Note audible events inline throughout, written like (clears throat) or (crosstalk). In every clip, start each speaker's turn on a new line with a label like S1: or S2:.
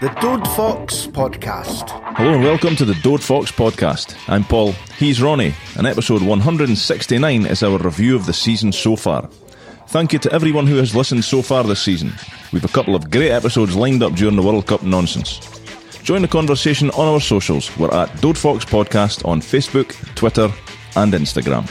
S1: The Dode Fox Podcast.
S2: Hello and welcome to the Dode Fox podcast. I'm Paul, he's Ronnie, and episode 169 is our review of the season so far. Thank you to everyone who has listened so far this season. We've a couple of great episodes lined up during the World Cup nonsense. Join the conversation on our socials. We're at Dode Fox Podcast on Facebook, Twitter, and Instagram.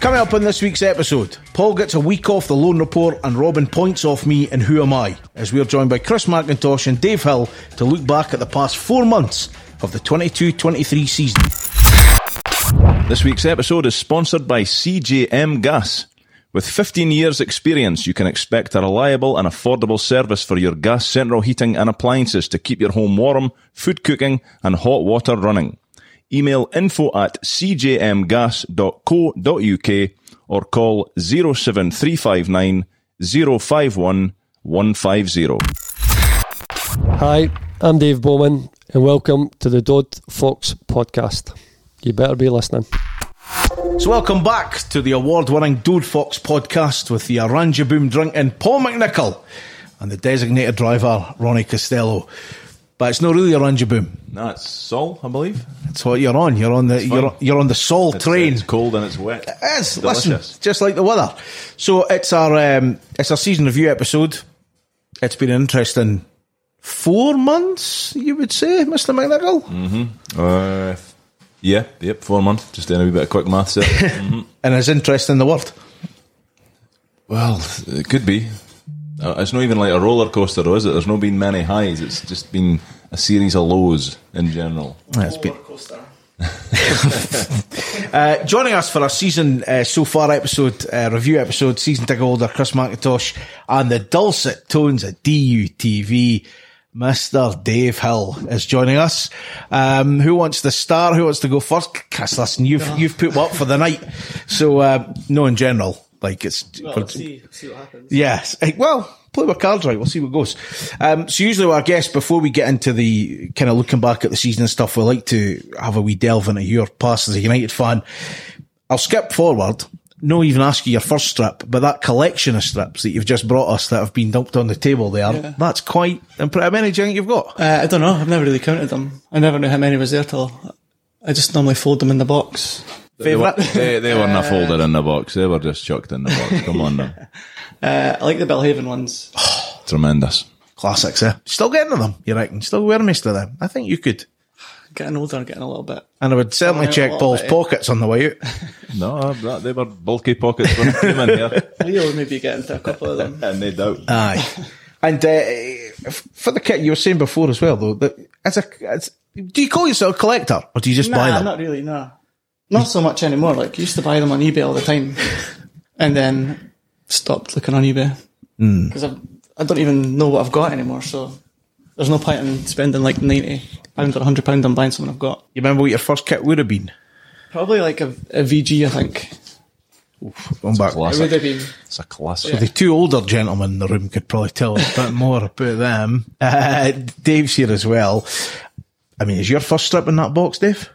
S1: Coming up on this week's episode, Paul gets a week off the loan report and Robin points off me and who am I, as we are joined by Chris McIntosh and Dave Hill to look back at the past four months of the 22 23 season.
S2: This week's episode is sponsored by CJM Gas. With 15 years' experience, you can expect a reliable and affordable service for your gas central heating and appliances to keep your home warm, food cooking, and hot water running. Email info at cjmgas.co.uk or call 07359 051 150.
S3: Hi, I'm Dave Bowman, and welcome to the Dodd Fox podcast. You better be listening.
S1: So, welcome back to the award winning Dode Fox Podcast with the Aranja Boom drinking Paul McNichol and the designated driver Ronnie Costello. But it's not really Aranja Boom.
S2: That's Sol, I believe.
S1: It's what you're on. You're on the you're, on- you're on the Sol train.
S2: cold and it's wet.
S1: It's listen, just like the weather. So it's our um, it's our season review episode. It's been an interesting four months, you would say, Mister McNichol.
S2: Uh, yeah, yep, four months. Just doing a wee bit of quick maths there.
S1: And is interesting the word?
S2: well, it could be. Uh, It's not even like a roller coaster, though, is it? There's not been many highs. It's just been a series of lows in general.
S1: It's been- Uh, joining us for our season uh, so far episode uh, review episode, season ticket holder Chris McIntosh and the dulcet tones at DUTV. Mr. Dave Hill is joining us. Um, who wants to start? Who wants to go first? Chris, listen, you've you've put me up for the night. So uh, no, in general, like it's
S4: Well, see, see what happens.
S1: Yes. Eh, Well, play my cards right. We'll see what goes. Um, so usually our guests, before we get into the kind of looking back at the season and stuff, we like to have a wee delve into your past as a United fan. I'll skip forward. No, even ask you your first strip, but that collection of strips that you've just brought us that have been dumped on the table there, that's quite impressive. How many do you think you've got?
S4: Uh, I don't know. I've never really counted them. I never knew how many was there till. I just normally fold them in the box.
S2: They, were,
S1: Favourite?
S2: they, they were not folded in the box. They were just chucked in the box. Come on now.
S4: Uh, I like the Belhaven ones. (sighs)
S2: Tremendous.
S1: Classics, eh? Still getting to them, you reckon? Still wearing most of them? I think you could.
S4: Getting older, getting a little bit.
S1: And I would certainly
S4: Yeah,
S1: check
S4: well,
S1: Paul's
S4: eh?
S1: pockets on the way out.
S2: No, uh, that, they were bulky pockets when I came in (laughs) here.
S4: Leo maybe get into a couple of (laughs) them.
S2: And they doubt.
S1: Aye. (laughs) and uh, f- for the kit, you were saying before as well, though, that as a, as, do you call yourself a collector or do you just buy
S4: Nah,
S1: them?
S4: not really. Nah, not so much anymore. Like I used to buy them on eBay all the (laughs) time, and then stopped looking on eBay because I don't even know what I've got anymore. So there's no point in spending like ninety pound or hundred pound on buying something I've got.
S1: You remember what your first kit would have been?
S4: Probably like a, a VG, I think.
S1: Going back.
S4: It would have been.
S2: It's a classic.
S1: The two older gentlemen in the room could probably tell us a bit more about them. (laughs) Uh, Dave's here as well. I mean, is your first strip in that box, (laughs) Dave?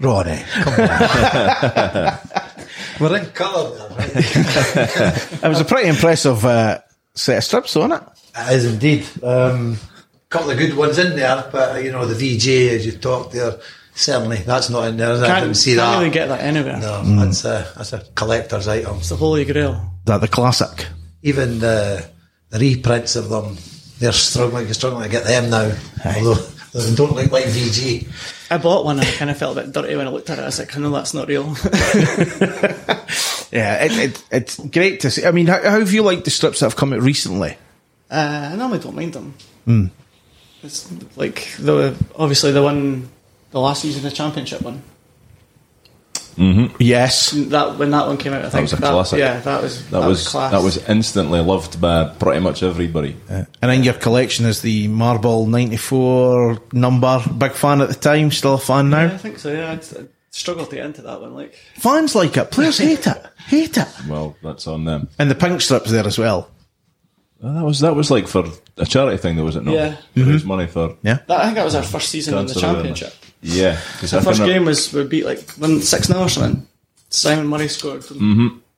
S1: Ronnie, come on.
S5: We're in colour now, right?
S1: It was a pretty impressive uh, set of strips, though, wasn't it?
S5: it is indeed. Um, couple of good ones in there, but uh, you know, the VJ as you talked there, certainly that's not in there. is it? I didn't
S4: Can't,
S5: see
S4: can't
S5: that.
S4: really get that anywhere.
S5: no, that's, a, that's a collector's item.
S4: It's the holy grail.
S1: That the classic.
S5: Even the, the reprints of them, they're struggling, struggling to get them now. Although they don't look like VG.
S4: I bought one and I kind of felt a bit dirty when I looked at it. I was like, I know that's not real. (laughs)
S1: Yeah, it, it, it's great to see. I mean, how, how have you liked the strips that have come out recently?
S4: uh, I normally don't mind them. It's like the obviously the one the last season the championship one.
S1: Yes.
S4: That when that one came out, I think
S2: was a classic.
S4: Yeah, that was
S2: That, was,
S4: class.
S2: that was instantly loved by pretty much everybody.
S1: And in your collection is the Marble 94 number. Big fan at the time, still a fan now.
S4: I think so. Yeah, I struggled to get into that one. Like
S1: Fans like it, (laughs) players hate it. Hate it.
S2: Well, that's on them.
S1: And the pink strip's there as well.
S2: Uh, That was that was like for a charity thing, though, was it not?
S4: Yeah.
S2: To raise money for
S1: Yeah.
S4: that, I think that was our first season in the
S2: cancer awareness.
S4: championship.
S2: Yeah, 'cause I
S4: The
S2: can
S4: first
S2: re-
S4: game was we beat like one six 0 or something. Simon Murray scored.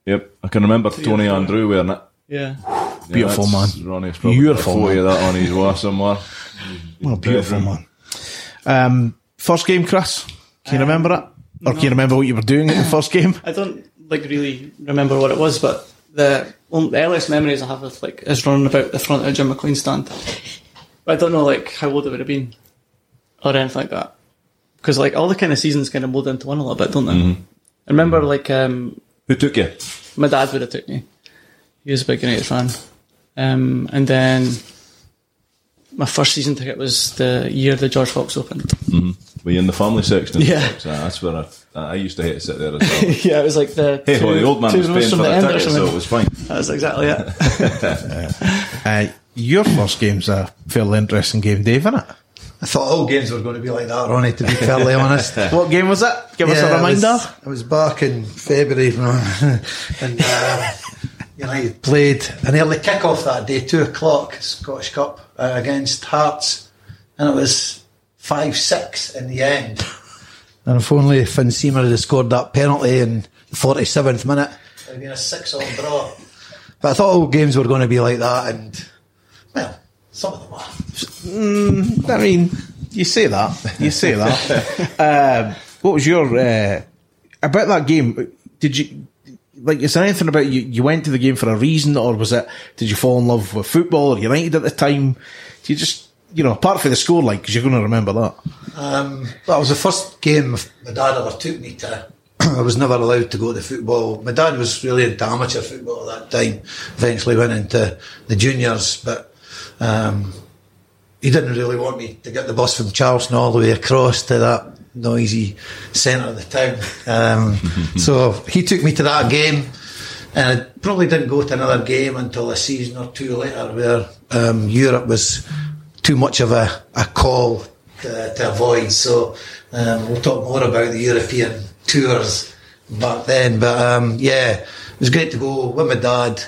S2: Yep, I can remember Tony Andrew wearing it.
S4: Yeah,
S1: Beautiful man.
S2: that's- Ronnie's probably
S1: Beautiful
S2: got a photo
S1: man.
S2: of that on his wall somewhere.
S1: Well, beautiful
S2: bedroom.
S1: man. Um, first game, Chris. Can you remember it, or can you remember what you were doing at the first (laughs) game?
S4: I don't like really remember what it was, but the only, the earliest memories I have of like is running about the front of Jim McLean stand. But I don't know like how old it would have been or anything like that, because like all the kind of seasons kind of mold into one a little bit, don't they? I remember like um,
S2: Who took you?
S4: my dad would have took me. He was a big United fan, um, and then my first season ticket was the year the George Fox opened.
S2: Were you in the family section?
S4: Yeah.
S2: So that's where I, I used to hate to sit there as
S4: (laughs)
S2: well.
S4: (laughs) yeah, it was like the
S2: Hey, well, the old man
S4: two
S2: was
S4: rows
S2: paying for
S4: from the
S2: the
S4: end or
S2: ticket, so
S4: something.
S2: it was fine.
S4: That's exactly it.
S1: Uh, your first game's a fairly interesting game, Dave, isn't it?
S5: I thought all games were going to be like that, Ronnie, to be fairly honest.
S1: What game was it? Give us a
S5: Yeah,
S1: reminder.
S5: I was, I was back in February, you know, (laughs) and uh, United played an early kick-off that day, two o'clock, Scottish Cup uh, against Hearts, and it was five six in the end. And if only Finn Seymour had scored that penalty in the forty seventh minute, it would have been a six-all draw. But I thought all games were going to be like that, and well, some of them are.
S1: Mm, I mean, you say that. You say
S2: (laughs)
S1: that. um, what was your uh, about that game? Did you like? Is there anything about you? You went to the game for a reason, or was it? Did you fall in love with football or United at the time? Do you just you know, apart from the scoreline, because you're going to remember that.
S5: Um, that was the first game my dad ever took me to. (clears throat) I was never allowed to go to football. My dad was really into amateur football at that time. Eventually went into the juniors, but um, he didn't really want me to get the bus from Charleston all the way across to that noisy centre of the town. (laughs) Um, so he took me to that game, and I probably didn't go to another game until a season or two later, where um, Europe was too much of a, a call to, to avoid. So um, we'll talk more about the European tours back then. But um, yeah, it was great to go with my dad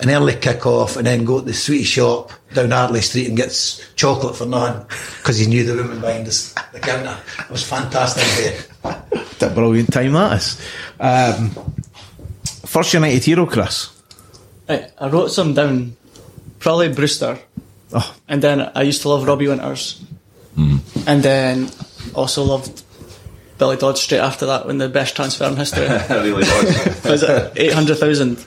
S5: an early kick off and then go to the sweet shop down Hartley Street and get s- chocolate for none because he knew the woman behind us, the counter. It was fantastic there.
S1: What a brilliant time that is. Um, first United hero, Chris.
S4: Right, I wrote some down. Probably Brewster.
S1: Oh.
S4: And then I used to love Robbie Winters.
S2: Hmm.
S4: And then also loved Billy Dodd straight after that when the best transfer
S2: (laughs)
S4: in history.
S2: I really was.
S4: was it 800,000?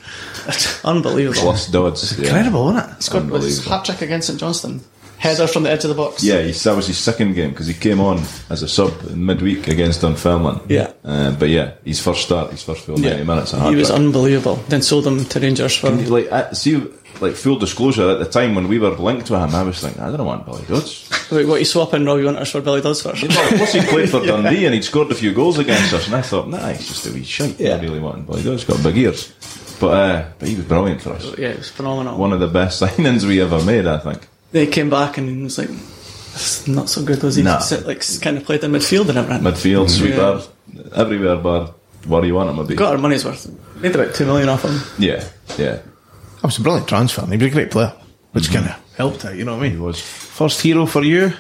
S4: Unbelievable.
S2: Plus Dodds. Yeah.
S1: Incredible, isn't it?
S4: Scott was
S2: Unbelievable.
S4: hat trick against St Johnston. Header from the edge of the box.
S2: Yeah, he, that was his second game because he came on as a sub in midweek against Dunfermline.
S4: Yeah.
S2: Uh, but yeah, his first start, his first full 90 minutes. and
S4: He was
S2: hat-trick.
S4: unbelievable. Then sold them to Rangers for.
S2: like I, see like full disclosure at the time when we were linked to him I was thinking I don't want Billy Dodds
S4: Wait, what, you swapping Robbie Winters for Billy Dodds first?
S2: You know, plus he played for Dundee and he'd scored a few goals against us and I thought nah he's just a wee shite yeah.
S4: Yeah.
S2: I really want Billy Dodds got big ears but uh, but he was brilliant for us
S4: (laughs) Yeah, it was phenomenal.
S2: one of the best (laughs) signings we ever made I think
S4: They came back and it was like, "It's not so good, was he?
S2: Nah.
S4: So, Like, kind of played in midfield and everything.
S2: midfield sweeper
S4: Yeah.
S2: everywhere bar where you want him to be
S4: got our money's worth. Made about two million off him.
S2: yeah yeah
S1: That was a brilliant transfer. and He was a great player, which kind of helped out. You know what I mean?
S2: Mm-hmm. he was
S1: First hero for you.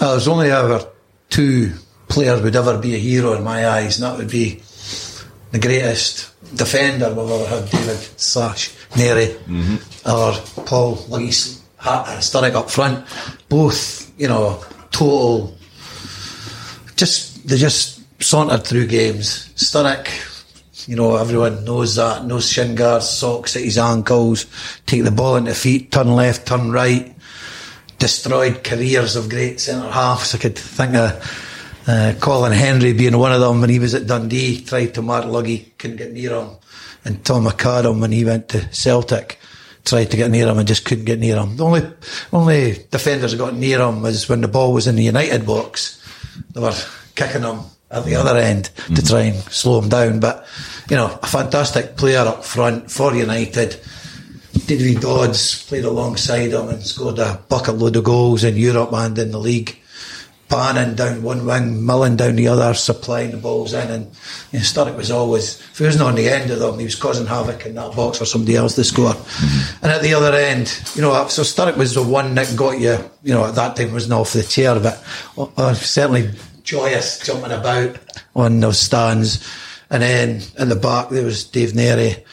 S5: Uh, there's only ever two players would ever be a hero in my eyes, and that would be the greatest defender we've ever had, David Sash Neri, or Paul Lugis Sturrock up front. Both, you know, total. Just they just sauntered through games. Sturrock, you know, everyone knows that. No shin guards, socks at his ankles. Take the ball into feet, turn left, turn right destroyed careers of great centre halves. I could think of uh, Colin Henry being one of them when he was at Dundee, tried to mark Luggy, couldn't get near him. And Tom McAdam when he went to Celtic, tried to get near him and just couldn't get near him. The only only defenders that got near him was when the ball was in the United box. They were kicking him at the other end to try and slow him down. But you know, a fantastic player up front for United. Davy Dodds played alongside him and scored a bucket load of goals in Europe and in the league. Bannon down one wing, Millen down the other, supplying the balls in. And you know, Sturrock was always, if he wasn't on the end of them, he was causing havoc in that box for somebody else to score. And at the other end, you know, so Sturrock was the one that got you, you know, at that time wasn't off the chair, but uh, certainly joyous jumping about on those stands. And (coughs) then in the back, there was Dave Neary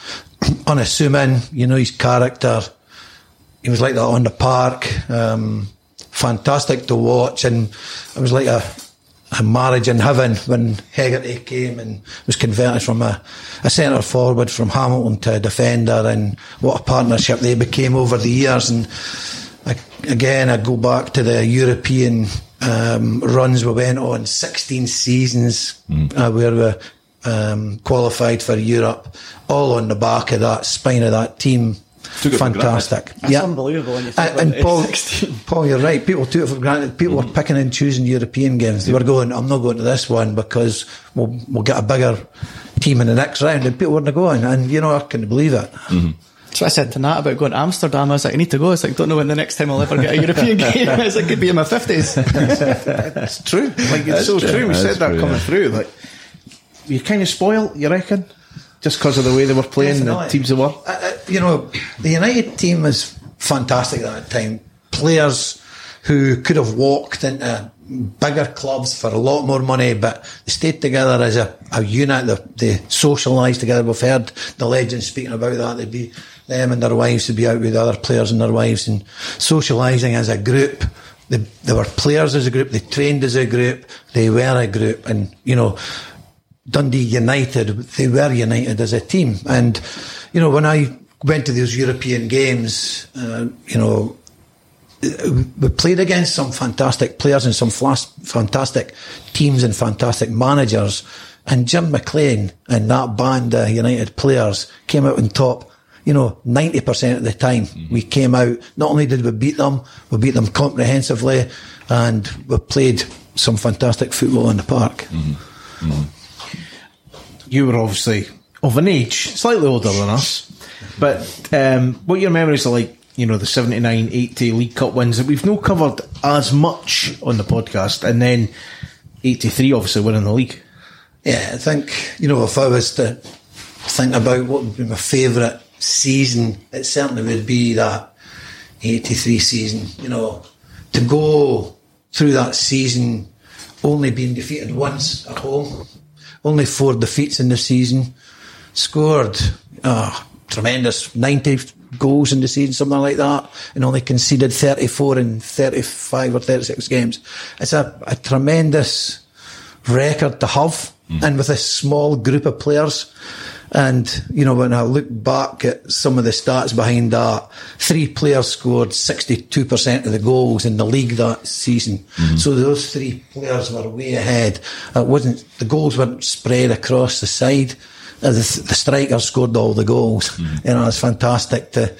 S5: unassuming, you know his character, he was like that on the park. Um, fantastic to watch, and it was like a, a marriage in heaven when Hegarty came and was converted from a, a centre forward from Hamilton to a defender, and what a partnership they became over the years. And I, again, I go back to the European um, runs we went on, 16 seasons
S2: Hmm.
S5: uh, where we um, qualified for Europe, all on the back of that spine of that team.
S2: Took it for granted.
S5: Fantastic.
S4: That's unbelievable when you think
S5: Uh,
S4: about
S5: and
S4: it. (laughs)
S5: Paul, (laughs)
S4: 16.
S5: Paul, you're right. People took it for granted. People were picking and choosing European games. They were going, I'm not going to this one because we'll, we'll get a bigger team in the next round. And people weren't going. And, you know, I couldn't believe it.
S4: That's what I said to Nat about going to Amsterdam. I was like, I need to go. It's like, don't know when the next time I'll ever get a (laughs) European game. I was like, could be in my (laughs) 50s.
S1: It's true. Like it's so
S2: true.
S1: true. We
S2: That's
S1: said that
S2: true,
S1: coming
S2: yeah.
S1: through. Like you're kind of spoiled, you reckon, just because of the way they were playing, the
S5: Definitely.
S1: teams they were.
S5: Uh, uh, you know, the United team was fantastic at that time. Players who could have walked into bigger clubs for a lot more money, but they stayed together as a, a unit. They, they socialised together. We've heard the legends speaking about that. They'd be them and their wives would be out with other players and their wives and socialising as a group. They, they were players as a group. They trained as a group. They were a group, and you know. Dundee United, they were united as a team. And, you know, when I went to those European games, uh, you know, we played against some fantastic players and some flas- fantastic teams and fantastic managers. And Jim McLean and that band of United players came out on top. You know, 90% of the time we came out. Not only did we beat them, we beat them comprehensively and we played some fantastic football in the park.
S1: You were obviously of an age, slightly older than us, but um, what your memories are like. You know the 79, 80 League Cup wins that we've no covered as much on the podcast, and then eighty three obviously winning the league.
S5: Yeah, I think, you know, if I was to think about what would be my favourite season, it certainly would be that 83 season. You know, to go through that season only being defeated once at home, only four defeats in the season, scored uh, tremendous 90 goals in the season, something like that, and only conceded 34 in 35 or 36 games. It's a, a tremendous record to have and with a small group of players. And, you know, when I look back at some of the stats behind that, three players scored 62% of the goals in the league that season. So those three players were way ahead. Uh, It wasn't, the goals weren't spread across the side. Uh, The, the striker scored all the goals. You know, it's fantastic to,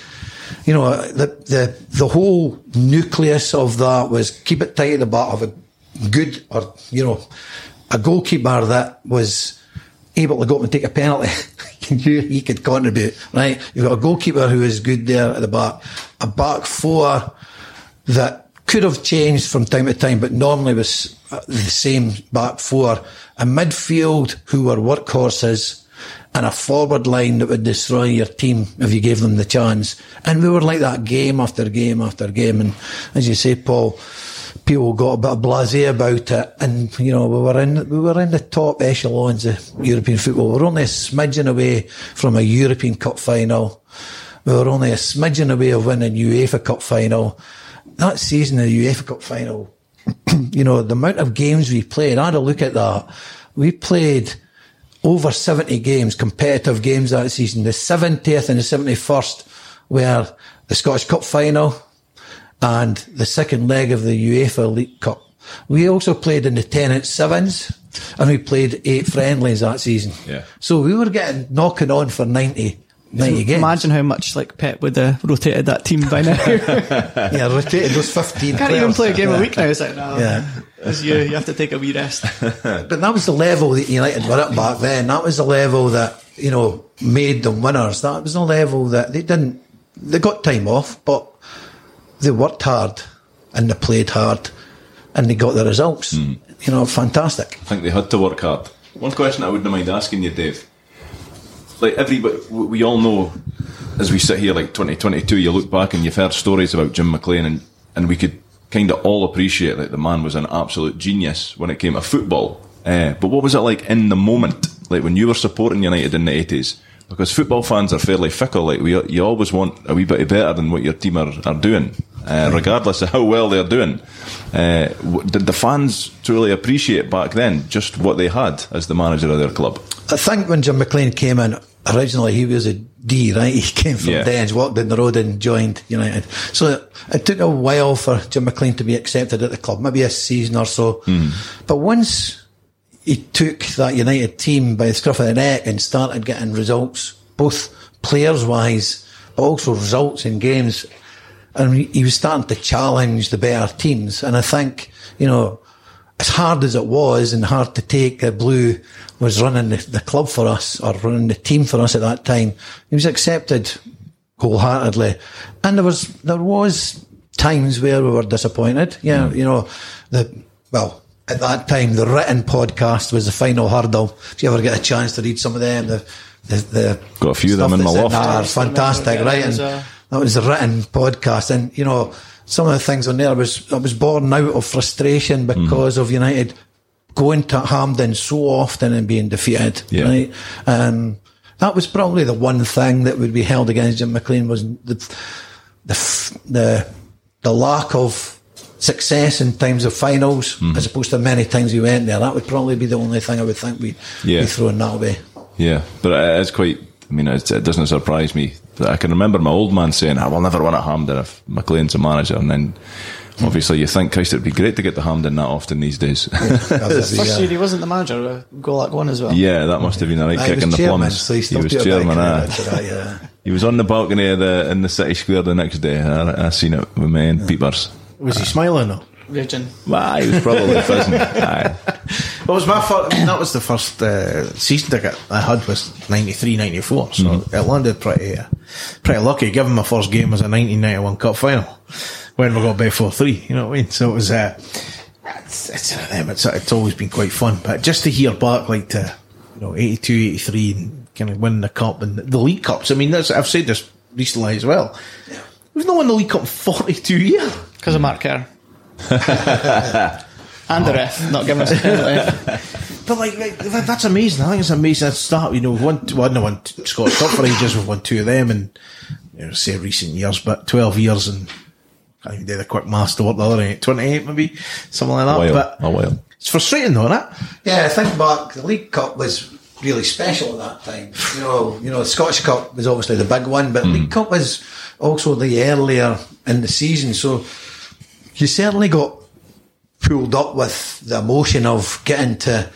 S5: you know, uh, the, the, the whole nucleus of that was keep it tight at the back, have a good, or, you know, a goalkeeper that was able to go up and take a penalty. (laughs) you, he could contribute, right? You've got a goalkeeper who is good there at the back, a back four that could have changed from time to time, but normally was uh, the same back four, a midfield who were workhorses, and a forward line that would destroy your team if you gave them the chance. And we were like that game after game after game. And as you say, Paul, people got a bit blasé about it. And you know, we were in we were in the top echelons of European football. We were only a smidgen away from a European Cup final. We were only a smidgen away of winning UEFA Cup final. That season, of the UEFA Cup final, (clears throat) you know, the amount of games we played, I had a look at that. We played over 70 games, competitive games that season. The 70th and the 71st were the Scottish Cup final and the second leg of the UEFA League Cup. We also played in the 10 at sevens and we played eight friendlies that season.
S2: Yeah.
S5: So we were getting knocking on for 90, 90 games.
S4: Imagine how much like Pep would have rotated that team by now. (laughs)
S5: Yeah, rotated those 15
S4: Can't
S5: players.
S4: even play a game a week now. It's like, no,
S5: Yeah.
S4: it's you. You have to take a wee (laughs) rest.
S5: but that was the level that United were at back then. That was the level that you know made them winners. That was the level that they didn't. They got time off, but they worked hard and they played hard, and they got the results. You know, fantastic.
S2: I think they had to work hard. One question I wouldn't mind asking you, Dave. Like everybody, w- we all know, as we sit here, like 2022, you look back and you've heard stories about Jim McLean, and and we could kind of all appreciate that the man was an absolute genius when it Eh, came to football. Uh, but what was it like in the moment, like when you were supporting United in the 80s? because football fans are fairly fickle. Like we, you always want a wee bit better than what your team are, are doing, uh, regardless of how well they're doing. Uh, w- did the fans truly appreciate back then just what they had as the manager of their club?
S5: I think when Jim McLean came in, originally he was a D, right? (laughs) He came from
S2: Yeah.
S5: Dens, walked down the road and joined United. So it took a while for Jim McLean to be accepted at the club, maybe a season or so. But once he took that United team by the scruff of the neck and started getting results, both players wise, but also results in games. And he- he was starting to challenge the better teams. And I think, you know, as hard as it was and hard to take that Blue was running the, the club for us or running the team for us at that time, he was accepted wholeheartedly. And there was, there was times where we were disappointed. Yeah.
S2: Hmm.
S5: You know, the, well, at that time, the written podcast was the final hurdle. If you ever get a chance to read some of them, the, the, the
S2: Got a few of them
S5: stuff
S2: in my
S5: that's
S2: loft.
S5: there, fantastic,
S4: Yeah,
S5: right?
S4: it was,
S5: And
S4: uh,
S5: that was a written podcast, and you know some of the things on there was I was born out of frustration
S2: Mm.
S5: because of United going to Hampden so often and being defeated.
S2: Yeah.
S5: Right? Um, that was probably the one thing that would be held against Jim McLean was the the f- the, the lack of success in times of finals
S2: Mm.
S5: as opposed to many times he went there. That would probably be the only thing I would think we
S2: Yeah.
S5: be thrown that way.
S2: Yeah, but it is quite. I mean, it's, it doesn't surprise me. But I can remember my old man saying, "I will never win at Hamden if McLean's a manager." And then, obviously, you think, "Christ, it'd be great to get to Hamden that often these days."
S5: Obviously,
S4: First
S5: yeah.
S4: year he wasn't the manager. Uh, Golak won as
S2: (laughs)
S4: well.
S2: yeah, that must have been a right
S5: Ah,
S2: kick in the
S5: chairman,
S2: plums.
S5: so he still
S2: was
S5: do it back
S2: chairman.
S5: in the
S2: aye.
S5: day, that's right, yeah.
S2: He was on the balcony of the, in the city square the next day. I, I seen it with my own peepers.
S1: Was he smiling though?
S4: Raging.
S2: Well, he was probably
S5: (laughs)
S2: fizzing. Aye.
S1: Well, it was my first, I mean, that was the first uh, season ticket I had was 93, 94. So it landed pretty, uh, pretty lucky given my first game was a 1991 Cup final when we got by 4-3. You know what I mean? So it was, uh, it's, it's, one of them. it's, it's always been quite fun, but just to hear back like to, you know, 82, 83 and kind of winning the cup and the league cups. I mean, that's, I've said this recently as well. We've not won the league cup in 42 years.
S4: Because of Mark (laughs) Kerr. and the ref, not giving us a penalty.
S1: But like, like that, that's amazing. I think it's amazing. That start, you know, we've won, well, no, won Scottish Cup for ages. We've won two of them, and you know, say recent years, but twelve years, and I can do the quick master what the other eight, twenty-eight maybe something like that.
S2: Wild.
S1: But
S2: Oh, wild.
S1: it's frustrating, though, isn't it?
S5: Yeah, I think back the League Cup was really special at that time. You know, you know, the Scottish Cup was obviously the big one, but League Cup was also the earlier in the season. So you certainly got pulled up with the emotion of getting to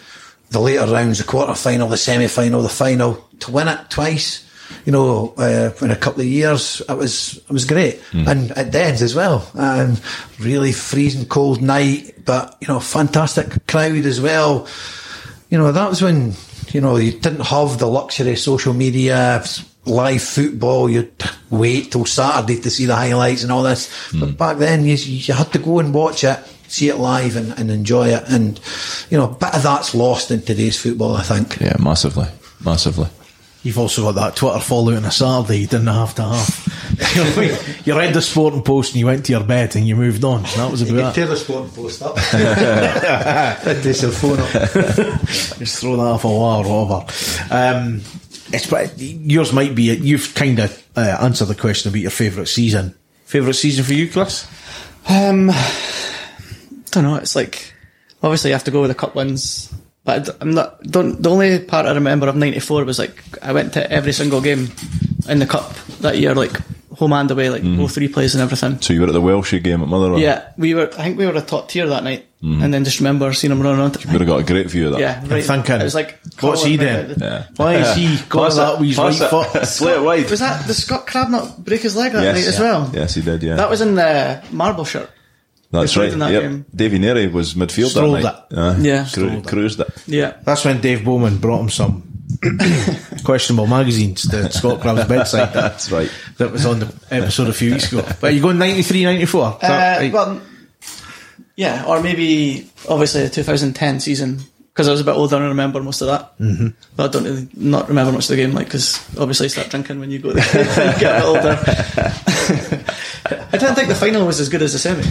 S5: the later rounds, the quarter final, the semi final, the final, to win it twice. You know, uh, in a couple of years, it was it was great, and at Dens as well. Um, really freezing cold night, but you know, fantastic crowd as well you know, that was when, you know, you didn't have the luxury of social media, live football, you'd wait till Saturday to see the highlights and all this. But back then, you, you had to go and watch it, see it live and, and enjoy it. And, you know, a bit of that's lost in today's football, I think.
S2: Yeah, massively, massively.
S1: You've also got that Twitter fallout on a Saturday. You didn't have to have. (laughs) You know what I mean? you read the Sporting Post and you went to your bed and you moved on. And that was
S5: (laughs)
S1: about it.
S5: tear the sporting post up. That takes your phone up.
S1: Just throw that off a wall or whatever. Um, it's but yours might be. You've kind of uh, answered the question about your favourite season. Favourite season for you, Chris?
S4: Um, don't know. It's like obviously you have to go with the cup wins, but I d- I'm not. Don't. The only part I remember of '94 was like I went to every single game in the cup that year, like home and away, like
S2: Mm-hmm.
S4: all three plays and everything.
S2: So you were at the Welsh game at Motherwell.
S4: Yeah, we were. I think we were a top tier that night, and then just remember seeing him running on.
S2: Mm-hmm. you would have got a great view of that.
S4: Yeah, right.
S1: thinking,
S4: It was like
S1: what's he
S4: crawling
S1: doing?
S2: Yeah.
S1: Why is he got
S2: Pass it,
S1: that wee right
S2: pass it.
S1: foot?
S2: (laughs) Slay it wide.
S4: Was that the Scott Crab not break his leg that
S2: Yes.
S4: night as well?
S2: Yes, he did. Yeah,
S4: That was in the marble shirt.
S2: That's
S4: They played
S2: right.
S4: in that
S2: yep.
S4: game.
S2: Davy Neary was midfield
S1: Strolled
S2: that night. Uh,
S4: Yeah.
S2: cru-
S4: Strolled
S2: cruised it.
S4: Yeah.
S1: That's when Dave Bowman brought him some (coughs) questionable magazines to Scott
S2: (laughs)
S1: Crab's bedside. That,
S2: That's right.
S1: that was on the episode a few weeks ago. But you going 93, 94? Is that
S4: Uh,
S1: right?
S4: well, yeah, or maybe obviously the 2010 season because I was a bit older and I remember most of that. Mm-hmm. But I don't really not remember much of the game, like because obviously you start drinking when you go there, (laughs) you get a bit older. (laughs) I didn't think the final was as good as the semi.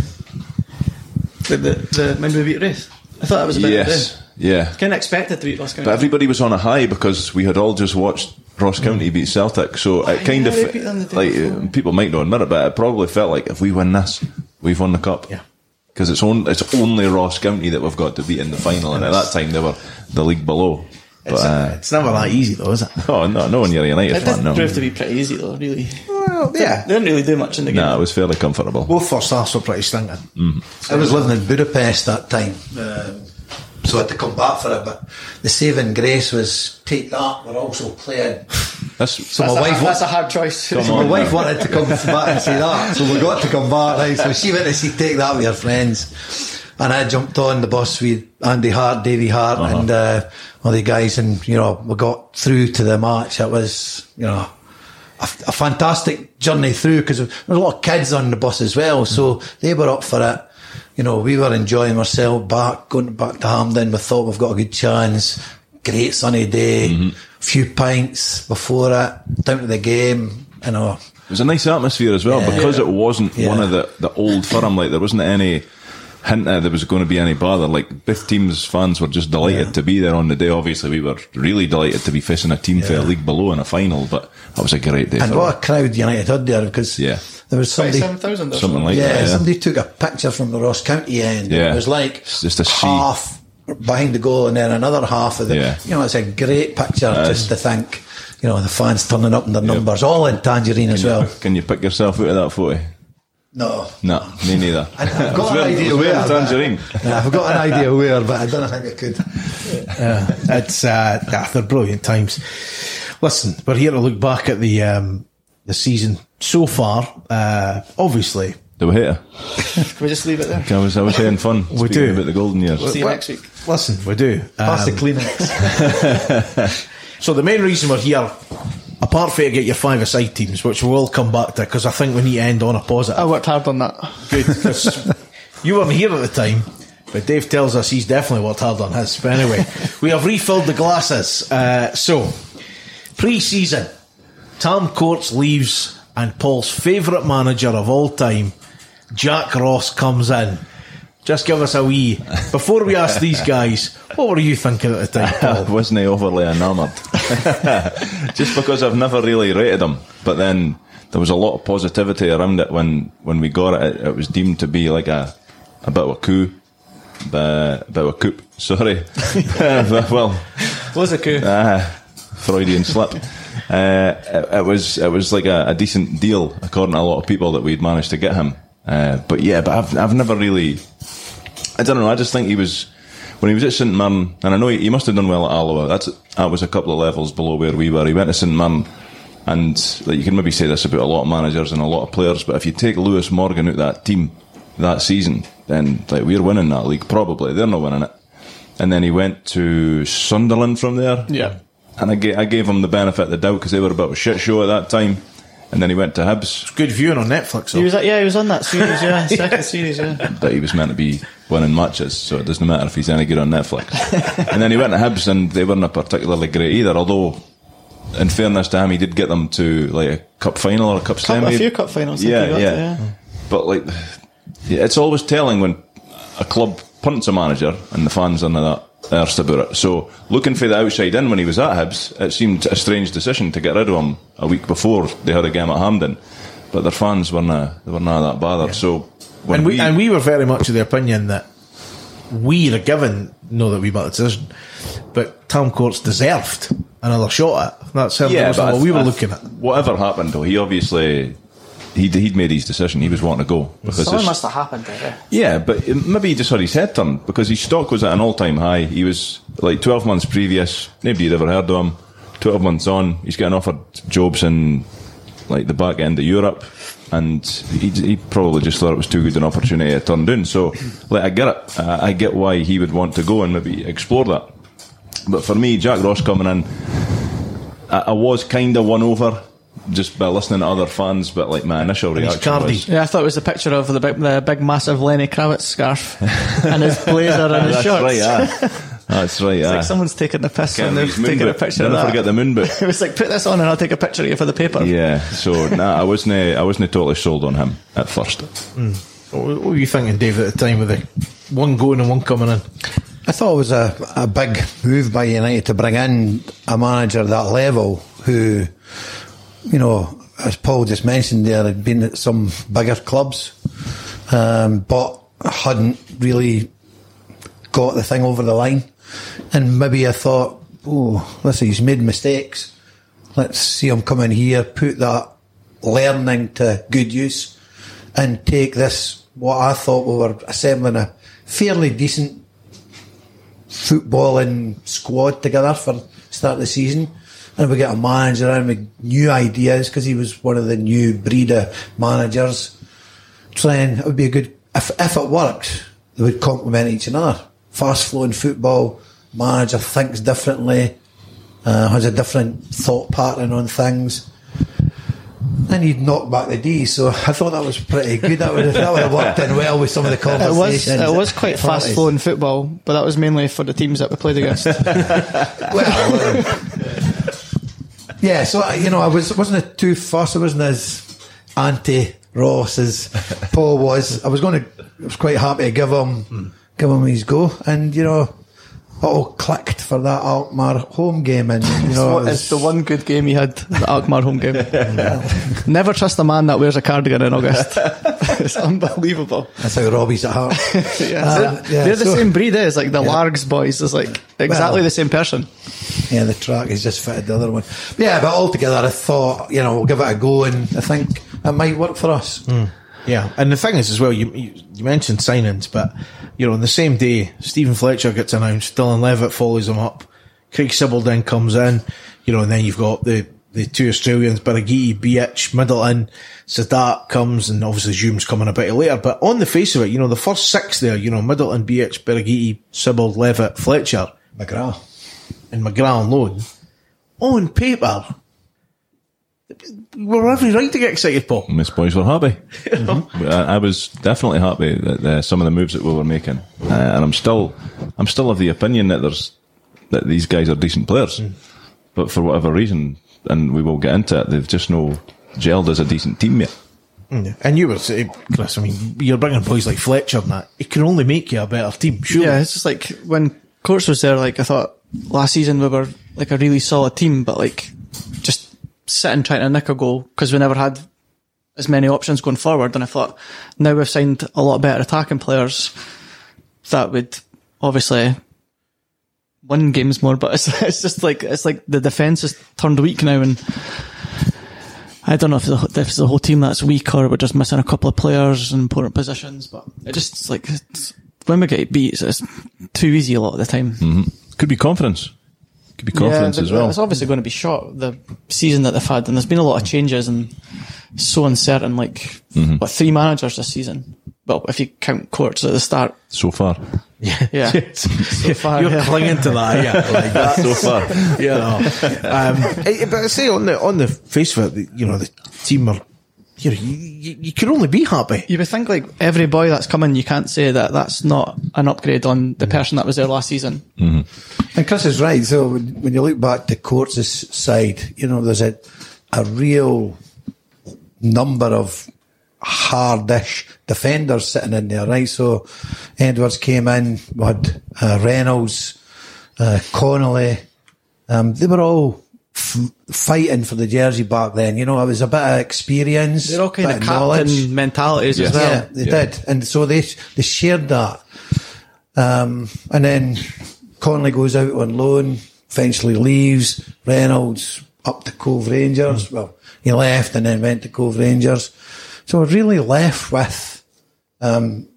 S4: The the, the when we beat race, I thought that was a bit.
S2: Yes. Yeah.
S4: Kind of expected to beat Boston.
S2: But everybody was on a high because we had all just watched Ross County beat Celtic, so it kind
S4: yeah,
S2: of
S4: they beat them the day
S2: like
S4: before.
S2: uh, people might not admit it, but it probably felt like if we win this, we've won the cup.
S1: Yeah.
S2: because it's on, it's only Ross County that we've got to beat in the final, and at that time they were the league below. But
S1: It's,
S2: uh,
S1: it's never that easy though, is it?
S2: oh no, no one you're a United
S4: It did
S2: fan, no.
S4: prove to be pretty easy though, really.
S1: Well,
S4: They didn't really do much in the game.
S2: Nah, it was fairly comfortable.
S1: Both first halves were pretty stinking.
S5: I was living in Budapest that time, um, so I had to come back for it. But the saving grace was take that. We're also playing.
S2: That's
S5: So my
S4: that's, a,
S5: wife,
S4: hard- that's
S5: wa-
S4: a hard choice.
S2: Come
S5: so
S2: on.
S5: my wife wanted to come back and see that, so we got to come back. Right? So she went to see take that with her friends, and I jumped on the bus with Andy Hart, Davy Hart, and uh, all the guys, and you know we got through to the match. It was you know. A, a fantastic journey through because there was a lot of kids on the bus as well, so they were up for it you know, we were enjoying ourselves back, going back to Hamden. We thought we've got a good chance. Great sunny day, few pints before it, down to the game, you know.
S2: It was a nice atmosphere as well
S5: Yeah.
S2: because it wasn't
S5: Yeah.
S2: one of the, the old firm. Like there wasn't any hint that there was going to be any bother. Like both teams fans were just delighted to be there on the day. Obviously, we were really delighted to be facing a team for a league below in a final. But that was a great day.
S5: And
S2: for
S5: what a crowd United had there because
S2: Yeah.
S5: there was somebody, yeah,
S4: 27,000 or
S2: something like that. yeah.
S5: somebody took a picture from the Ross County end.
S2: Yeah.
S5: It was like
S2: It's just a sea.
S5: half behind the goal and then another half of the,
S2: Yeah.
S5: you know, it's a great picture
S2: it's-
S5: just to think, you know, the fans turning up in their numbers, all in tangerine as
S2: (laughs)
S5: well.
S2: Can you pick yourself out of that photo?
S5: No.
S2: No, me neither.
S5: I- (laughs) I've
S2: It was
S5: got an
S2: wearing- it
S5: idea
S2: was
S5: where.
S2: wearing
S5: but-
S2: tangerine.
S5: Yeah, (laughs) I've got an idea where, but I don't think I could.
S1: It's uh, ah, they're brilliant times. Listen, we're here to look back at the um, the season so far. Uh, obviously,
S2: Do we hate her?
S4: Can we just leave it there?
S2: I was, I was having fun.
S1: We
S2: speaking
S1: do.
S2: about the golden years.
S4: See you
S1: Well-
S4: next week.
S1: listen, we do.
S5: Pass
S1: Um,
S5: the Kleenex.
S1: So the main reason we're here, apart from to get your five-a-side teams, which we'll come back to, because I think we need to end on a positive.
S4: I worked hard on that.
S1: good 'cause you weren't here at the time. But Dave tells us he's definitely worked hard on his. But anyway, we have refilled the glasses. Uh, so, pre-season, Tom Courts leaves, and Paul's favourite manager of all time, Jack Ross, comes in. Just give us a wee before we ask these guys. What were you thinking at the time,
S4: (laughs)
S1: Paul?
S2: (laughs) wasn't I overly enamoured? (laughs) Just because I've never really rated him. But then there was a lot of positivity around it when, when we got it. it. It was deemed to be like a, a bit of a coup. Uh, bit of a coup, (laughs) sorry. well,
S4: Was a coup.
S2: Ah, Freudian slip. Uh, it, it was it was like a, a decent deal according to a lot of people that we'd managed to get him. Uh, but yeah, but I've I've never really, I don't know. I just think he was when he was at St Mirren, and I know he, he must have done well at Alloa. That's that was a couple of levels below where we were. He went to St Mirren. And like, you can maybe say this about a lot of managers and a lot of players, but if you take Lewis Morgan out of that team that season, then like we're winning that league probably. They're not winning it. And then he went to Sunderland from there.
S4: Yeah.
S2: And I gave, I gave him the benefit of the doubt because they were a bit of a shit show at that time. And then he went to Hibs,
S1: Good viewing on Netflix.
S4: He
S1: Though.
S4: was like, yeah, he was on that series, yeah, (laughs) second series, yeah.
S2: but he was meant to be winning matches, so it doesn't matter if he's any good on Netflix.
S4: (laughs)
S2: and then he went to Hibs, and they weren't a particularly great either. Although, in fairness to him, he did get them to like a cup final or a cup,
S4: Cup,
S2: semi.
S4: a few cup finals. I
S2: Yeah,
S4: think he got to,
S2: yeah. But like, yeah, it's always telling when a club punts a manager and the fans are not that arsed about it. So looking for the outside in when he was at Hibs, it seemed a strange decision to get rid of him a week before they had a game at Hampden. But their fans were not they were not that bothered. So when
S1: and we,
S2: we,
S1: and we were very much of the opinion that we are given no that we made the decision, but Tom Courts deserved another shot at. it. That's certainly
S2: yeah,
S1: was
S2: but I
S1: what
S2: th-
S1: we were
S2: I th-
S1: looking at.
S2: Whatever happened though, he obviously he'd, he'd made his decision. He was wanting to go because
S4: Something
S2: it's-
S4: must have happened there.
S2: Yeah, but maybe he just had his head turned because his stock was at an all time high. He was like 12 months previous, nobody had ever heard of him. 12 months on, he's getting offered jobs in like the back end of Europe, and he, he probably just thought it was too good an opportunity to turn down. So, like, I get it. Uh, I, I get why he would want to go and maybe explore that. But for me, Jack Ross coming in, I, I was kind of won over just by listening to other fans, but like my initial
S1: he's
S2: reaction
S1: Cardi.
S2: was.
S4: Yeah, I thought it was the picture of the big, the big massive Lenny Kravitz scarf
S2: (laughs)
S4: and his blazer and
S2: That's
S4: his shorts.
S2: right,
S4: (laughs)
S2: yeah. That's right, yeah.
S4: Like someone's taking the piss
S2: Can't
S4: when they've
S2: leave moon
S4: taken a
S2: boot.
S4: picture of
S2: Never
S4: that.
S2: forget the moon boot.
S4: (laughs) it was like, put this on and I'll take a picture of you for the paper.
S2: Yeah, so nah, I wasn't. I wasn't totally sold on him at first.
S1: What were- what were you thinking, Dave, at the time with the one going and one coming in?
S5: I thought it was a, a big move by United to bring in a manager at that level who, you know, as Paul just mentioned there, had been at some bigger clubs, um, but hadn't really got the thing over the line. And maybe I thought, oh, listen, he's made mistakes. Let's see him come in here, put that learning to good use, and take this, what I thought we were assembling a fairly decent footballing squad together for start of the season. And we get a manager in with new ideas because he was one of the new breed of managers. Trying, it would be a good, if, if it worked, they would complement each another. Fast flowing football, manager thinks differently, uh, has a different thought pattern on things. And he'd knock back the D, so I thought that was pretty good. That would have, that would have worked in well with some of
S4: (laughs)
S5: the
S4: It
S5: conversations.
S4: was it was quite fast flowing football, but that was mainly for the teams that we played against.
S2: (laughs)
S5: Well, uh, yeah. So I- you know, I was wasn't it too fussed. I wasn't as anti Ross as Paul was. I was going to. I was quite happy to give him give him his go, and you know, it all clicked for that Alkmaar home game, and you know, it
S4: What is
S5: was,
S4: the one good game he had? The Alkmaar
S2: (laughs)
S4: home game. Never trust a man that wears a cardigan in August.
S2: (laughs)
S4: it's unbelievable.
S5: that's how Robbie's at heart.
S4: (laughs)
S5: Um,
S4: they're they're the
S5: so-
S4: same breed, eh? It's like the Largs boys. It's like exactly the same person.
S5: Yeah, the track has just fitted the other one. Yeah, but altogether, I thought you know we'll give it a go, and I think it might work for us.
S1: Yeah, and the thing is as well, you you you mentioned signings, but you know, on the same day, Stephen Fletcher gets announced, Dylan Levitt follows him up, Craig Sybil then comes in, you know, and then you've got the the two Australians, Baragiti, Beach, Middleton, Sadat comes, and obviously Zoom's coming a bit later. But on the face of it, you know, the first six there, you know, Middleton, Beach, Baragiti, Sybil, Levitt, Fletcher,
S5: McGrath.
S1: and McGrath on loan, on paper, we're every right to get excited, Paul.
S2: Miss Boys were
S4: (laughs)
S2: happy. I, I was definitely happy that uh, some of the moves that we were making, uh, and I'm still, I'm still of the opinion that there's that these guys are decent players,
S4: Hmm.
S2: but for whatever reason, and we will get into it, they've just no gelled as a decent team yet.
S1: Yeah. And you were saying, Chris, I mean, you're bringing boys like Fletcher and that. It can only make you a better team, surely.
S4: Yeah, it's just like when Courts was there, like I thought last season we were like a really solid team, but like just sitting trying to nick a goal because we never had as many options going forward. And I thought now we've signed a lot better attacking players that would obviously win games more, but it's, (laughs) it's just like, it's like the defence has turned weak now and I don't know if, the, if it's the whole team that's weak or we're just missing a couple of players in important positions, but it just it's like it's, when we get beat, it's, it's too easy a lot of the time.
S2: Could be confidence, could be Mm, confidence
S4: the-
S2: as well.
S4: It's obviously going to be short the season that they've had, and there's been a lot of changes and so uncertain. Like
S2: Mm-hmm.
S4: what three managers this season? Well, if you count Courts at the start,
S2: so far,
S4: (laughs) yeah. so far,
S1: You're
S4: yeah.
S1: clinging to that, yeah. Like that.
S2: so far.
S1: you know. Um, eh, but I say on the on the face of it, the- you know, the team are you, know, you, you, you can only be happy.
S4: (laughs) You would think like every boy that's coming, you can't say that that's not an upgrade on the person that was there last season.
S5: And Chris is right. So when, when you look back to Courts' side, you know, there's a, a real number of hardish defenders sitting in there, right? So Edwards came in, we had uh, Reynolds, uh, Connolly. Um, they were all f- fighting for the jersey back then. You know, it was a bit of experience.
S4: They're all kind
S5: bit
S4: of captain
S5: knowledge.
S4: mentalities
S2: Yes.
S4: as well.
S5: Yeah, they did, and so they they shared that. Um, and then Conley goes out on loan, eventually leaves. Reynolds up to Cove Rangers. Well, he left and then went to Cove Rangers. So we're really left with um,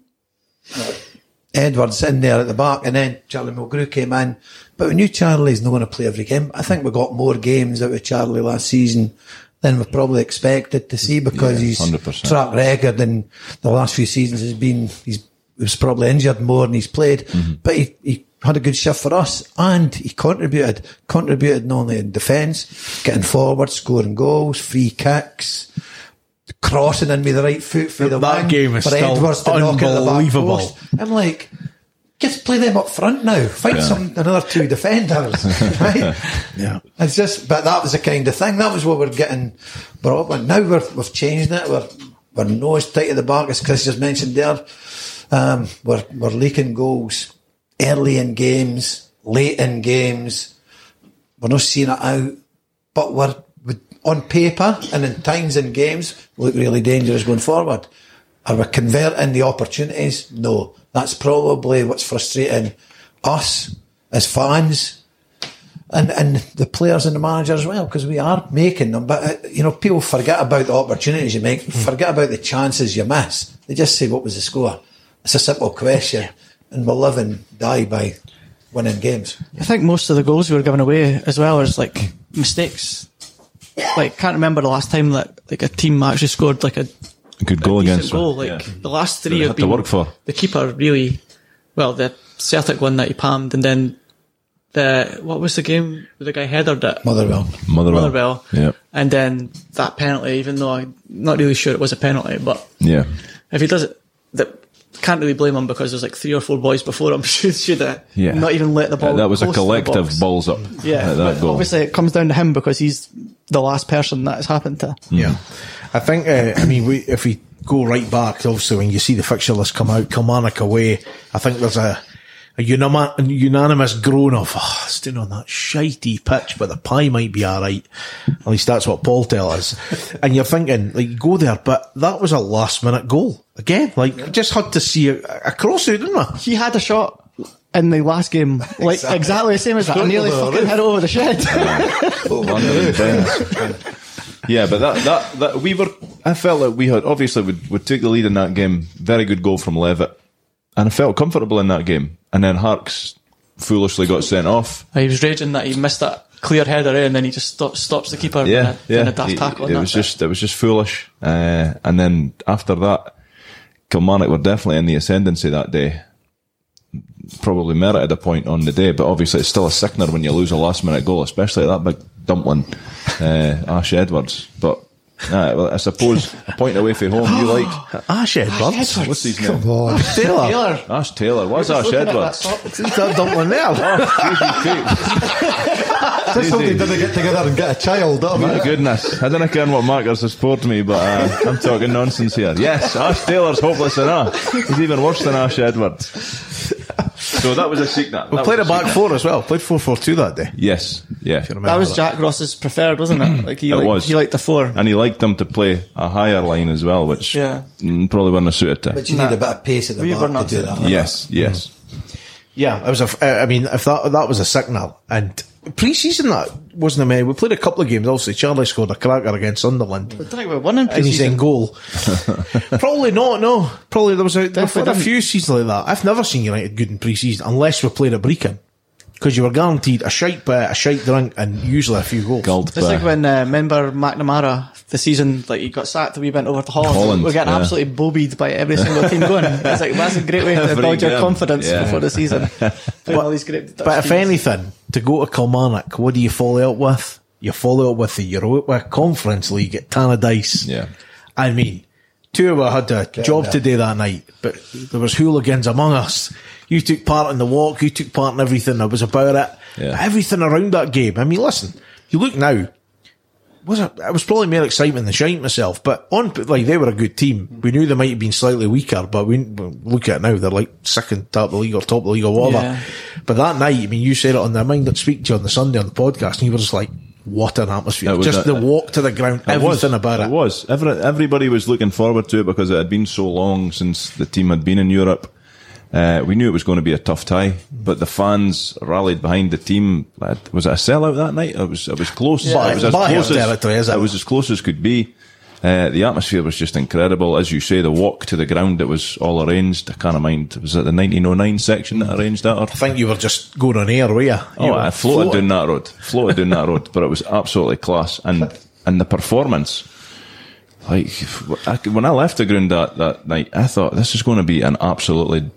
S5: Edwards in there at the back, and then Charlie Mulgrew came in. But we knew Charlie's not going to play every game. I think we got more games out of Charlie last season than we probably expected to see because
S2: Yeah,
S5: he's
S2: 100%.
S5: track record in the last few seasons has been he's he was probably injured more than he's played, but he, he had a good shift for us and he contributed contributed not only in defence, getting forward, scoring goals, free kicks, crossing in with the right foot for the
S1: That
S5: wing
S1: game is
S5: for
S1: still
S5: Edwards to knock it at the back
S1: unbelievable.
S5: post. I'm like. Just play them up front now. Find some another two defenders, (laughs) right?
S1: Yeah.
S5: It's just, but that was the kind of thing. That was what we're getting brought up on. Now we're, we've changed it. We're, we're nose tight at the back, as Chris just mentioned there. Um, we're, we're leaking goals early in games, late in games. We're not seeing it out. but we're we, on paper and in times and games we look really dangerous going forward. Are we converting the opportunities? No. That's probably what's frustrating us as fans and, and the players and the manager as well, because we are making them. But, uh, you know, people forget about the opportunities you make,
S4: Mm.
S5: forget about the chances you miss. They just say, what was the score? It's a simple question. And we live and die by winning games.
S4: I think most of the goals we were giving away as well is like mistakes. Like can't remember the last time that like a team actually scored like a
S2: Good goal
S4: decent
S2: against
S4: goal.
S2: them.
S4: Like
S2: Yeah.
S4: the last
S2: Really
S4: three have
S2: had to
S4: been
S2: work for.
S4: the keeper really well the Celtic one that he palmed and then the what was the game where the guy headered it
S5: Motherwell.
S2: Motherwell.
S4: Motherwell
S2: Yeah.
S4: and then that penalty even though I'm not really sure it was a penalty but
S2: Yeah.
S4: if he does it, that can't really blame him because there's like three or four boys before him (laughs) should should have
S2: Yeah.
S4: not even let the ball.
S2: Uh, that was a
S4: close to the
S2: collective
S4: box.
S2: balls up.
S4: Yeah,
S2: at that
S4: but
S2: goal.
S4: obviously it comes down to him because he's the last person that has happened to.
S1: Yeah, I think. Uh, I mean, we, if we go right back, obviously, when you see the fixture list come out, Kilmarnock away, I think there's a, a unima- a unanimous groan of oh, staying on that shitey pitch, but the pie might be all right. At least that's what Paul tells us. (laughs) and you're thinking, like, you go there, but that was a last minute goal again. Like, just had to see a, a cross out, didn't I?
S4: He had a shot in the last game,
S2: (laughs)
S4: like exactly, the same as that. I nearly
S5: over the
S4: fucking hit over the shed.
S2: London Bends. yeah, but that, that that we were. I felt that we had obviously we would took the lead in that game. Very good goal from Levitt, and I felt comfortable in that game. And then Harks foolishly got sent off.
S4: (laughs) he was raging that he missed that clear header in, and then he just stop, stops the
S2: Yeah,
S4: keeper. in a,
S2: yeah.
S4: in a daft
S2: It-
S4: tackle.
S2: it
S4: and
S2: was
S4: that's
S2: just it was just foolish. Uh, and then after that, Kilmarnock were definitely in the ascendancy that day. Probably merited a point on the day, but obviously it's still a sickener when you lose a last minute goal, especially that big dumpling, uh, Ash Edwards. But uh, well, I suppose a point away from home, you
S4: (laughs)
S2: like.
S1: Ash Edwards.
S2: (laughs) What's his name?
S1: Taylor.
S4: Taylor.
S2: Ash Taylor. What's
S4: (laughs)
S2: Ash Edwards?
S1: (laughs) Who's that dumpling there?
S2: (laughs)
S4: (laughs)
S5: That's
S2: how they did
S5: to get together and get a child.
S2: My goodness. I don't care what markers has poured me, but uh, I'm talking nonsense here. Yes, Ash Taylor's hopeless enough. He's even worse than Ash Edwards. So that was a signal.
S1: We played a back four as well. Played 4 4 2 that day.
S2: Yes, yeah.
S1: if you
S4: That
S1: remember
S4: was Jack Ross's preferred, wasn't it? Like he
S2: It
S4: liked,
S2: was.
S4: he liked the four.
S2: And he liked them to play a higher line as well, which
S4: Yeah.
S2: mm, probably wouldn't have suited to.
S5: But you need a bit of pace at the
S4: We were
S5: back
S4: not
S5: to do that.
S2: Yes, yes.
S1: Yeah, it was a. f- uh, I mean, if that that was a signal and pre-season that wasn't a man. We played a couple of games. Obviously, Charlie scored a cracker against Sunderland.
S4: I think we're winning
S1: And he's in
S4: pre-season. (laughs)
S1: goal. Probably not. No, probably there was a, there
S4: Definitely
S1: were a
S4: didn't.
S1: few seasons like that. I've never seen United good in pre-season unless we played at Brecon because you were guaranteed a shite bet, a shite drink, and usually a few goals.
S2: Gold
S4: It's like
S2: bar.
S4: when uh, member McNamara the season like he got sacked and we went over to Holland.
S2: Holland,
S4: We're getting
S2: yeah.
S4: absolutely bobied by every single team going. It's like that's a great way to
S2: Every
S4: build your
S2: game,
S4: confidence
S2: yeah.
S4: before the season.
S2: (laughs)
S4: but, all these great Dutch
S1: But if
S4: teams.
S1: anything, to go to Kilmarnock, what do you follow up with? You follow up with the Europa Conference League at Tannadice.
S2: Yeah.
S1: I mean, two of us had a job to do that night, but there was hooligans among us. You took part in the walk, you took part in everything that was about it.
S2: Yeah.
S1: Everything around that game. I mean, listen, you look now, was it, it was probably more excitement than shite myself, but on, like, they were a good team. We knew they might have been slightly weaker, but we, we look at it now, they're like second top of the league or top of the league or whatever.
S4: Yeah.
S1: But that night, I mean, you said it on the mind that speak to you on the Sunday on the podcast, and you were just like, what an atmosphere.
S2: It was
S1: Just
S2: a-
S1: the walk to the ground,
S2: It was.
S1: everything about it.
S2: was. Every, everybody was looking forward to it because it had been so long since the team had been in Europe. Uh, we knew it was going to be a tough tie, but the fans rallied behind the team. Uh, Was it a sellout that night? It was. It was close.
S1: Buy-
S2: it was as
S1: buy
S2: close
S1: our
S2: as,
S1: territory, isn't it?
S2: it was as close as could be. Uh, the atmosphere was just incredible, as you say. The walk to the ground, it was all arranged. I can't mind. Was it the 1909 section that arranged that? Or
S1: I think you were just going on air, were you? You
S2: Oh,
S1: were
S2: I floated, down that road. Floated down that road, but it was absolutely class. And and the performance, like I, when I left the ground that, that night, I thought this is going to be an absolutely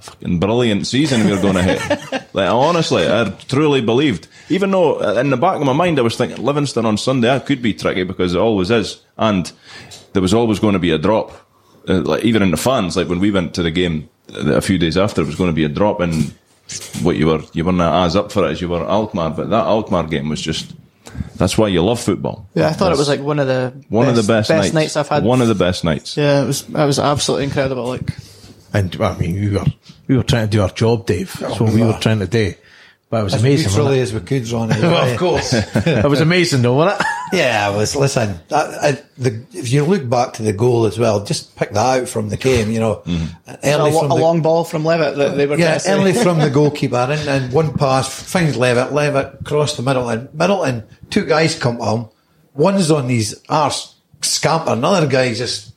S2: fucking brilliant season we're going to hit. like honestly, I truly believed. Even though uh, in the back of my mind I was thinking Livingston on Sunday, that could be tricky because it always is, and there was always going to be a drop. Uh, like even in the fans, like when we went to the game uh, a few days after, it was going to be a drop in what you were you weren't as up for it as you were at Alkmaar. But that Alkmaar game was just that's why you love football.
S4: yeah, I thought it
S2: That's
S4: was like one of the
S2: one of the best,
S4: nights. I've had.
S2: One of the best nights.
S4: yeah, it was it was absolutely incredible. Like
S2: Oh,
S1: And well, I mean, we were we were trying to do our job, Dave. That's what we were trying to do. But it was
S5: As
S1: amazing. wasn't
S5: neutrally
S1: it?
S5: as we could, Ronnie.
S1: Well, (laughs) of course.
S2: (laughs)
S1: it was amazing though, wasn't it?
S5: Yeah, well, it's- listen, I, I, the, if you look back to the goal as well, just pick that out from the game, you know.
S4: A,
S5: Early
S4: lo-
S5: from
S4: a
S5: the,
S4: long ball from Levitt that they were
S5: yeah,
S4: trying to
S5: early
S4: say.
S5: from the goalkeeper and, and one pass finds Levitt, Levitt crossed the middle and Middleton, two guys come on him, one's on his arse scamper, another guy just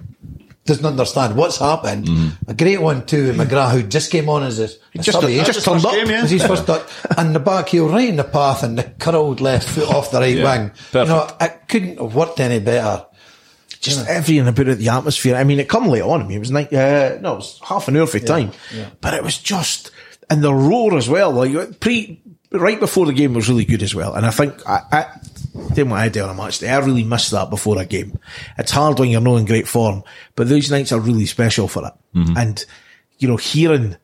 S5: doesn't understand what's happened. A great one too, McGrath who just came on as a, a
S1: just-
S5: subby,
S1: he
S5: eh?
S1: just turned up.
S5: It was his first touch. And the back heel right in the path and the curled left foot off the right
S2: Yeah.
S5: wing. You know, it couldn't have worked any better.
S1: Just everything about it, the atmosphere. I mean, it come late on. I mean, it was like, uh, no, it was half an hour for time, but it was just, and the roar as well. Like pre, right before the game was really good as well. And I think I, I didn't what I did on a match day. I really missed that before a game. It's hard when you're not in great form, but those nights are really special for it. And, you know, hearing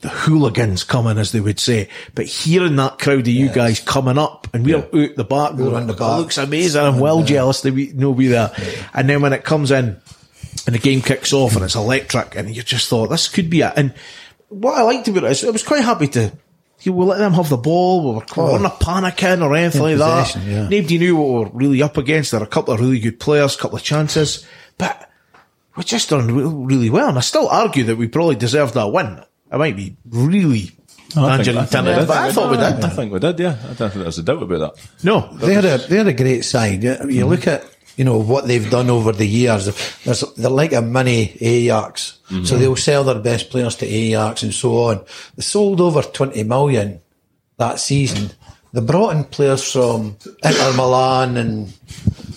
S1: the hooligans coming, as they would say, but hearing that crowd of you guys coming up and we're out the back,
S5: We're in the
S1: "Oh,
S5: back."
S1: looks amazing. I'm well jealous that we know we there. And then when it comes in and the game kicks off and it's electric and you just thought this could be it. And what I liked about it is I was quite happy to. You will let them have the ball. We were we weren't panicking or anything like
S5: In
S1: that.
S5: possession, Oh. yeah.
S1: Nobody knew what we were really up against. There are a couple of really good players, a couple of chances, but we just done re- really well. And I still argue that we probably deserved that win. I might be really
S2: think-
S1: tangent
S2: I
S1: and
S2: think
S1: tinted,
S2: we did.
S1: but I thought we
S2: I
S1: did.
S2: think we did, yeah. I don't think there's a doubt about that.
S1: No,
S5: They had a they had a great side. You you look at you know what they've done over the years. There's, they're like a mini Ajax, so they'll sell their best players to Ajax and so on. They sold over twenty million that season. They brought in players from Inter Milan and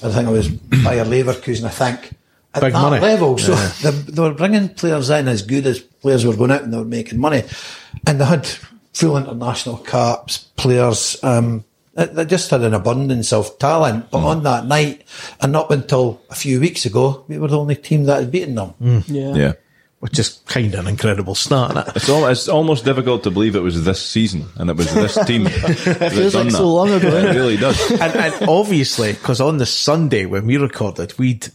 S5: I think it was Bayer Leverkusen. I think at
S1: Big
S5: that
S1: money.
S5: level. So they, they were bringing players in as good as players were going out and they were making money, and they had full international caps players. Um, they- they just had an abundance of talent,
S1: Mm.
S5: but on that night, and up until a few weeks ago, we were the only team that had beaten them.
S1: Mm.
S2: Yeah.
S1: which is kind of an incredible start. Isn't it?
S2: It's, al- it's almost difficult to believe it was this season and it was this team. that
S4: feels
S2: done
S4: like so
S2: that.
S4: long ago,
S2: It really
S1: (laughs)
S2: does.
S1: and, and obviously, because on the Sunday when we recorded, we'd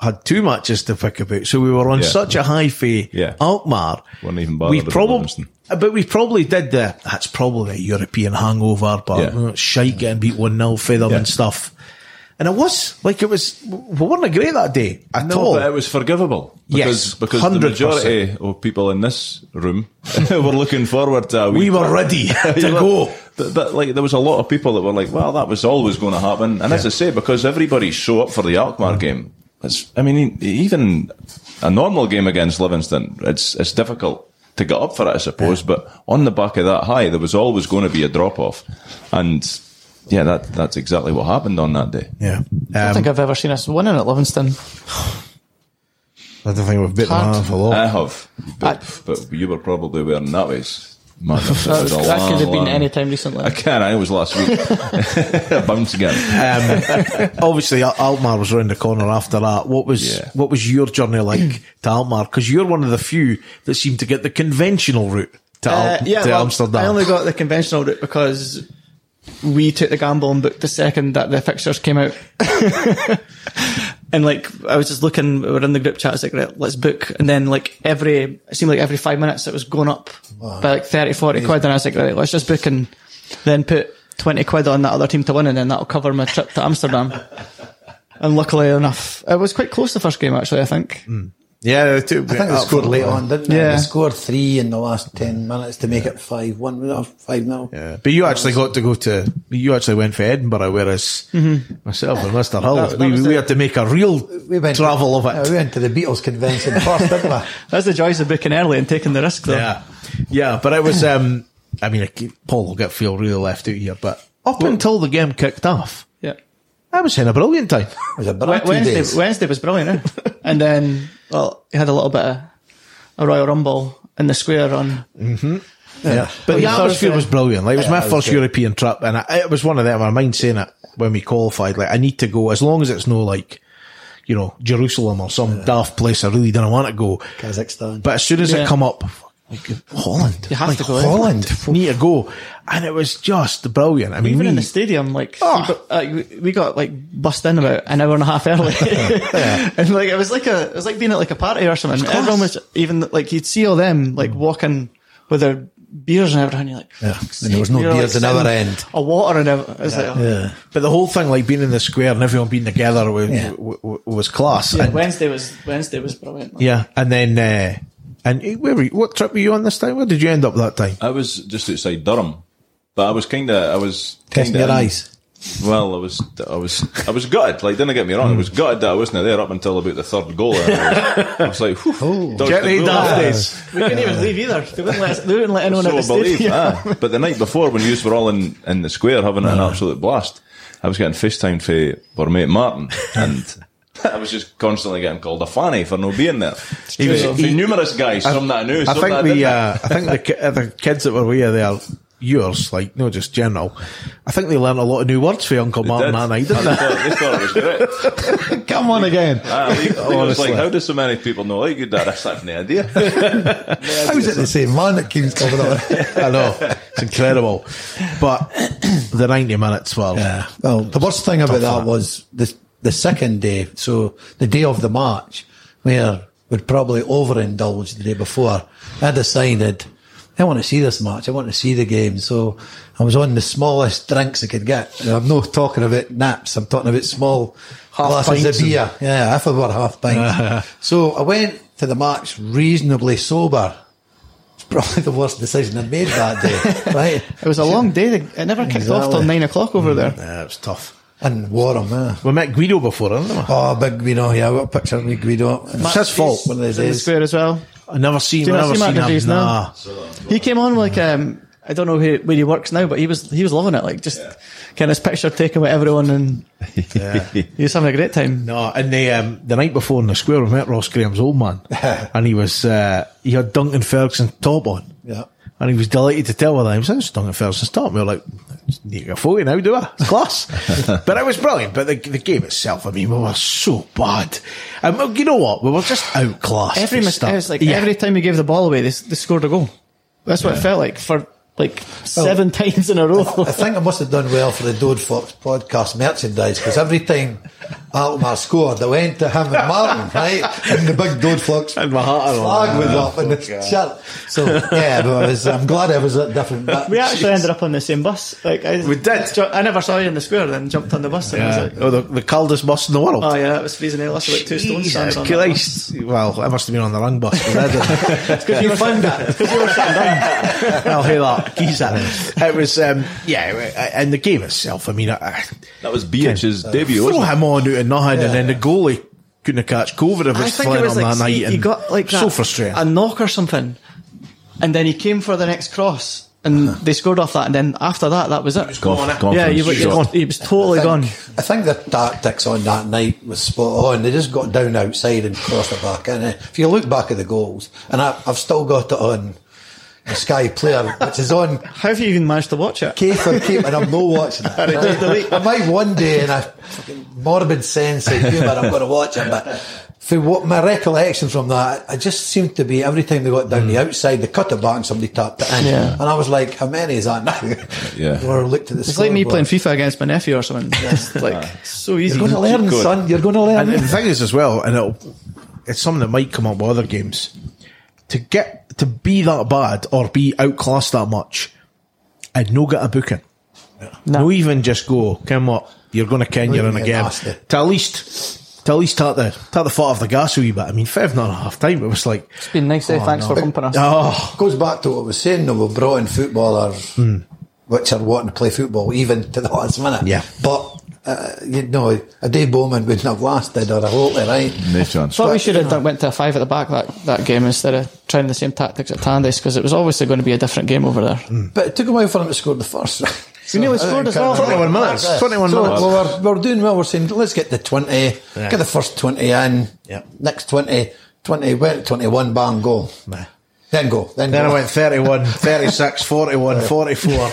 S1: had two matches to pick about, so we were on
S2: Yeah.
S1: such a high fee.
S2: Yeah.
S1: Alkmaar.
S2: Wouldn't even bother
S1: We
S2: with
S1: probably,
S2: Livingston.
S1: but we probably did the. That's probably a European hangover, but
S2: Yeah.
S1: you know, shite getting beat one 0 Featherman
S2: Yeah.
S1: and stuff. And it was like it was. We weren't great that day at all.
S2: No, but it was forgivable. Because,
S1: Yes,
S2: because the
S1: 100%.
S2: majority of people in this room (laughs) were looking forward to a wee
S1: we were ready
S2: (laughs)
S1: to
S2: Yeah,
S1: go.
S2: That, that- like there was a lot of people that were like, "Well, that was always going to happen," and as I say, because everybody's so up for the Alkmaar game, it's, I mean, e- even a normal game against Livingston, it's it's difficult to get up for it, I suppose. But on the back of that high, there was always going to be a drop off, and yeah, that that's exactly what happened on that day.
S1: Yeah. Um,
S4: I don't think I've ever seen us winning at Livingston.
S1: I don't think we've bitten
S4: Hard.
S1: half a lot.
S2: I have, but, but you were probably wearing that waist.
S4: (laughs)
S2: Man, that,
S4: That, was, that could have been any time recently.
S2: I can. I was last week. (laughs) Bounce
S4: (laughs)
S2: again.
S1: Um, obviously, Al- Alkmaar was round the corner after that. What was
S2: Yeah.
S1: what was your journey like to Alkmaar? Because you're one of the few that seem to get the conventional route to, Al-
S4: Uh, yeah,
S1: to
S4: well,
S1: Amsterdam.
S4: I only got the conventional route because we took the gamble and booked the second that the fixtures
S1: (laughs)
S4: came out. and like, I was just looking, we were in the group chat, it's like, right, let's book. And then like every, it seemed like every five minutes it was going up by like 30, 40 quid. And I was like, right, let's just book and then put 20 quid on that other team to win. And then that'll cover my trip
S1: (laughs)
S4: to Amsterdam. and luckily enough, it was quite close the first game actually, I think.
S1: Hmm. yeah, they took-
S5: I think they
S1: Alkmaar-
S5: scored late on, didn't they?
S4: Yeah.
S5: They scored three in the last ten minutes to make it five one, five nil.
S1: Yeah. But you actually got to go to you actually went for Edinburgh, whereas myself and Mister Hull,
S4: That- that
S1: we,
S4: was
S1: we
S4: it.
S1: had to make a real
S5: We went
S1: travel of
S5: Yeah,
S1: it.
S5: we went to the Beatles
S4: (laughs)
S5: convention first, didn't we?
S4: That's the joys of booking early and taking the risk though.
S1: Yeah, yeah, but it was. Um, I mean, I keep- Paul will get feel really left out here, but up until the game kicked off,
S4: yeah.
S1: I was having a brilliant time.
S5: It was a
S4: We-
S5: brilliant two
S4: Wednesday,
S5: days.
S4: Wednesday was brilliant, eh? (laughs) and then well, he had a little bit of a Royal Rumble in the square on.
S1: Yeah, but the
S4: yeah,
S1: atmosphere
S4: Thursday.
S1: was brilliant. Like it was
S5: Yeah,
S1: my
S5: it was
S1: first
S5: good.
S1: European trip, and I, it was one of them. I mind saying it when we qualified. Like I need to go as long as it's no like, you know, Jerusalem or some daft place. I really didn't want to go.
S5: Kazakhstan.
S1: But as soon as
S4: Yeah.
S1: it come up, (laughs) like Holland,
S4: You have
S1: like,
S4: to go, eh?
S1: Holland, need to go, and it was just brilliant. I mean,
S4: Even
S1: we,
S4: in the stadium, like
S5: Ah.
S1: Oh.
S4: we, got, uh, we- we got like bussed in about an hour and a half
S5: (laughs)
S4: early, (laughs) and like it was like a it was like being at like a party or something. Everyone was even like you'd see all them like walking with their beers and everything. You're like,
S5: Mm. Yeah. And there was no
S4: You're
S5: beers
S4: like
S5: in our
S4: sitting-
S5: end.
S4: A water and everything. It's like, oh,
S5: Yeah.
S1: But the whole thing, like being in the square and everyone being together, was, was, was class.
S4: yeah,
S1: and,
S4: Wednesday was Wednesday was brilliant. man.
S1: yeah, and then uh, and where were you, what trip were you on this time? Where did you end up that time?
S2: I was just outside Durham, but I was kind of I was
S5: Testing
S2: kinda
S5: your
S2: in-
S5: eyes.
S2: Well, I was I was I was gutted. Like, didn't get me wrong, I was gutted that I wasn't there up until about the third goal. And I, was, I was like, whew, dodged
S1: Get
S2: the
S1: me
S2: bullet.
S1: daft days.
S4: We couldn't even leave either. They wouldn't let, us, they wouldn't let anyone
S2: so
S4: at the
S2: I believe.
S4: stadium.
S2: aye. But the night before, when you were all in, in the square having an absolute blast, I was getting FaceTime for our mate Martin, and I was just constantly getting called a fanny for no being there. He was
S1: true.
S2: for numerous guys, some that I knew,
S1: I
S2: some that
S1: think
S2: I didn't.
S1: the uh, I think the ki- uh, the kids that were with you there, yours, like no, just general. I think they learned a lot of new words for you, Uncle Martin
S2: Did.
S1: that night,
S2: And
S1: didn't
S2: they
S1: they?
S2: thought, they thought it was
S1: (laughs)
S2: great.
S1: Come on again.
S2: Ah, Lee, Lee was
S1: Honestly.
S2: like, how do so many people know like you, Dad? I have no idea.
S5: I was at the same man that keeps coming up.
S4: (laughs)
S1: I know it's incredible, but (clears throat) the ninety minutes were.
S5: Yeah. Uh, Well, the worst thing about
S1: Tough,
S5: that
S1: innit?
S5: was the the second day, so the day of the match, where we'd probably overindulged the day before. I decided I want to see this match. I want to see the game. So I was on the smallest drinks I could get. And I'm not talking about naps. I'm talking about small
S1: Half
S5: glasses
S1: pints
S5: of
S1: and-
S5: beer. Yeah, if I were half pints. so I went to the match reasonably sober. It's probably the worst decision I made that day, right?
S4: It was a long day. It never kicked off till
S5: Exactly.
S4: nine o'clock over there.
S1: Yeah, it was tough.
S5: And Warham, yeah.
S1: We met Guido before, didn't we?
S5: Oh, big Guido, yeah, what a picture of me, Guido.
S1: It's his fault.
S5: One of these
S4: In the
S5: days.
S4: square as well.
S1: I never seen.
S4: Do you not
S1: never
S4: see
S1: seen
S4: Martin
S1: him.
S4: Rees now?
S1: Nah.
S4: He came on like um, I don't know who, where he works now, but he was he was loving it. Like just getting his picture taken with everyone, and he was having a great time.
S1: No, and the um, the night before in the square, we met Ross Graham's old (laughs) man, and he was uh, he had Duncan Ferguson's top on,
S5: Yeah.
S1: and he was delighted to tell us that he was Duncan Ferguson's top. We were like, need to get a photo now, do I? It's (laughs) class, but it was brilliant. But the, the game itself, I mean, we were so bad. And um, you know what? We were just outclassed.
S4: Every
S1: at
S4: mis-
S1: start.
S4: it was like
S1: Yeah.
S4: every time he gave the ball away, they, s- they scored a goal. That's what it felt like for like seven (laughs) times in
S1: (laughs)
S4: a row.
S5: I think I must have done well for the Dode Fox podcast merchandise because every time Altmar scored, I went to him and Martin, right? And the big Dode
S1: (laughs)
S5: Fox
S1: And my heart and all
S5: flag was up and the shirt. So, yeah, but I was, I'm glad I was at different match.
S4: We actually ended up on the same bus. Like I,
S1: We did.
S4: ju- I never saw you in the square. Then jumped on the bus and I
S1: Yeah.
S4: was like,
S1: Oh, the, the coldest bus in the world.
S4: "Oh yeah, it was freezing hell. That's like two stone stands on." that bus.
S1: Christ. Well, I must have been on the wrong bus. 'cause I
S4: (laughs)
S1: didn't.
S5: You found that.
S1: I'll hear that. Geez, that. It was, um, yeah, and the game itself. I mean, I, I
S2: (laughs) That was BH's debut,
S1: throw
S2: wasn't it?
S1: him on out of nothing, and then the goalie couldn't catch COVID if
S4: I
S1: it's
S4: think
S1: flying
S4: it was
S1: on
S4: like
S1: that night.
S4: he, he
S1: and
S4: got like
S1: so
S4: a,
S1: frustrating.
S4: a knock or something, and then he came for the next cross, and they scored off that. And then after that, that was it.
S2: Conf-
S4: yeah,
S2: conference
S4: he, was- he
S2: shot.
S4: was- he was totally
S5: I
S4: gone.
S5: think, I think the tactics on that night was spot on. They just got down outside and crossed it back in. If you look back at the goals, and I, I've still got it on the Sky Player, which is on
S4: How have you even managed to watch it?
S5: K for Cape, and I'm not watching it. right? I might one day in a fucking morbid sense of humour, I'm going to watch it, but for what my recollection from that, I just seemed to be every time they got down the outside, they cut it back and somebody tapped it in,
S4: Yeah.
S5: and I was like, how many is that now?
S2: Yeah.
S5: (laughs) or looked at the.
S4: It's like me playing FIFA against my nephew or (laughs) something. It's like so easy.
S5: You're going to learn,
S2: going.
S5: son. You're going to learn.
S1: and the thing is, as well, and it'll, it's something that might come up with other games. To get to be that bad or be outclassed that much, and no get a booking. No. even just go. Come what you're going to ken you're in
S5: You're
S1: again.
S5: nasty.
S1: To at least, to at least take the take the foot off the gas a wee bit. I mean, five and a half time. It was like,
S4: It's been nice. Day. Thanks for pumping us.
S1: oh,
S5: goes back to what I was saying though, we've brought in footballers which are wanting to play football even to the last minute.
S1: Yeah.
S5: But, uh, you know, a Dave Bowman wouldn't have lasted or a Holtley, right?
S2: No chance.
S4: Thought we should have done, went to a five at the back that, that game instead of trying the same tactics at Tandis because it was obviously going to be a different game over there.
S5: But it took a while for him to score the first. Right?
S4: We knew he (laughs) scored as well.
S1: 21 minutes. 21
S5: so
S1: minutes.
S5: we were, we were doing well. We're saying, let's get the 20,
S1: Yeah.
S5: get the first 20 in,
S1: Yeah.
S5: next 20, 20, went 21, bang, goal.
S1: Nah.
S5: Then go. Then,
S1: Then
S5: go.
S1: I went
S4: (laughs)
S1: 31, 36, 41, 44,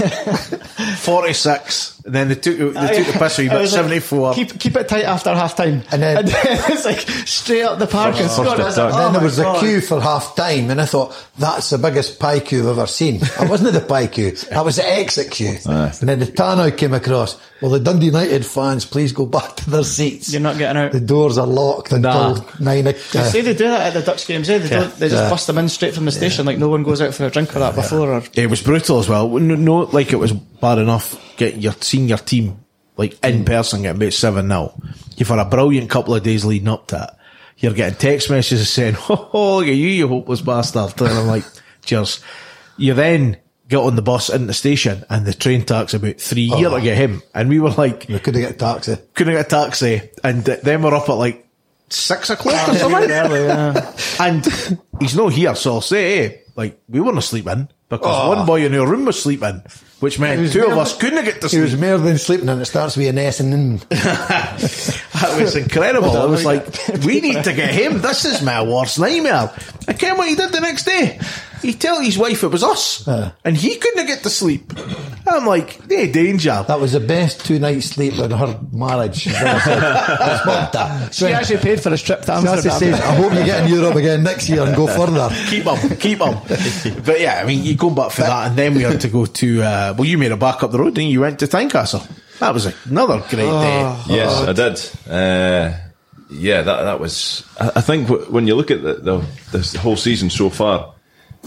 S1: 46. And then they took, they took the piss away,
S4: I
S1: but
S4: was like,
S1: 74.
S4: keep, keep it tight after half time.
S5: And then-
S4: (laughs) it's like straight up the park and scored. I was like,
S5: And then
S4: oh
S5: there
S4: my
S5: was the
S4: God.
S5: queue for half time, and I thought that's the biggest pie queue I've ever seen. It wasn't the pie queue; that was the
S1: (laughs)
S5: exit queue. And then the tannoy came across. Will the Dundee United fans please go back to their seats?
S4: You're not getting out.
S5: The doors are locked until
S1: Nah.
S5: nine. o'clock.
S4: See, they do that at the Dutch games, eh? They, don't, they just
S5: Yeah.
S4: bust them in straight from the station. Like no one goes out for a drink or that before. Or
S1: It was brutal as well. No, no, like it was bad enough getting your seeing your team like in person getting about seven 0 You've had a brilliant couple of days leading up to it. You're getting text messages saying, (laughs) "Oh, oh look at you, you hopeless bastard!" And I'm like, "Cheers." You then get on the bus into the station, and the train takes about three years to get him. And we were like,
S5: We could have got a taxi.
S1: couldn't get a taxi, and th- then we're up at like six o'clock or something. And he's not here, so I'll say, hey, like, we weren't sleeping because one boy in our room was sleeping, which meant
S5: was
S1: two of
S5: never-
S1: us couldn't get to
S5: He
S1: sleep. (laughs)
S5: was more than sleeping, and it starts with an S and N.
S1: that was incredible. I was like, we need to get him. This is my worst nightmare. I can't what he did the next day. He tell his wife it was us,
S5: Uh.
S1: and he couldn't get to sleep. I'm like, hey, danger.
S5: That was the best two nights sleep in her
S4: (laughs)
S5: marriage. That's what that.
S4: she actually paid for his trip to
S5: That's
S4: Amsterdam.
S5: the same. I hope you get in Europe again next year and go further.
S1: keep him, keep
S2: (laughs)
S1: him. but yeah, I mean, you go back for that, and then we had to go to. Uh, well, you made a back up the road, and you? went to Tynecastle. That was another great day.
S2: Yes, I did. Uh, yeah, that that was. I, I think w- when you look at the, the this whole season so far,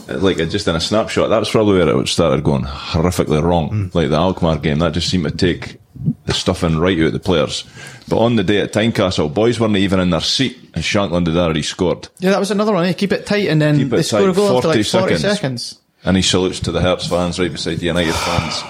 S2: uh, like uh, just in a snapshot, that's probably where it started going horrifically wrong. Like the Alkmaar game, that just seemed to take the stuff in right out of the players. But on the day at Tynecastle, boys weren't even in their seat, and Shankland had already scored.
S4: Yeah, that was another one. eh? keep it tight, and then
S2: Keep it
S4: they score
S2: tight,
S4: a goal
S2: 40
S4: after like forty
S2: seconds.
S4: seconds.
S2: And he salutes to the Hearts fans right beside the United fans.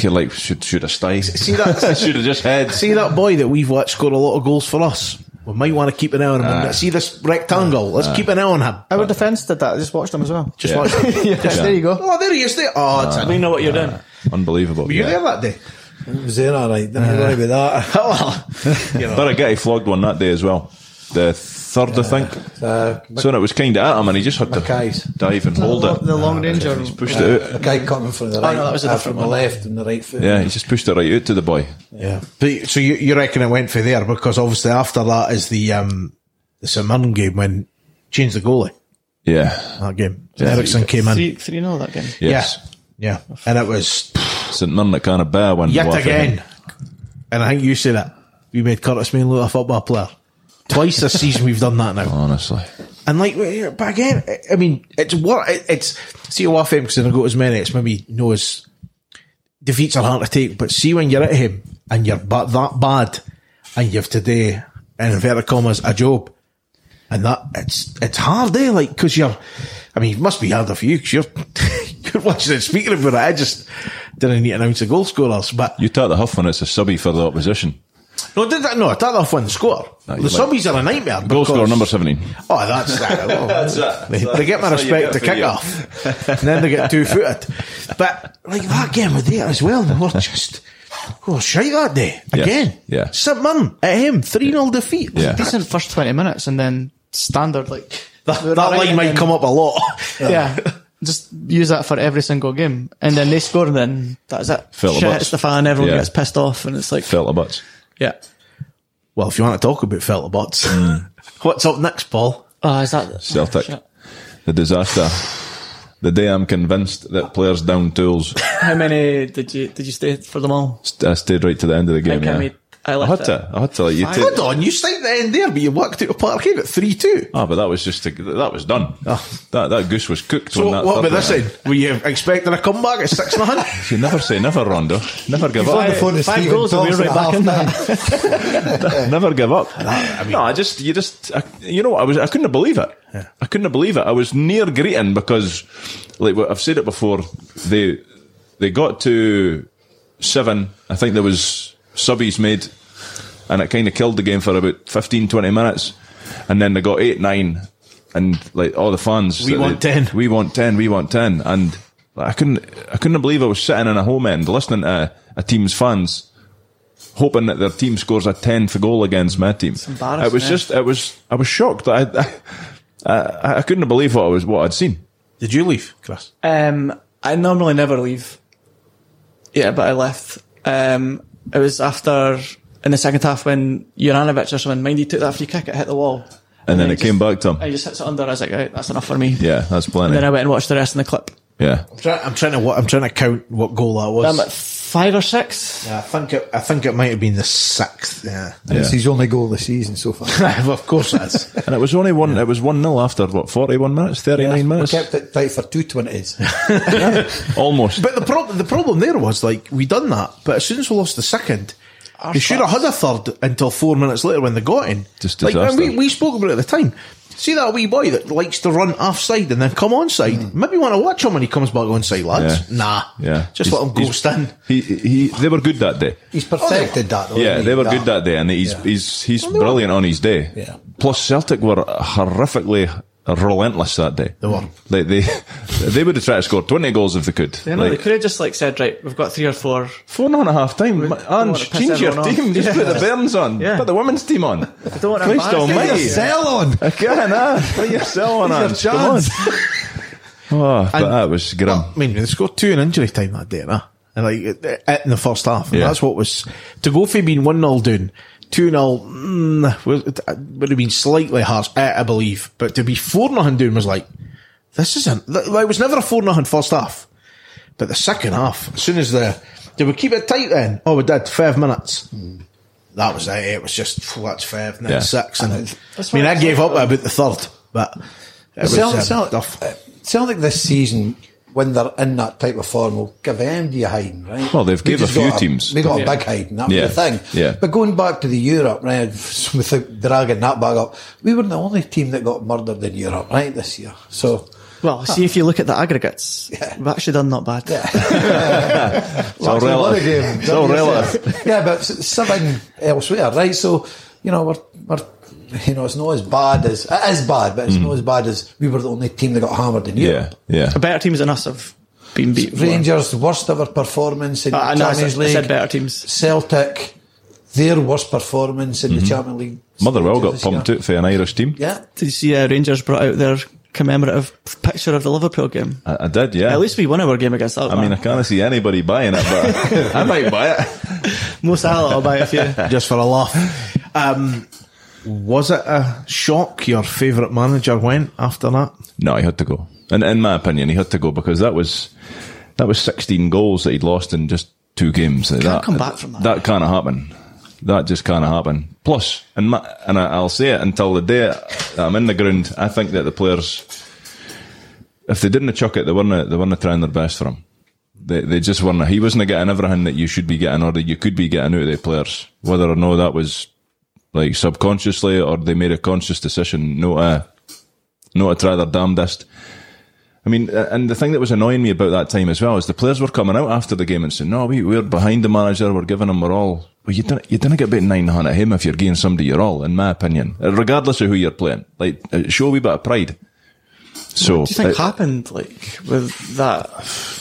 S2: You're like, should should have stayed.
S1: See
S2: (laughs)
S1: that?
S2: should have just had.
S1: see that boy that we've watched score a lot of goals for us. We might want to keep an eye on him.
S2: Aye.
S1: see this rectangle. Let's keep an eye on him.
S4: Our defence did that. I just watched them as well.
S1: Just
S2: Yeah.
S1: watch. Him.
S4: (laughs) yeah, there you go.
S1: Oh, there he is. There. Oh, it's
S4: We know what you're doing.
S2: Unbelievable.
S1: were you
S2: yeah.
S1: there
S2: (laughs)
S1: that day?
S5: Was there all right? Didn't worry about that.
S1: Oh, well, you know.
S2: But a guy flogged one that day as well. The third, I think.
S5: Uh,
S2: so it was kind of at him, and he just had to
S5: Mackay's.
S2: dive and hold it.
S4: The long ranger.
S2: He's pushed it out.
S5: the guy coming from the right,
S4: Oh, no, that was a
S5: uh,
S4: different
S5: from the
S4: one.
S5: left and the right foot.
S2: Yeah, he just pushed it right out to the boy.
S1: yeah. But, so you, you reckon it went for there because obviously after that is the um the St Mirren game when changed the goalie
S2: Yeah.
S1: that game.
S2: Yeah.
S1: Ericsson came in.
S4: Three, three, no, that game.
S2: Yes.
S1: Yeah, yeah, and it was
S2: St Mirren at Canberra when
S1: yet again. And I think you said it. We made Curtis Main look a football player. Twice this season we've done that now.
S2: Honestly.
S1: And like, we- but again, eh, I- I mean, it's what it- it's. See, off him because I go as many. It's maybe no as defeats are hard to take, but see when you're at him and you're but that bad, and you've today in inverted commas a job, and that it's it's hard there, like because you're. I mean, it must be harder for you because you're (laughs) you're watching it. Speaking about it, I just didn't need to announce the goal scorers, but
S2: You take the huff when it's a subby for the opposition.
S1: no, did that no? I thought off when the score.
S2: No,
S1: the
S2: you're right.
S1: subbies are a nightmare.
S2: Goal scorer
S1: because-
S2: number 17.
S1: Oh, that's
S2: (laughs)
S1: that. Well,
S2: That's it.
S1: They,
S2: That's
S1: they get my
S2: how you
S1: respect to
S2: get
S1: kick
S2: video.
S1: off, and then they get two footed. But like that game with there as well, they were just oh shite that day
S2: Yeah.
S1: again.
S2: Yeah.
S1: St. Mirren at him three 0 defeat.
S2: Yeah.
S4: Decent first twenty minutes, and then standard like
S1: That,
S4: we were
S1: that
S4: all right,
S1: line
S4: and
S1: might
S4: then-
S1: come up a lot.
S4: Yeah, just use that for every single game, and then they score, and then that's it.
S2: Fill the
S4: Shit
S2: box.
S4: hits the fan, everyone
S2: Yeah.
S4: gets pissed off, and it's like
S2: Felt a butt.
S4: yeah.
S1: (laughs) Well, if you want to talk about filterbots,
S2: Mm.
S1: (laughs) what's up next, Paul?
S4: Oh, is that
S2: Celtic.
S4: Shit.
S2: The disaster. The day I'm convinced that players down tools.
S4: How many did you did you stay for them all?
S2: I stayed right to the end of the game.
S4: I
S2: yeah.
S4: made- I left
S2: had to. I had to. Like, you take,
S1: Hold on, you signed the end there, but you worked out a part game at three two.
S2: Ah, but that was just a, that was done. That that goose was
S1: Ah.
S2: cooked.
S1: So
S2: when that
S1: what about
S2: third
S1: this
S2: went
S1: then? Were you expecting a comeback at six and a half?
S2: (laughs) in. You never say never, Rondo. Never give
S5: On the
S2: up.
S5: phone to
S4: Five
S5: Stephen
S4: goals and we're
S5: Thompson
S4: right
S5: at
S4: back in
S5: half-time.
S2: never give up. no, I just you just I, you know what I was I couldn't believe it. I couldn't believe it. I was near greeting because like I've said it before. They they got to seven. I think there was subbies made, and it kind of killed the game for about 15, 20 minutes, and then they got eight nine, and like all the fans.
S1: We
S2: that
S1: want
S2: they-
S1: 10.
S2: We want ten. We want ten. And like, I couldn't I couldn't believe I was sitting in a home end listening to a, a team's fans hoping that their team scores a 10 for goal against my team.
S4: embarrassing,
S2: It was
S4: eh?
S2: just, it was, I (laughs) was shocked that I, I, I couldn't believe what I was, what I'd seen.
S1: Did you leave, Chris?
S4: Um, I normally never leave. Yeah, but I left. Um, it was after in the second half when Juranovic or someone mindy took that free kick, it hit the wall,
S2: And, then it
S4: just-
S2: came back to him.
S4: I just hits it under. I was like, right, that's enough for me.
S2: Yeah, that's
S4: And then
S2: plenty.
S4: I went and watched the rest in the clip.
S2: yeah.
S1: I'm trying, I'm trying to wa- I'm trying to count what goal that was.
S4: I'm at
S6: five or six.
S1: I think it, I think it might have been the sixth. Yeah, (laughs)
S2: Yeah.
S5: It's his only goal of the season so far.
S1: Well, of course it is.
S2: And it was only one. It was one 0 after what forty one minutes, thirty nine
S5: We
S2: minutes,
S5: kept it tight for two twenties.
S2: (laughs) almost.
S1: (laughs) But the problem, the problem there was like we done that, but as soon as we lost the second, we should have had a third until four minutes later when they got in.
S2: Just
S1: like and we
S2: disaster.
S1: we spoke about it at the time. See that wee boy that likes to run offside and then come onside. Maybe you want to watch him when he comes back onside, lads.
S2: Yeah.
S1: Nah,
S2: yeah,
S1: just
S2: He's-
S1: let him ghost in.
S2: He, he, they were good that day.
S5: He's
S4: Oh,
S5: perfected that. though,
S2: Yeah,
S5: hasn't
S2: they
S5: he?
S2: were good that day, and he's
S5: Yeah.
S2: he's he's brilliant on his day.
S5: Yeah.
S2: Plus, Celtic were horrifically relentless that day. They
S1: were.
S2: They they, (laughs) they would have tried to score twenty goals if they could.
S6: Then they could have just like said, right, we've got three or four.
S2: Four and a half time.
S6: We-
S2: Ma-
S6: we don't want to
S2: Ange,
S6: piss
S2: change your
S6: everyone
S2: team.
S6: off.
S2: Just put
S6: Yeah.
S2: the Burns on.
S6: Yeah.
S2: Put the women's team (laughs) on. I
S6: don't want to embarrass
S2: Christ
S6: them.
S5: Get your
S2: (laughs) almighty.
S5: Sell on.
S2: Again, ah, put your cell on,
S5: Your
S2: Ange. Come on.
S5: chance.
S2: (laughs) Oh, but
S1: And-
S2: that was grim.
S1: I mean, they scored two in injury time that day, nah? And like it- it in the first half, and
S2: Yeah.
S1: that's what was to go for being one 0 down, two 0 mm, was- it would have been slightly harsh, eh, I believe. But to be four 0 down was like this isn't. th- Like, it was never a four 0 first half, but the second half, as soon as the did we keep it tight then? Oh, we did five minutes. That was it. It was just phew, that's five, and then
S2: Yeah.
S1: six, and
S6: That's
S1: I mean,
S6: what
S1: I
S6: it's
S1: gave
S6: like,
S1: up about the third, but it was
S5: Celtic,
S1: um,
S5: Celtic,
S1: tough.
S5: uh, Celtic this season, when they're in that type of form, will give MD a hiding, right?
S2: Well, they've
S5: They
S2: gave a
S5: just
S2: few
S5: got
S2: teams.
S5: They got
S6: Yeah.
S5: a big hiding, that was
S2: Yeah.
S5: the thing.
S2: Yeah.
S5: But going back to the Europe, right, (laughs) without dragging that back up, we were the only team that got murdered in Europe, right, this year. So,
S6: Well, see if you look at the aggregates, we've actually done not bad.
S2: It's all
S5: Well,
S2: relative.
S5: it's a lot of games.
S2: It's all relative.
S5: (laughs) yeah, but s- seven elsewhere, right? So, you know, we're, we're, you know, it's not as bad as, it is bad, but it's not as bad as we were the only team that got hammered in Europe.
S2: Hmm. Yeah, yeah.
S6: Better teams than us have been beat. before.
S5: Rangers, worst ever performance in
S6: Uh, I
S5: the
S6: know, I
S5: Champions
S6: said- I
S5: League.
S6: said better teams.
S5: Celtic, their worst performance in the Champions League.
S2: Motherwell got
S5: stages this
S2: pumped
S5: year.
S2: out for an Irish team.
S5: Yeah.
S6: Did you see uh, Rangers brought out their commemorative picture of the Liverpool game?
S2: I, I did, yeah.
S6: At least we won our game against that.
S2: I mean, I can't see anybody buying it, but (laughs) I might buy it.
S6: Mo Salah, I'll buy it (laughs) for you.
S1: just for a laugh. Um, was it a shock your favourite manager went after that?
S2: No, he had to go. And in my opinion, he had to go because that was that was 16 goals that he'd lost in just two games. Can't that,
S6: come back from that.
S2: That can't happen. That just can't happen. Plus, and my, and I, I'll say it until the day I'm in the ground. I think that the players, if they didn't chuck it, they weren't they weren't trying their best for him. They, they just weren't. He wasn't getting everything that you should be getting, or that you could be getting out of the players, whether or not that was like subconsciously or they made a conscious decision not to, not to try their damnedest. I mean, uh, and the thing that was annoying me about that time as well is the players were coming out after the game and saying, "No, we, we're behind the manager. We're giving him our all." Well, you didn't you didn't get beaten nine hundred at him if you're giving somebody your all, in my opinion, Uh, regardless of who you're playing. Like, uh, show a wee bit of pride. So,
S6: do you think
S2: uh,
S6: happened like with that?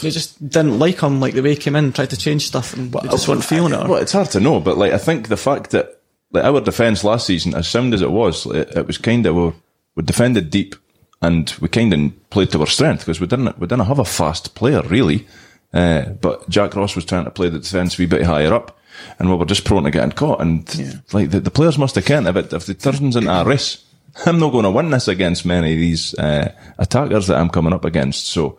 S6: They just didn't like him, like the way he came in, tried to change stuff, and they just weren't feeling it.
S2: Well, it's hard to know, but like I think the fact that like our defence last season, as sound as it was, it, it was kind of we, we defended deep and we kind of played to our strength because we didn't we didn't have a fast player really, uh, but Jack Ross was trying to play the defence a wee bit higher up, and we were just prone to getting caught. And like the, the players must have kent if it if it turns into a race. (laughs) I'm not going to win this against many of these uh, attackers that I'm coming up against. So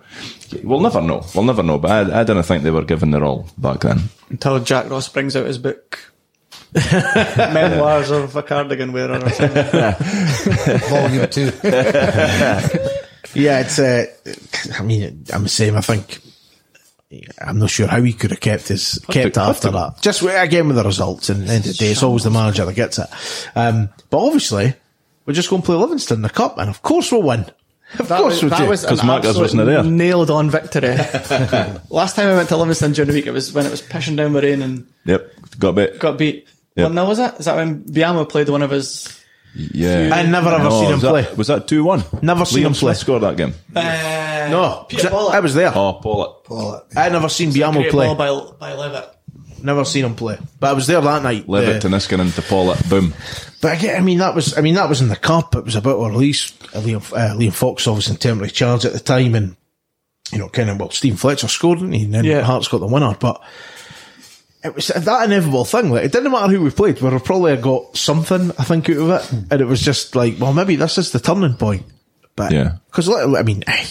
S2: we'll never know. We'll never know. But I, I don't think they were giving their all back then.
S6: Until Jack Ross brings out his book, (laughs) Memoirs of a Cardigan Wearer. Or something.
S5: Volume two.
S1: Yeah, it's. Uh, I mean, I'm the same. I think. I'm not sure how he could have kept his kept
S2: to-
S1: after
S2: had
S1: that. Just wi- again with the results, and at the end of the day, it's always the manager that gets it. Um, but obviously, we're just going to play Livingston in the cup, and of course we'll win. Of
S6: That
S1: course
S6: was,
S1: we
S6: that
S1: do.
S6: was an
S2: 'Cause Marcus
S6: absolute
S2: wasn't there.
S6: Nailed on victory.
S2: (laughs)
S6: Last time I went to Livingston during the week, it was when it was pissing down the rain and
S2: Yep, got a bit.
S6: got beat.
S2: Yeah.
S6: Well, no, was it? Is that when Biamo played one of his?
S2: yeah, Oh,
S1: I never ever seen him
S2: was that-
S1: play.
S2: was that two one?
S1: Never seen him play.
S2: Smith scored that game.
S6: Uh,
S1: no, 'cause
S6: Peter
S1: I-
S6: Pollock.
S1: I was there.
S2: Oh, Pollock.
S5: Well,
S1: I never seen Biamo
S6: Great
S1: play.
S6: ball by by Levitt.
S1: Never seen him play. But I was there that night.
S2: Levitt
S1: Uh,
S2: to Niskin into Pollock. Boom.
S1: But again, I mean, that was, I mean, that was in the cup. It was about our release. Uh, Liam, uh, Liam Fox obviously in temporary charge at the time. And, you know, kind of, well, Stephen Fletcher scored, didn't he? And then
S6: Yeah.
S1: Hart's got the winner. But it was that inevitable thing. Like, it didn't matter who we played. We were probably got something, I think, out of it. And it was just like, well, maybe this is the turning point. But,
S2: Yeah.
S1: Because, I mean, eh,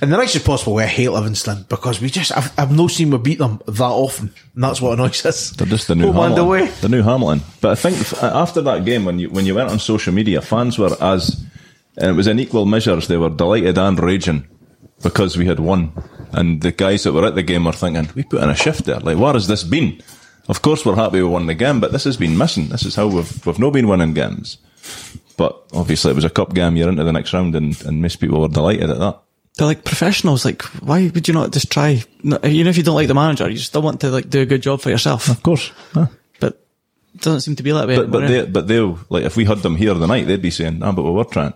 S1: And the nicest possible way, I hate Livingston because we just, I've, I've no seen we beat them that often. And that's what annoys us.
S2: They're just the new
S1: Home and
S2: Hamilton.
S1: away.
S2: The new Hamilton. But I think f- after that game, when you when you went on social media, fans were as and it was in equal measures. They were delighted and raging because we had won, and the guys that were at the game were thinking, "We put in a shift there. Like, where has this been? Of course, we're happy we won the game, but this has been missing. This is how we've we've not been winning games. But obviously, it was a cup game. You're into the next round, and and most people were delighted at that.
S6: They're like professionals. Like, why would you not just try? No, even if you don't like the manager, you still want to like do a good job for yourself.
S2: Of course. Huh.
S6: But it doesn't seem to be that way.
S2: But but
S6: anymore,
S2: they
S6: eh?
S2: but they'll like if we had them here the night, they'd be saying, "Ah, but we were trying."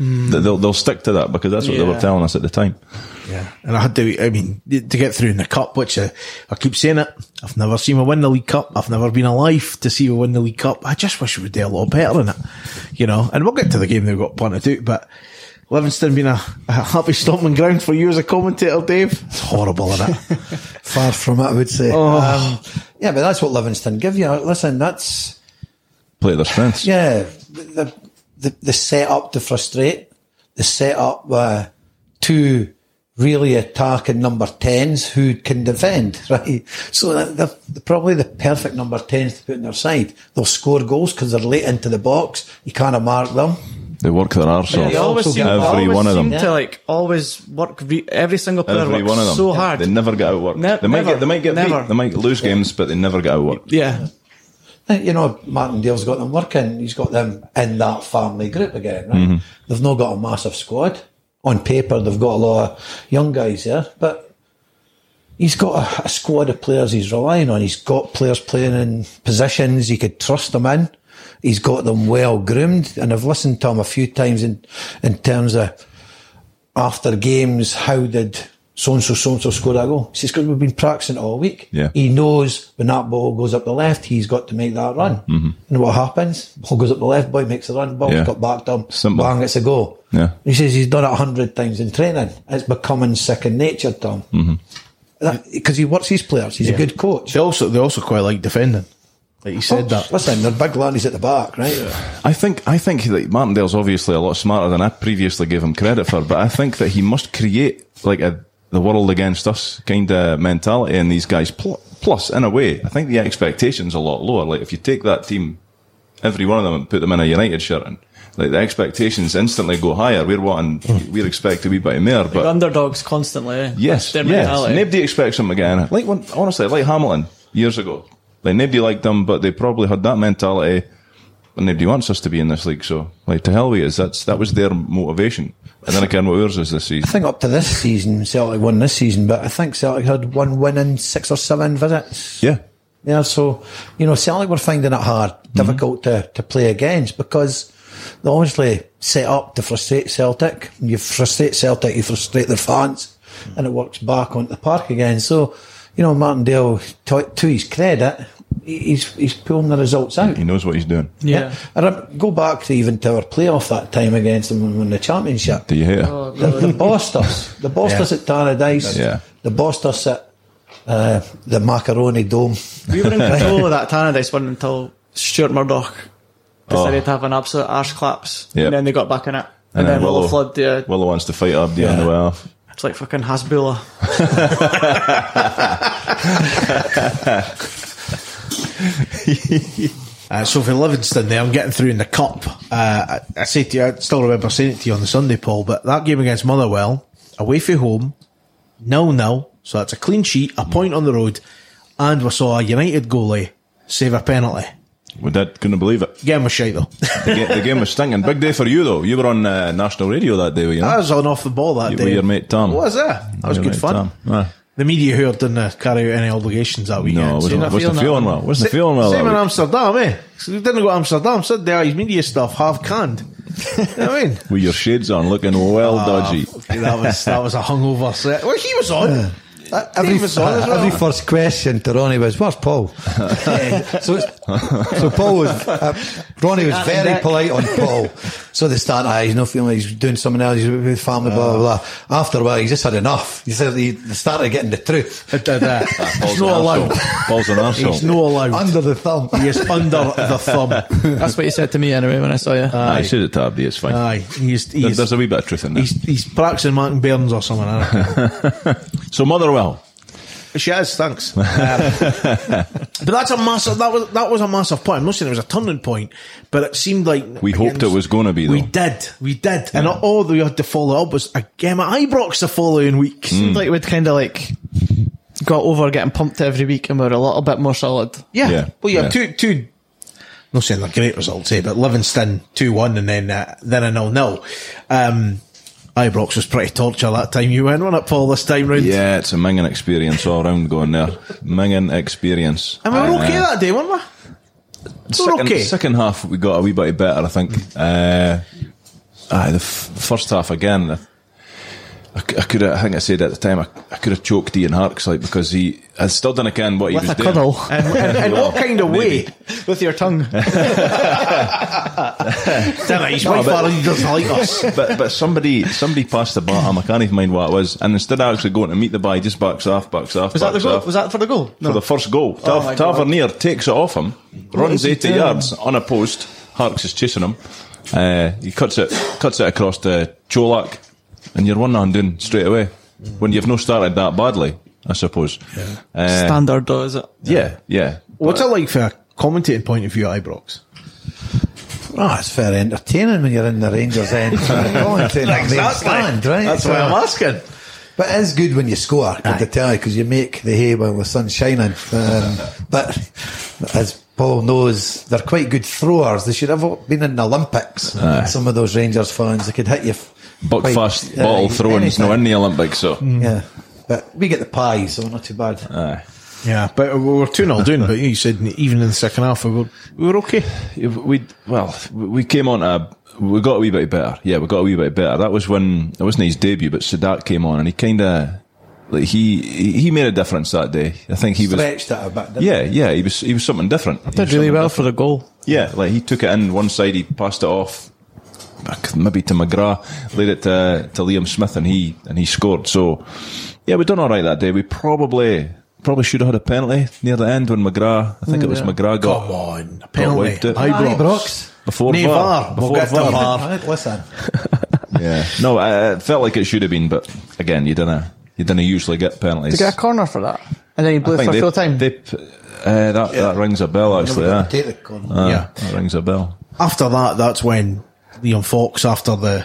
S2: They- They'll they'll stick to that because that's what they were
S6: Hmm. Yeah.
S2: telling us at the time.
S1: Yeah. And I had to, I mean, to get through in the cup, which I, I keep saying it. I've never seen we win the League Cup. I've never been alive to see we win the League Cup. I just wish we would do a lot better in it, you know, and we'll get to the game. They've got plenty to do, but Livingston being a, a happy stomping ground for you as a commentator, Dave. It's horrible, isn't it?
S5: (laughs) Far from it, I would say. Um, yeah, but that's what Livingston give you. Listen, that's.
S2: Play their strengths.
S5: Yeah, the the, the set up to frustrate, the set up uh, to really attacking number tens who can defend, (laughs) right? So that- they're, they're probably the perfect number tens to put on their side. They'll score goals because they're late into the box. You can't mark them.
S2: They work their arse
S6: They
S2: off.
S6: always seem, they
S2: Every
S6: always
S2: one of
S6: seem
S2: them.
S6: to like always work. Re- every single player
S2: Every
S6: works
S2: one of them.
S6: so hard.
S2: They never get outworked.
S6: Ne-
S2: they might
S6: never.
S2: get they might get
S6: Never.
S2: beat. They might lose games, but they never get outworked.
S6: yeah,
S5: Eh, You know, Martindale's got them working. He's got them in that family group again, right? They've not got a massive squad. On paper, they've got a lot of young guys there, but he's got a, a squad of players he's relying on. He's got players playing in positions he could trust them in. He's got them well groomed, and I've listened to him a few times in in terms of after games, how did so and so so and so score that goal? He says because we've been practicing all week.
S2: Yeah.
S5: he knows when that ball goes up the left, he's got to make that run. And what happens? Ball goes up the left, boy makes the run. Ball's
S2: Mm-hmm. Yeah.
S5: got back to him.
S2: Simple.
S5: Bang, it's a goal.
S2: Yeah.
S5: He says he's done it a hundred times in training. It's becoming second nature to
S2: Mm-hmm.
S5: him because he works his players. He's a good coach.
S1: they also, they also quite like defending. Like you said that.
S5: Listen, they're big laddies at the back, right?
S2: I think I think that Martindale's obviously a lot smarter than I previously gave him credit for, but I think that he must create like a the world against us kind of mentality in these guys. Pl- Plus, in a way, I think the expectation's a lot lower. Like if you take that team, every one of them, and put them in a United shirt, and like the expectations instantly go higher. We're wanting, we're expected to be by mayor, but
S6: underdogs constantly. eh?
S2: Yes,
S6: That's their
S2: yes.
S6: mentality.
S2: Nobody expects them again. Like when, honestly, like Hamilton years ago, like nobody liked them, but they probably had that mentality. And nobody wants us to be in this league, so like to hell with us. That's that was their motivation. And then again, what ours is this
S5: I
S2: season.
S5: think up to this season, Celtic won this season, but I think Celtic had one win in six or seven visits.
S2: Yeah,
S5: Yeah, so you know, Celtic were finding it hard,
S1: Mm-hmm.
S5: difficult to, to play against because they obviously set up to frustrate Celtic. You frustrate Celtic, you frustrate their fans, and it works back onto the park again. So, you know, Martindale, to, to his credit, he- he's he's pulling the results out.
S2: he knows what he's doing.
S6: Yeah.
S5: I rem- go back to even to our playoff that time against them when we won the championship.
S2: Do you hate it?
S6: Oh.
S5: The, the bossed us. The bossed us at Tannadice.
S2: Yeah.
S5: The bossed us at uh, the Macaroni Dome.
S6: We
S2: (laughs)
S6: were in control of that Tannadice one until Stuart Murdoch decided to have an absolute arse claps,
S2: Oh. Yep.
S6: and then they got back in it, and, then Willow flood the.
S2: Willow wants to fight Abdi on the way off.
S6: It's like fucking Hasbullah.
S2: Hmm.
S1: Uh, so for Livingston there, I'm getting through in the cup. Uh, I, I say to you, I still remember saying it to you on the Sunday, Paul, but that game against Motherwell, away from home, nil nil. So that's a clean sheet, a point on the road, and we saw a United goalie save a penalty.
S2: We did. Couldn't believe it.
S1: Game was shite though. (laughs)
S2: The, ga- the game was stinking. Big day for you though. You were on uh, national radio that day, were you?
S1: I
S2: Know?
S1: was on off the ball that
S2: With
S1: day.
S2: your mate Tom.
S1: What was that? That was
S2: Your
S1: good
S2: mate
S1: fun.
S2: Tom. Ah.
S1: The media here didn't uh, carry out any obligations that weekend.
S2: No, I
S1: so-
S2: wasn't, wasn't
S6: feeling
S2: feeling
S6: that.
S2: well. Wasn't feeling well.
S1: Same
S2: that
S1: in
S2: week.
S1: Amsterdam, eh? So we didn't go to Amsterdam. Said there, his media stuff half canned. (laughs) you know what I mean?
S2: with your shades on, looking well
S1: Ah,
S2: dodgy.
S1: fuck, that was that was a hungover set. Well, he was on. Uh,
S5: Every,
S1: Dave was on as well.
S5: every first question to Ronnie was, "Where's Paul?" so, it's, so Paul was uh, Ronnie was very polite on Paul. So they start, ah, he's not feeling, he's doing something else, he's with family, blah blah blah. After a while, he's just had enough. He said he they started getting the
S1: (laughs)
S5: truth.
S1: I did that.
S2: Paul's
S5: not
S2: an
S5: allowed.
S2: arsehole. (laughs) Paul's an
S1: uh, He's
S2: arsehole.
S1: no allowed.
S5: Under the thumb,
S1: He is under the (laughs) thumb.
S6: That's what you said to me anyway when I saw you.
S2: I said it to Abdi, it's fine.
S1: Aye, he is, he
S2: There-
S1: is,
S2: There's a wee bit of truth in that.
S1: he's, he's practicing Martin Burns or something. I don't know.
S2: So Motherwell,
S1: (laughs) she is, thanks. Um, (laughs) but that's a massive. That was that was a massive point. I'm not saying it was a turning point, but it seemed like
S2: we hoped it was going to be
S1: We
S2: though.
S1: did, we did, and all that we had to follow up was a game at Ibrox the following week.
S6: seemed like we'd kind of like got over getting pumped every week and we're a little bit more solid.
S1: Yeah.
S2: Yeah.
S1: Well, yeah,
S2: Yeah.
S1: two two. Not saying they're great results here, but Livingston two one, and then uh, then a nil nil. Um, Ibrox was pretty torture that time. You went on it, Paul, this time round.
S2: Yeah, it's a minging experience all round going there. Minging experience.
S1: And we were okay
S2: Uh,
S1: that day, weren't we? We were
S2: second,
S1: okay.
S2: second half we got a wee bit better, I think. Uh, aye, the f- first half again. I, I c- I could have, I think I said at the time, I, I could have choked Ian Harks like because he I still didn't again what he
S6: With
S2: was
S6: a
S2: doing. (laughs)
S6: cuddle.
S1: And,
S6: (laughs)
S1: and, and what kind of way?
S6: With your tongue.
S1: Damn it, he's my
S2: but-
S1: father, he doesn't like us.
S2: but but somebody somebody passed the bat. I can't even mind what it was. And instead of actually going to meet the guy, he just backs off, backs off,
S6: Was that
S2: backs
S6: the goal?
S2: off.
S6: Was that for the goal?
S2: for the first goal. Tav-
S6: my God.
S2: Tavernier takes it off him, runs
S6: is he
S2: eighty
S6: doing?
S2: yards on a post. Harks is chasing him. Uh, he cuts it, cuts it across to Cholak, and you're one hand down straight away when you've no started that badly, I suppose. Uh,
S6: Standard, though, is it?
S2: yeah, yeah.
S1: What's it like for a commentating point of view at Ibrox?
S5: oh, it's very entertaining when you're in the
S2: (laughs)
S5: Rangers end. exactly. stand, right?
S1: That's
S5: So-
S1: why I'm asking.
S5: But it is good when you score, I can tell you, because you make the hay while the sun's shining. Um, but as Paul knows, they're quite good throwers. They should have all been in the Olympics. Some of those Rangers fans, they could hit you. f-
S2: Buck
S5: quite-
S2: fast
S5: uh,
S2: bottle throwing is no
S5: anything.
S2: in the Olympics, so
S6: Hmm.
S5: Yeah. But we get the pies, so we're not too bad.
S2: aye.
S1: Yeah, but we were 2 0 down, but you said even in the second half, we were, we were okay.
S2: we well we came on a we got a wee bit better. Yeah, we got a wee bit better. That was when it wasn't his debut, but Sadat came on and he kind of like he he he made a difference that day. I think he was
S5: Stretched it a bit. didn't
S2: yeah yeah he was he was something different. He was
S6: Did really
S2: something
S6: well for the goal.
S2: yeah, like he took it in one side, he passed it off, back maybe to McGrath, laid it to, to Liam Smith, and he and he scored. So yeah, we done all right that day. We probably probably should have had a penalty near the end when McGrath. I think it was McGrath
S1: Mm,
S2: got
S1: Come on, a
S2: wiped
S1: penalty.
S2: it.
S5: Aye,
S1: Ibrox.
S5: Brooks.
S2: before
S1: Nay,
S2: VAR.
S1: VAR.
S2: Before
S1: We'll get to
S2: VAR.
S1: VAR.
S5: Right, listen.
S2: Yeah. No, I, I felt like it should have been, but again, you didn't. You didn't usually get penalties.
S6: Did you get a corner for that? And then he blew
S2: I
S6: it for
S2: think they,
S6: full time.
S2: they p- uh, that that rings a bell actually.
S5: We've got
S2: Yeah.
S5: to take the corner.
S2: Uh,
S1: Yeah.
S2: that rings a bell.
S1: after that, that's when Liam Fox, after the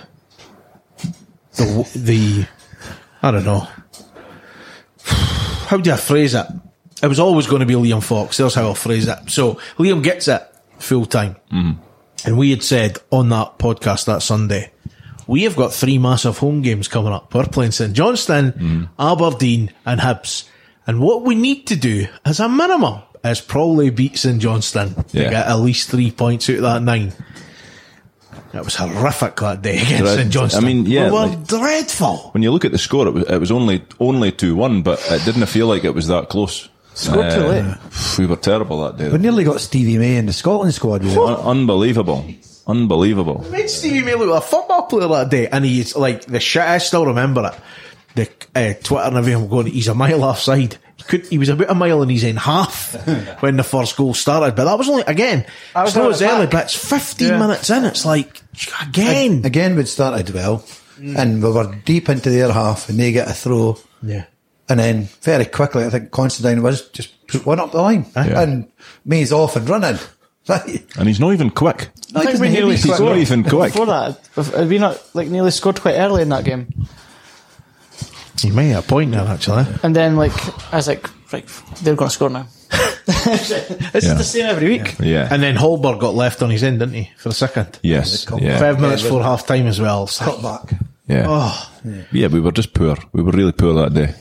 S1: the the I don't know how do I phrase it. It was always going to be Liam Fox. There's how I'll phrase it. So Liam gets it full time,
S2: Mm-hmm.
S1: and we had said on that podcast that Sunday. We have got three massive home games coming up. We're playing St Johnston,
S2: Mm-hmm.
S1: Aberdeen, and Hibs. And what we need to do, as a minimum, is probably beat St Johnston
S2: Yeah.
S1: to get at least three points out of that nine. That was horrific that day against
S2: Dread-
S1: St Johnston.
S2: I mean, yeah,
S1: we were
S2: like-
S1: dreadful.
S2: When you look at the score, it was, it was only only two one, but it didn't feel like it was that close. Uh,
S6: Scored too late.
S2: We were terrible that
S5: We
S2: day.
S5: nearly got Stevie May in the Scotland squad.
S2: (laughs)
S5: we were.
S2: Un- unbelievable, unbelievable.
S1: Made Stevie May look like a football player that day, and he's like the shit. I still remember it. The uh, Twitter and everything were going. He's a mile offside. He could he was about a mile and he's in (laughs) half when the first goal started. But that was only again.
S6: was
S1: It's not
S6: on
S1: as
S6: the
S1: early,
S6: back.
S1: but it's fifteen
S6: Yeah.
S1: minutes in. It's like again.
S5: Again, we'd started well,
S6: Mm.
S5: and we were deep into their half, and they get a throw.
S1: yeah.
S5: And then very quickly, I think Constantine was just put one up the line,
S2: Yeah.
S5: and May's off and running. (laughs) Right.
S2: And he's not even quick.
S6: I
S5: No, he
S6: think
S5: doesn't
S6: we
S5: hit
S6: nearly
S5: me.
S2: He's
S6: scored
S2: not even quick.
S6: before that. Have we not like nearly scored quite early in that game?
S1: You may have a point now, actually.
S6: And then like I was like, right, they're going to score
S2: (laughs)
S6: now. this
S2: Yeah.
S6: is the same every week.
S2: Yeah.
S1: And then Holberg got left on his end, didn't he, for a second?
S2: yes. Yeah.
S1: Five minutes before half time as well. It's like,
S5: Cut back.
S2: Yeah.
S1: oh,
S2: Yeah, we were just poor. We were really poor that day.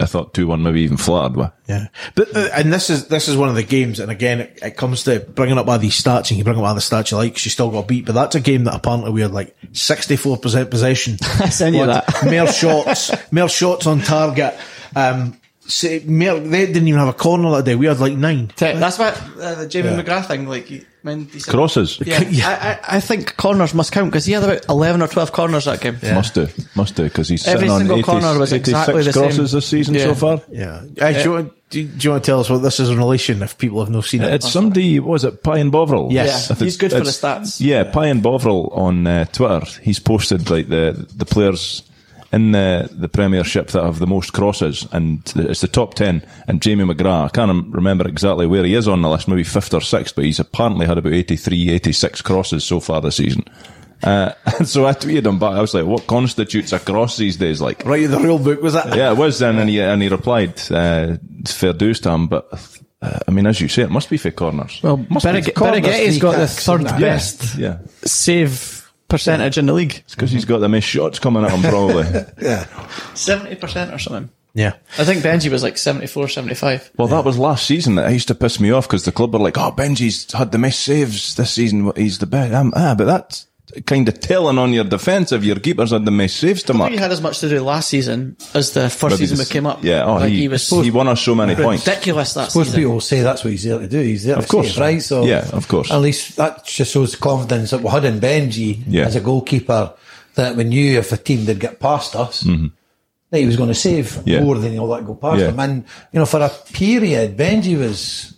S2: I thought 2 1, maybe even flattered. We.
S1: Yeah, but uh, and this is this is one of the games, and again, it, it comes to bringing up all these stats, and you bring up all the stats you like, 'cause you still got beat. But that's a game that apparently we had like sixty four percent
S6: (laughs)
S1: possession.
S6: (laughs) I sent you
S1: We had
S6: that. (laughs)
S1: mere shots, mere shots on target. Um, so Mer- they didn't even have a corner that day. We had like nine.
S6: Te- That's what uh, the Jamie McGrath thing. Like, he- when he said,
S2: Crosses. (laughs)
S6: Yeah, I, I, I think corners must count because he had about eleven or twelve corners that game.
S2: Must do, must do, because he's
S6: Every
S2: sitting on
S6: single
S2: 80,
S6: corner was
S2: 86
S6: exactly the same.
S2: crosses this season
S6: Yeah.
S2: so far.
S1: Yeah. Uh, do, you want, do, you- do you want to tell us what this is in relation if people have not seen it?
S2: It's somebody, what was it, Pie and Bovril?
S1: Yes.
S2: I think
S6: He's good for the
S2: it's-
S6: stats.
S2: Yeah, Pie and Bovril on uh, Twitter, he's posted like the the players in the, the Premiership that have the most crosses, and it's the top 10. And Jamie McGrath, I can't rem- remember exactly where he is on the list, maybe fifth or sixth, but he's apparently had about 83, 86 crosses so far this season. Uh, (laughs) and so I tweeted him back, I was like, what constitutes a cross these days? Like,
S1: right in the rule book, was that?
S2: yeah, it was then, and he and he replied, uh, it's "Fair dues to him, but uh, I mean, as you say, it must be for corners."
S6: Well,
S2: must be
S6: Berrig-
S2: corners.
S6: Berrigetti's got the
S5: tacks and
S6: third
S5: that.
S2: Yeah,
S6: best
S2: Yeah,
S6: save percentage in the league,
S2: it's because he's got the most shots coming at him, probably.
S6: seventy percent or something.
S1: Yeah.
S6: I think Benji was like 74, 75.
S2: well, that was last season that used to piss me off because the club were like, "Oh, Benji's had the most saves this season. He's the best." Um, ah, but that's kind of telling on your defence if your keepers had the most saves to
S6: I
S2: mark.
S6: think he had as much to do last season as the first
S2: Maybe
S6: season
S2: this-
S6: we came up.
S2: Yeah, oh,
S6: like
S2: he,
S6: he,
S2: he,
S6: was
S2: won us so many points.
S6: ridiculous that
S5: Most
S6: season.
S5: people say that's what he's there to do. He's there
S2: Of
S5: to
S2: course.
S5: save, right? So
S2: Yeah, of course.
S5: At least that just shows confidence that we had in Benji
S2: Yeah.
S5: as a goalkeeper that we knew if a team did get past us, that he was going to save
S2: Mm-hmm. Yeah.
S5: more than he'll let go past
S2: Yeah.
S5: him. And you know, for a period, Benji was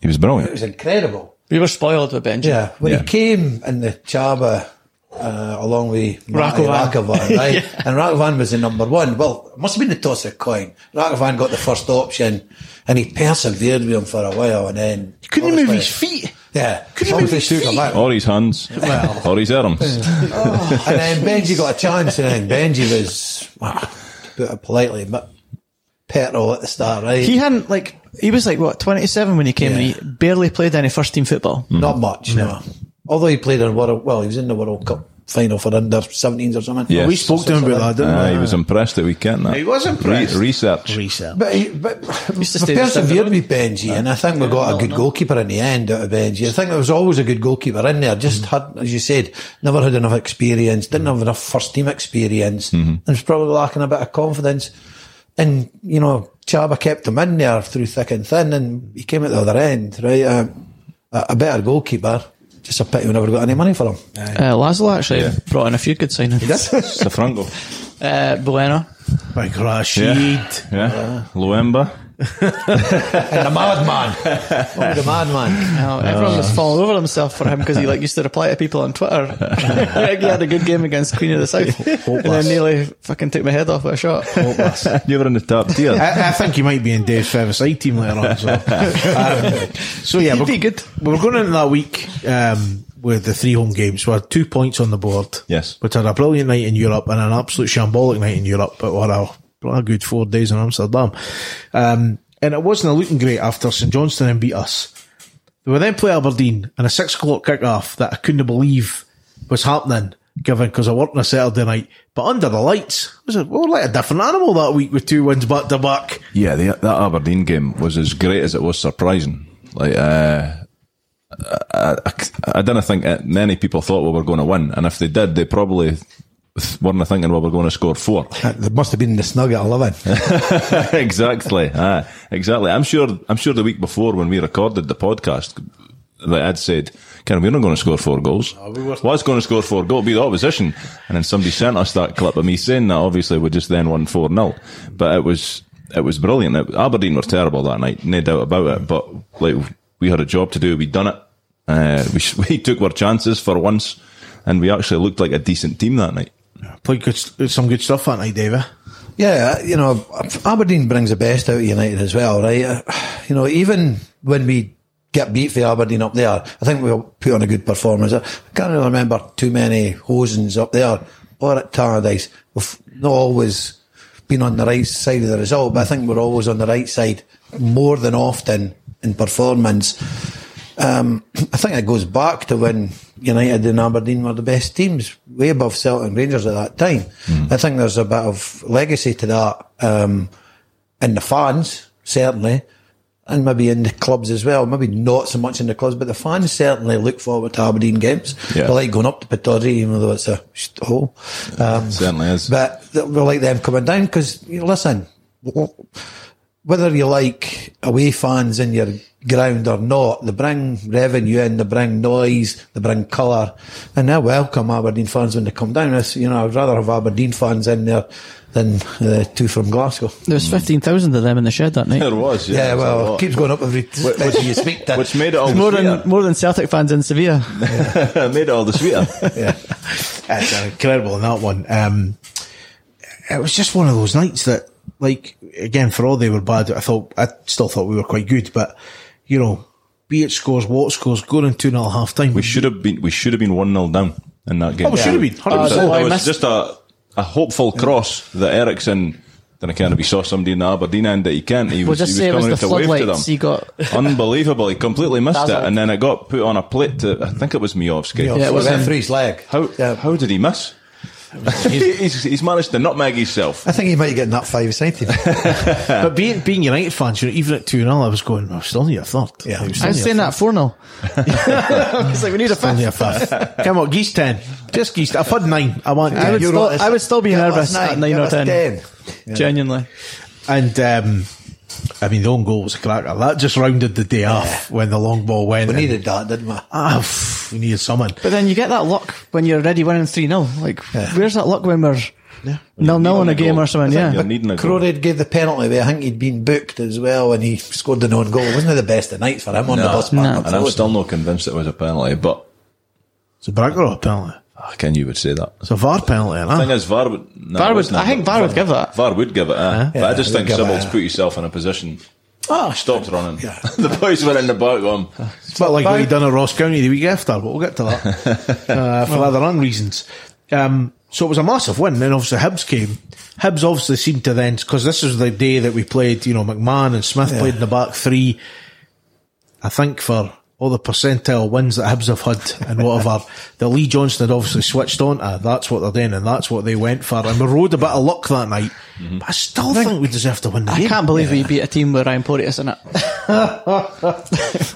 S2: He was
S5: it
S2: brilliant.
S5: was incredible.
S6: We were spoiled with Benji.
S5: Yeah, when
S2: Yeah.
S5: he came in the Chaba uh, along with Matty
S6: Rakovan.
S1: (laughs)
S5: Rakovan, right? And Rakovan was the number one. Well, it must have been the toss of a coin. Rakovan got the first option, and he persevered with him for a while, and then
S1: Couldn't he move
S5: obviously-
S1: his feet?
S5: Yeah,
S1: Couldn't he move
S5: obviously
S1: his
S5: took him
S1: feet?
S5: out.
S2: Or his hands, or
S6: (laughs)
S2: his arms.
S5: and
S1: (laughs)
S5: then Benji got a chance, and then Benji was, ah, to put it politely, but petrol at the start, right?
S6: He hadn't like, he was like, what, 27 when he came and
S5: Yeah.
S6: he barely played any first team football.
S2: Mm.
S5: Not much, no. Although he played in world, well, he was in the World Cup final for under 17s or something.
S2: Yes.
S1: We spoke to him about that, didn't
S2: Ah,
S1: we?
S2: he was impressed that we can't. That
S1: He was impressed.
S2: Re- research.
S1: Reset.
S5: But, he, but we
S6: used to stay just
S5: persevered with Benji, and I think we got a good goalkeeper in the end out of Benji. I think there was always a good goalkeeper in there. Just had, as you said, never had enough experience, didn't have enough first team experience, and was probably lacking a bit of confidence. And you know, Chaba kept him in there through thick and thin, and he came at the other end, right? Um, a, a better goalkeeper. Just a pity we never got any money for him.
S4: (laughs)
S6: Uh, Laszlo actually brought in a few good signings.
S2: Safrango.
S6: Uh, Bueno.
S1: Like Rashid.
S2: Yeah. Luemba.
S5: And the madman, oh, the madman.
S6: Now, everyone was falling over himself for him because he like used to reply to people on Twitter. (laughs) Like, he had a good game against Queen of the South, and then nearly fucking took my head off with a shot.
S2: (laughs) you were in the top (laughs) tier.
S1: I, I think he might be in Dave's Travis I team later on.
S6: (laughs)
S1: So, um, so yeah,
S6: He'd
S1: we're,
S6: be good.
S1: we're going into that week um, with the three home games. We had two points on the board.
S2: Yes.
S1: Which had a brilliant night in Europe and an absolute shambolic night in Europe, but what a, what a good four days in Amsterdam. Um, and it wasn't looking great after St Johnston and beat us. We then play Aberdeen and a six o'clock kick off that I couldn't believe was happening, given because I worked on a Saturday night. But under the lights, it was a, we were like a different animal that week with two wins back to back.
S2: Yeah, the, that Aberdeen game was as great as it was surprising. Like, uh, I, I, I didn't think uh, many people thought we were going to win, and if they did, they probably th- weren't thinking we were going to score four.
S5: It Uh, must have been the snug at eleven.
S2: (laughs) exactly. Ah, exactly. I'm sure. I'm sure the week before when we recorded the podcast, that I'd said, "Ken, we're not going to score four goals. What's going to score four goals? Be the opposition." And then somebody sent us that clip of me saying that. Obviously, we just then won four 0 but it was it was brilliant. It, Aberdeen were terrible that night, no doubt about it. But like we had a job to do. We done it. Uh, we (laughs) s- we took our chances for once, and we actually looked like a decent team that night.
S1: Played good, some good stuff that night, David.
S5: Yeah, you know, Aberdeen brings the best out of United as well, right? Uh, You know, even when we get beat for Aberdeen up there, I think we'll put on a good performance. I can't really remember too many Hosens up there or at Tannadice. We've not always been on the right side of the result, but I think we're always on the right side more than often in performance. Um, I think it goes back to when United and Aberdeen were the best teams, way above Celtic and Rangers at that time. I think there's a bit of legacy to that um, in the fans, certainly, and maybe in the clubs as well. Maybe not so much in the clubs, but the fans certainly look forward to Aberdeen games.
S2: Yeah.
S5: They like going up to Pittodrie, even though it's a hole. Um,
S2: Certainly is.
S5: but th- we like them coming down because you know, listen, whether you like away fans in your ground or not, they bring revenue in, they bring noise, they bring colour, and they welcome Aberdeen fans when they come down. It's, you know, I'd rather have Aberdeen fans in there than the two from Glasgow.
S4: There was 15,000 of them in the shed
S2: (laughs)
S4: that night.
S2: There was, yeah.
S5: Yeah,
S2: there was a
S5: well,
S2: lot.
S5: it keeps going up every time you speak to.
S2: which made it all
S4: More
S2: the
S4: than, more than Celtic fans in Sevilla.
S2: sweeter. (laughs) made it all the sweeter.
S1: That's incredible in that one. Um, it was just one of those nights that, like, again, for all they were bad, I thought, I still thought we were quite good, but, you know, be it scores, what scores, going in 2 0 half time.
S2: we should have been. We should have been one 0 down in that game.
S1: Oh, we should have been.
S2: It was, a-
S1: 100%.
S2: it was just a, a hopeful cross that Ericsson. Then I can't. He saw somebody in the Aberdeen end that he can't. He
S4: We'll
S2: was,
S4: just
S2: he
S4: say it
S2: was
S4: was
S2: coming
S4: the
S2: out to wave to them.
S4: floodlights he
S2: (laughs)
S4: got.
S2: Unbelievable! He completely missed it,
S4: Dazzled.
S2: and then it got put on a plate to. I think it was Miovsky.
S5: Yeah,
S4: Yeah, it
S5: it
S4: was
S5: was
S4: him.
S5: referee's leg.
S2: How
S5: Yeah.
S2: how did he
S4: (laughs)
S2: miss? he's, he's managed to nutmeg himself.
S5: I think he might get in that five side team.
S1: But being, being United fans, you know, even at 2 0, I was going, I'm still near a third.
S5: Yeah.
S1: It was
S4: I
S1: still
S4: was
S1: near
S4: saying that 4 0. It's like, we need a
S1: Only
S4: fifth.
S1: a
S4: (laughs)
S1: fifth. Come on, geese ten. Just geese. I've had nine. I want.
S4: I
S1: ten.
S4: would
S1: You're
S4: still-
S1: right.
S4: I would still be
S5: Give us
S4: nervous at nine
S5: give
S4: or
S5: us
S4: 10. Genuinely.
S1: And um, I mean, the own goal was a cracker. That just rounded the day off when the long ball went.
S5: We
S1: and-
S5: needed that, didn't we?
S1: Ah, pff, we needed someone.
S4: But then you get that luck when you're already winning 3 0. Like, where's that luck when we're nil nil in a game or something? Yeah.
S2: You're needing a goal.
S5: Crorid gave the penalty away. I think he'd been booked as well and he scored the non goal. Wasn't it the best of nights for him on the
S2: No.
S5: bus?
S4: No.
S5: back up
S2: And I'm
S5: road?
S2: still not convinced it was a penalty, but
S1: It's a back row penalty.
S2: ah, Ken, you would say that.
S1: It's a VAR penalty. and
S2: thing
S1: I-
S2: is, VAR would. No,
S4: Var
S2: it
S4: would-
S2: wasn't
S4: I think
S2: that.
S4: VAR would give that.
S2: VAR would give it. eh? But I
S5: Yeah,
S2: just
S5: they'd
S2: think
S5: give
S2: Sybil's
S5: it.
S2: put yourself in a position.
S4: Oh,
S5: Ah,
S2: Stopped running.
S5: yeah.
S2: (laughs) the boys were in the back room.
S1: It's a bit like what you done at Ross County the week after, but we'll get to
S4: (laughs)
S1: that uh, for other own reasons. Um, so it was a massive win. Then obviously Hibs came. Hibs obviously seemed to then because this was the day that we played. You know, McMahon and Smith played in the back three. I think for all the percentile wins that Hibs have had and
S4: (laughs)
S1: whatever, the Lee Johnson had obviously switched on to. That's what they're doing and that's what they went for. And we rode a bit of luck that night. But I still think we deserve to win the
S4: Mm-hmm. I
S1: game.
S4: can't believe we beat a team with Ryan Porteous in it.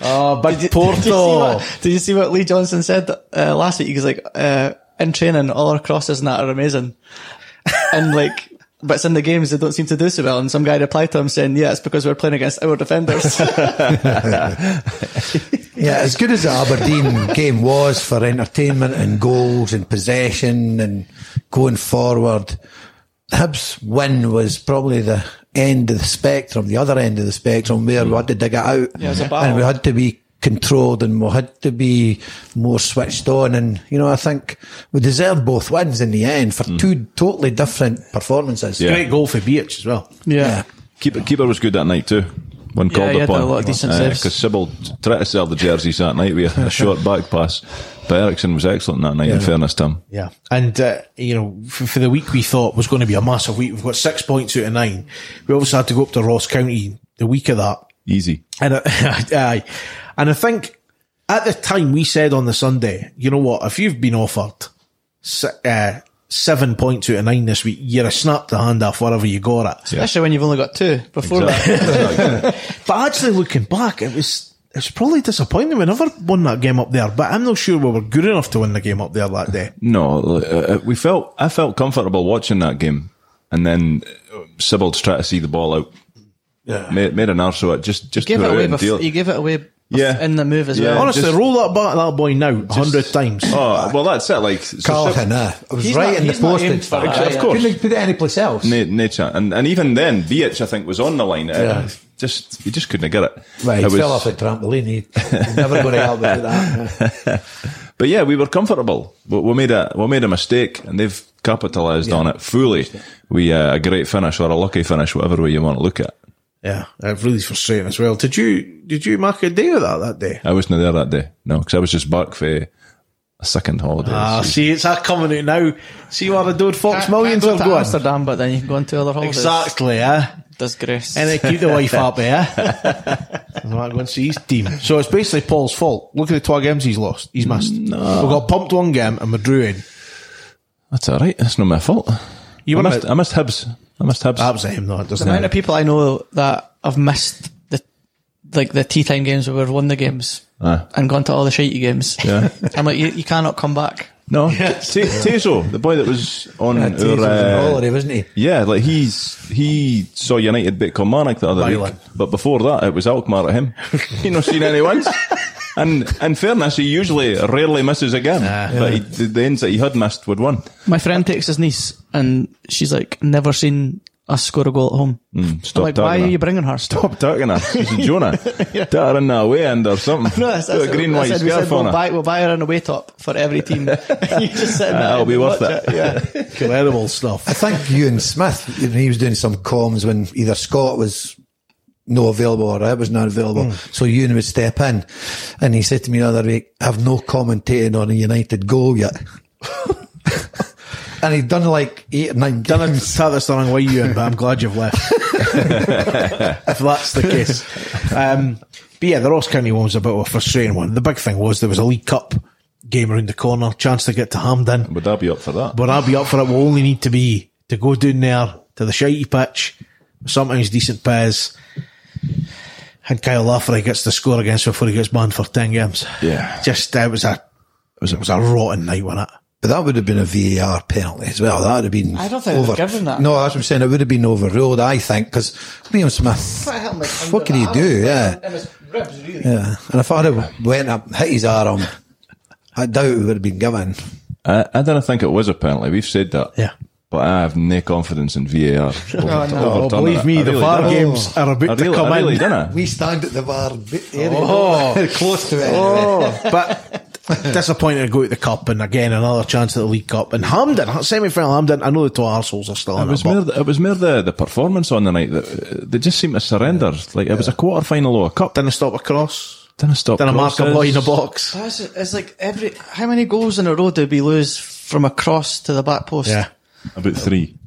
S1: Oh, big
S4: Did you, see
S1: Porto.
S4: what, did you see what Lee Johnson said uh, last week? He was like, uh, in training, all our crosses and that are amazing. and like, but it's in the games they don't seem to do so well. And some guy replied to him saying, yeah, it's because we're playing against
S2: (laughs)
S4: our defenders.
S5: Yeah, as good as the (laughs) Aberdeen game was for entertainment and goals and possession and going forward, Hibs' win was probably the end of the spectrum, the other end of the spectrum where we had to dig it out.
S4: Yeah, it was a battle.
S5: and we had to be controlled and we had to be more switched on. And, you know, I think we deserved both wins in the end for two totally different performances.
S2: Mm. Yeah.
S1: Great goal for Beach as well.
S4: yeah.
S2: Keeper, keeper was good that night too. When
S4: Yeah,
S2: called
S4: he had
S2: upon,
S4: a lot of decent saves.
S2: because Sybil tried to sell the jerseys that night with a
S4: (laughs)
S2: short back pass, but Ericsson was excellent that night. In fairness to him,
S1: Yeah. And, uh, you know, for, for the week we thought was going to be a massive week. We've got six points out of nine. We obviously had to go up to Ross County the week of that.
S2: easy.
S1: And, I- (laughs) aye. and I think at the time we said on the Sunday, you know what? If you've been offered se- uh, seven points out of nine this week, you're a snap the hand off wherever you got it.
S4: Especially when you've only got two before that. (laughs)
S1: But actually looking back, it was, it was probably disappointing. We never won that game up there, but I'm not sure we were good enough to win the game up there that day.
S2: No, uh, we felt I felt comfortable watching that game, and then uh, Sybil to try to see the ball out. Yeah, made, made an arse of it. Just just
S4: Give
S2: put
S4: it
S2: it out
S4: away.
S2: and
S4: Bef-
S2: deal-
S4: you give it away bef-
S2: Yeah.
S4: in the move as
S2: Yeah.
S4: well.
S1: Honestly,
S2: just-
S1: roll that back that boy now a hundred times.
S2: Oh well, that's it. Like so
S5: Carlton, uh, I was
S4: He's
S5: right
S4: not-
S5: in the
S4: he's not
S5: post.
S4: aimed for that,
S2: yeah.
S5: Couldn't have put it anyplace else.
S2: No, no chance. And, and even then, Vich, I think, was on the line. Uh,
S5: Yeah.
S2: Just he just couldn't get it.
S5: Right,
S2: It
S5: he
S2: was-
S5: fell off the trampoline. He, he's never going to help us with (laughs) that.
S2: but yeah, we were comfortable. We, we made a we made a mistake, and they've capitalised on it fully. We uh, a great finish or a lucky finish, whatever way you want to look at. it.
S1: Yeah, uh, really frustrating as well. Did you did you mark a day of that that day?
S2: I wasn't there that day, no, because I was just back for a second holiday.
S1: Ah,
S2: So-
S1: see, it's that coming out now. See what I do with Fox
S4: Can't-
S1: Millions
S4: can't
S1: are
S4: go to
S1: going.
S4: Amsterdam, but then you can go into other holidays.
S1: Exactly, eh?
S4: Disgrace.
S1: And they keep the wife happy, eh? (laughs) I'm not going to see his team. So it's basically Paul's fault. Look at the two games he's lost. He's missed. We got pumped one game and we drew in.
S2: That's all right. That's not my fault.
S1: You Ah.
S2: I
S1: were
S2: missed, I missed Hibs. I missed Hibs.
S1: That was at him, though. It doesn't
S4: The amount of people I know that have missed the like the tea time games where we've won the games
S2: Aye.
S4: and gone to all the shitey games. (laughs)
S2: Yeah.
S4: I'm like, you, you cannot come back.
S2: No, Te- Tezo, the boy that was on
S5: Yeah,
S2: our,
S5: Taser was
S2: uh,
S5: an Ollery, wasn't he?
S2: Yeah, like he's he saw United beat Kilmarnock the other
S1: Violent.
S2: week, but before that it was Alkmaar
S1: (laughs)
S2: at him. he not seen any wins. And in fairness, he usually rarely misses again.
S1: Ah.
S2: but he, the, the ends that he had missed would win.
S4: My friend takes his niece, and she's like, never seen us score a goal at home.
S2: Hmm, Stop
S4: like,
S2: talking
S4: why
S2: her.
S4: are you bringing
S2: (laughs)
S4: her?
S2: Stop talking her. She's a Jonah. Tuck her in the away end
S1: (laughs)
S2: or something.
S4: (laughs) No, that's,
S2: Do
S4: that's
S2: a green
S4: I
S2: white
S4: said, we
S2: scarf
S4: said, we'll
S2: on her.
S4: buy, we'll buy her an away top for
S2: (laughs)
S4: every team. (laughs) you just sit in that
S2: That'll
S4: and
S2: be worth
S4: watch
S2: it.
S4: Yeah.
S1: Incredible stuff.
S5: I think Ewan Smith, you know, he was doing some comms when either Scott was no available or I was not available. So Ewan would step in and he said to me the other week, I've no commentated on a United goal yet. (laughs) and he'd done like eight or nine
S1: Done it, (laughs)
S5: games.
S1: start this the wrong way, Ewan, but I'm glad you've left. if that's the case. Um, but yeah, the Ross County one was a bit of a frustrating one. The big thing was there was a League Cup game around the corner, chance to get to Hamden.
S2: Would that be up for that?
S1: But I'll be up for it. We'll only need to be to go down there to the shitey pitch, sometimes decent pairs. And Kyle Lafferty gets the score against before he gets banned for 10 games.
S2: Yeah.
S1: Just, uh, it was a, it was, it was a rotten night, wasn't it?
S5: But that would have been a VAR penalty as well. That would have been.
S6: I don't think they've given that.
S5: No, that's what I'm saying. It would have been overruled, I think, because Liam Smith. What can he do? Yeah. Yeah. And if I'd have went up, hit his arm, I doubt it would have been given.
S2: Uh, I, I don't think it was a penalty. We've said that.
S1: Yeah.
S2: But I have no confidence in VAR. Over-
S1: (laughs) Oh,
S2: overturning
S1: believe
S2: it.
S1: me,
S2: I
S1: the
S2: really
S1: VAR
S2: don't. Oh.
S1: games are about
S2: I
S1: to
S2: really,
S1: come
S2: I really
S1: in.
S2: don't. know.
S5: We stand at the VAR b- area.
S1: Oh.
S5: don't we? (laughs) Close to it.
S2: (laughs)
S1: Oh, but disappointed to go to the cup and again another chance at the League Cup and Hamden semi final Hamden. I know the two arseholes are still
S2: It
S1: in
S2: was
S1: it,
S2: more.
S1: but
S2: The, it was more the, the performance on the night that uh, they just seemed to surrender. Like it was a quarter final or a cup.
S1: didn't stop a cross,
S2: Didn't stop.
S1: didn't mark a
S2: crosses.
S1: boy in the box.
S4: That's- It's like every, how many goals in a row did we lose from a cross to the back post?
S1: Yeah,
S2: About three.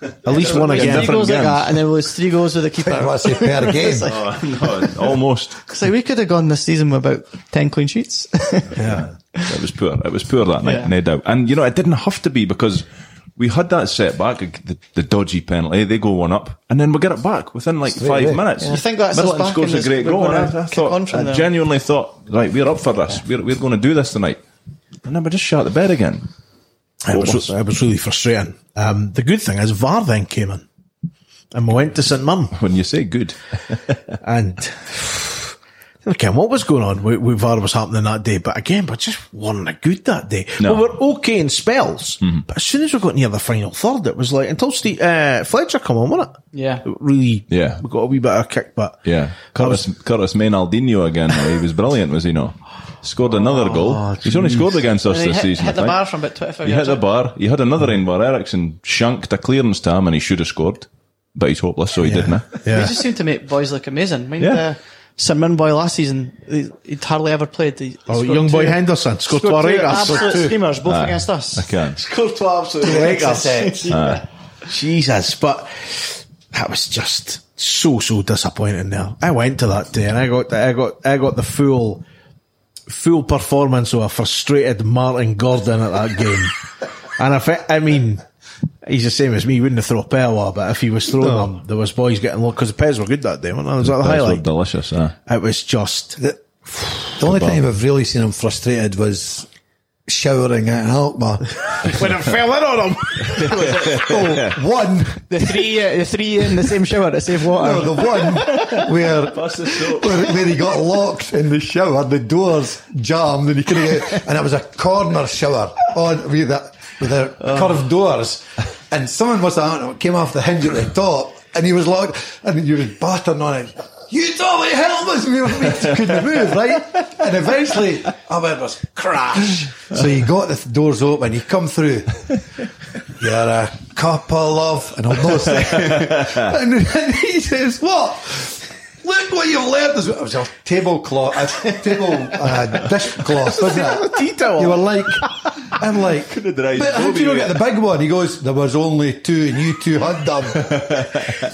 S1: at least one
S4: Three
S1: again.
S4: goals like
S2: games.
S4: that, and then we lose three goals with the
S2: (laughs)
S4: keeper.
S5: What's it per (laughs) game?
S2: Oh, (laughs) no, almost.
S4: So we could have gone this season with about 10 clean sheets.
S2: It was poor. It was poor that night,
S4: Yeah.
S2: no doubt. And you know, it didn't have to be because we had that setback, the, the dodgy penalty. They go one up, and then we get it back within like five
S5: away.
S2: minutes.
S4: You think that's us
S2: Middleton
S4: back
S2: scores
S4: in
S2: a
S4: this-
S2: great
S4: we're
S2: goal?
S4: gonna
S2: And I, I
S4: kick on
S2: thought,
S4: from
S2: I
S4: there.
S2: genuinely thought, right, we're up for this. We're we're going to do this tonight. And then we just shut the bed again.
S1: It was, it was really frustrating. Um, the good thing is VAR then came in and we went to St Mum
S2: When you say good,
S1: and. Okay, what was going on with, with VAR was happening that day, but again, but just weren't a good that day.
S2: No. Mm-hmm.
S1: We were okay in spells, but as soon as we got near the final third, it was like until Steve, uh, Fletcher come on, wasn't it?
S4: (laughs) yeah.
S1: really
S2: Yeah.
S1: we got a wee bit of a kick but
S2: Yeah. Curtis, Curtis Maynaldinho again. though. He was brilliant, was he not? Scored another goal.
S1: Ah,
S2: He's only scored against us
S4: And he
S2: this
S4: hit,
S2: season.
S4: hit
S2: I
S4: the
S2: think.
S4: bar from about 25
S2: He hit
S4: yards
S2: the
S4: out.
S2: bar. He had another end where Ericsson shanked a clearance to him and he should have scored. But he's hopeless, so he didn't. eh?
S4: They
S1: yeah
S4: just seem to make boys look amazing. Mind
S2: Yeah.
S4: uh, St Mirren boy last season, he- he'd hardly ever played. He, he
S1: oh
S4: scored
S1: young boy
S4: two-
S1: Henderson scored to
S4: scored two
S1: Oregas (laughs)
S4: absolute (laughs) screamers, both against us.
S2: eh? I can't.
S1: scored to absolute
S4: (laughs)
S1: Oregas Jesus but that was just so so disappointing there I went to that day and I got I got I got the full full performance of a frustrated Martin Gordon at that (laughs) game and if it, I mean He's the same as me. He wouldn't have thrown a Pelwa, but if he was throwing them, there was boys getting low because the pairs were good that day. Wasn't it? was that the
S2: Those were
S1: (laughs) highlight?
S2: delicious. eh?
S1: It was just
S5: The, the only time I've really seen him frustrated was showering at Alkmaar.
S1: (laughs) when it fell in (laughs) on him.
S5: oh, (laughs) one.
S4: The three, uh, the three in the same shower to save
S5: (laughs)
S4: water.
S5: No, the one where, (laughs) where, where he got locked in the shower, the doors jammed, and he couldn't get out. And it was a corner shower on with the, with the curved doors. And someone must have I don't know, came off the hinge at the top, and he was locked, and you were battering on it. You totally help us! We, were- we couldn't move, right? And eventually, I went, was crash. (laughs) So he got the doors open, he come through. You're a couple of, and I'll not say. (laughs) and, and he says, "What? Look what you've left us." with." It was a tablecloth, a table, uh, dishcloth, wasn't it?
S1: Tito.
S5: You were like, I'm like,
S2: dried
S5: but how do you not get the big one? He goes, "There was only two, and you two had them."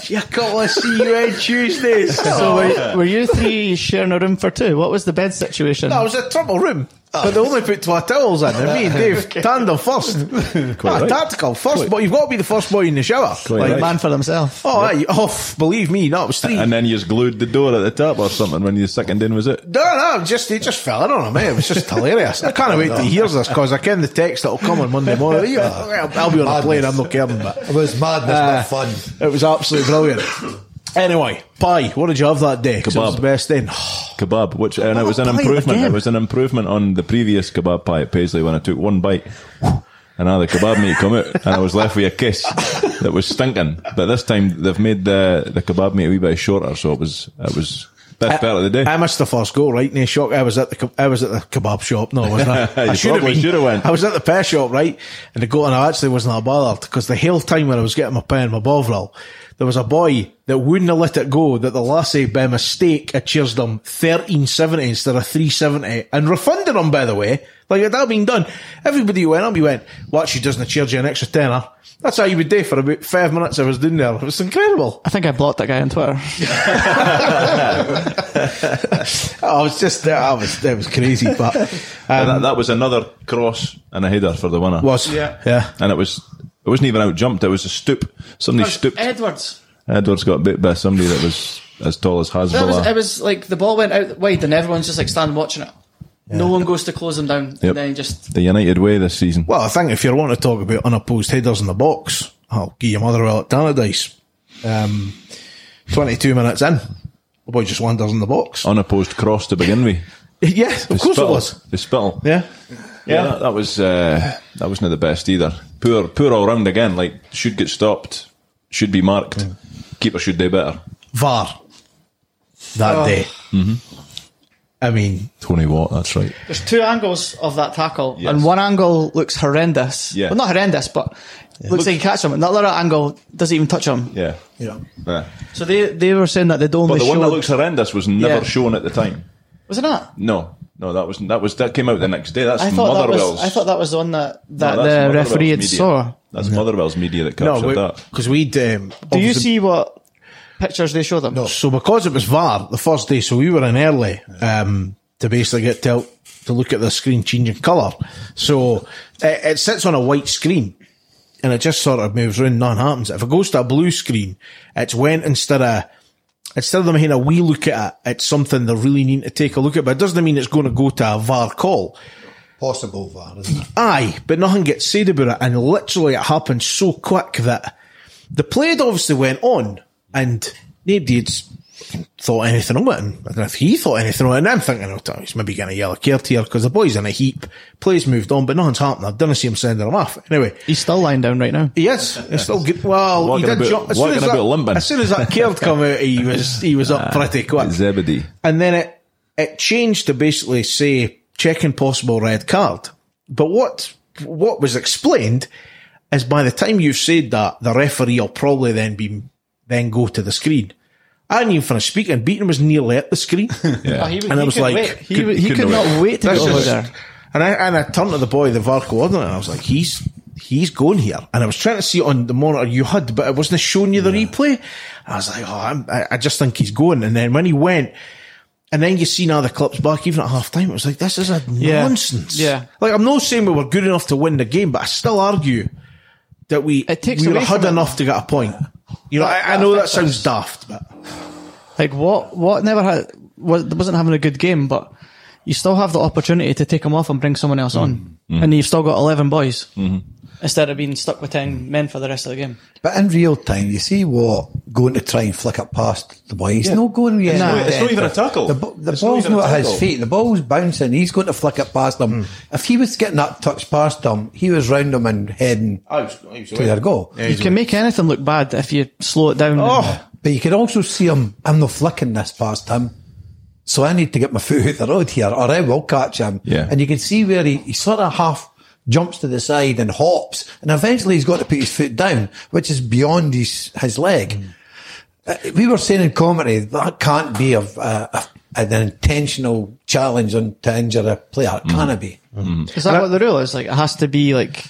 S1: you gotta see you on Tuesdays. (laughs)
S4: So were, were you three sharing a room for two? What was the bed situation?
S1: That was a trouble room.
S2: Ah.
S1: But they only put Twatills in. I mean,
S2: (laughs)
S1: Dave, tandem first. Ah,
S2: right.
S1: Tactical first, but you've got to be the first boy in the shower.
S2: Quite
S1: Like,
S2: right.
S4: Man for himself.
S1: Oh, aye, off. Believe me, that was three.
S2: And then you just glued the door at the top or something when you second in, was it?
S1: No, no, it just it just fell in on him. Eh? It was just hilarious. I
S2: (laughs)
S1: can't wait till he hears this because I can the text that'll come on Monday morning. You- I'll, I'll be on a plane. I'm not caring, but
S5: It was madness,
S1: Uh,
S5: but fun.
S1: it was absolutely brilliant. Anyway, pie. What did you have that day? 'Cause it was
S2: Kebab.
S1: the best then.
S2: Kebab, which, and it
S1: Oh,
S2: was an
S4: Kebab
S2: improvement.
S4: again.
S2: It was an improvement on the previous kebab pie at Paisley when I took one bite. Another kebab meat come out, and I was left with a kiss that was stinking. But this time they've made the the kebab meat a wee bit shorter, so it was it was
S1: Uh,
S2: best part of the day.
S1: I missed the first goal, right? No shock. I was at the ke- I was at the kebab shop. No, wasn't I?
S2: (laughs) You
S1: I should have
S2: probably
S1: been.
S2: should have went.
S1: I was at the pear shop, right? And the goal, and I actually wasn't that bothered because the whole time when I was getting my pie and my bovril, there was a boy that wouldn't have let it go that the lassie by mistake had cheers them thirteen seventy instead of three seventy and refunded them. By the way, like had that been done, everybody who went up, he went, "Well, she doesn't charge you an extra tenner." That's how you would do for about five minutes. I was doing there. It was incredible.
S4: I think I blocked that guy on Twitter.
S1: I was just there. I was. That was crazy, but. Um,
S2: And that, that was another cross and a header for the winner.
S1: was yeah.
S2: and it was it wasn't even out jumped. It was a stoop. Somebody stooped.
S1: eh.
S4: Edwards.
S2: Edwards got bit by somebody that was as tall as
S4: That was,
S2: Hezbollah.
S1: eh,
S4: it was like the ball went out wide and everyone's just like standing watching it. No one goes to close them down.
S2: Yep.
S4: And then just
S2: the United way this season.
S1: Well, I think if you want to talk about unopposed headers in the box, I'll give you Motherwell at Tannadice. Um, 22 minutes in, the boy just wanders in the box.
S2: Unopposed cross to begin with.
S1: yes, of
S2: The
S1: course it
S2: Oh, spittle-
S1: was.
S2: The spittle.
S1: Yeah.
S2: Yeah, that, that was uh, that wasn't the best either. Poor, poor all round again. Like should get stopped, should be marked. Keeper should do better.
S1: VAR. That day. Mm-hmm. I mean,
S2: Tony Watt, that's right.
S4: There's two angles of that tackle,
S2: Yes.
S4: and one angle looks horrendous.
S2: Yeah.
S4: Well, not horrendous, but looks like he catch him. And that other angle doesn't even touch him.
S2: Yeah,
S5: Yeah.
S2: Yeah.
S4: So they they were saying that they'd
S2: But
S4: only
S2: the
S4: showed.
S2: one that looks horrendous was never
S4: Yeah.
S2: shown at the time.
S4: was it not?
S2: No, no, that was that was that came out the next day. That's
S4: I thought that
S2: Motherwell's.
S4: was. I thought that was the one that that
S2: No, that's
S4: the
S2: Motherwell's
S4: referee had
S2: media.
S4: saw.
S2: That's Motherwell's media that
S1: no,
S2: captured that.
S1: because we'd. Um,
S4: Do you
S1: obviously-
S4: see what pictures they show them? No.
S1: So because it was VAR the first day, so we were in early um, to basically get to to look at the screen changing colour. So it, it sits on a white screen and it just sort of moves around. Nothing happens. If it goes to a blue screen, it's when instead of instead of them having a wee look at it, it's something they really need to take a look at. But it doesn't mean it's going to go to a VAR call.
S5: Possible VAR, isn't it?
S1: Aye, but nothing gets said about it, and literally it happened so quick that the play had obviously went on, and nobody had s- thought anything of it. And I don't know if he thought anything of it. And I'm thinking, oh, he's maybe going to yell a card here because the boy's in a heap. Play's moved on, but nothing's happened. I didn't see him sending him off. Anyway,
S4: He's still lying down right now.
S1: he is. He's still good. Well,
S2: Walking
S1: he did
S2: about-
S1: jump. As soon as,
S2: walking about limping.
S1: that, as soon as that card come out, he was he was
S2: (laughs)
S1: up pretty quick.
S2: Zebedee.
S1: And then it, it changed to basically say checking possible red card. But what, what was explained is by the time you've said that, the referee will probably then be, then go to the screen. I didn't even finish speaking. Beaton was nearly at the screen.
S2: Yeah.
S4: Oh, he,
S1: And I was like,
S4: couldn't wait. he,
S2: could-
S4: he
S2: couldn't
S4: could not
S2: wait.
S4: wait to
S1: That's
S4: get over
S1: just-
S4: there.
S1: And I and I turned to the boy, the VAR coordinator, and I was like, he's he's going here. And I was trying to see on the monitor you had, but it wasn't showing you the replay. I was like, oh, I'm, I, I just think he's going. And then when he went, and then you see now the clips back, even at half time, it was like, this is a nonsense.
S4: Yeah.
S1: Like, I'm not saying we were good enough to win the game, but I still argue that we,
S4: It takes
S1: we were
S4: away from
S1: had
S4: it.
S1: enough to get a point. You know, I, I know that sounds daft, but
S4: Like what? What never had was, wasn't having a good game, but you still have the opportunity to take him off and bring someone else on, and you've still got eleven boys instead of being stuck with ten men for the rest of the game.
S5: But in real time, you see what going to try and flick it past the boy. He's not going with
S4: No,
S5: any
S2: it's not even a tackle.
S5: The, bo- the
S2: It's not
S5: ball's
S2: even a
S5: not, at his
S2: tackle.
S5: feet. The ball's bouncing. He's going to flick it past
S2: Hmm.
S5: him. If he was getting that touch past him, he was round him and heading
S1: I was, I was
S5: to their goal.
S4: You can make anything look bad if you slow it down.
S1: Oh,
S5: But you could also see him. I'm not flicking this past him. So I need to get my foot out the road here, or I will catch him.
S2: Yeah.
S5: And you can see where he, he sort of half jumps to the side and hops, and eventually he's got to put his foot down, which is beyond his his leg. Uh, we were saying in commentary that can't be a, a, a- an intentional challenge on to injure a player. It Can't it be?
S4: Is that what the rule is? Like it has to be like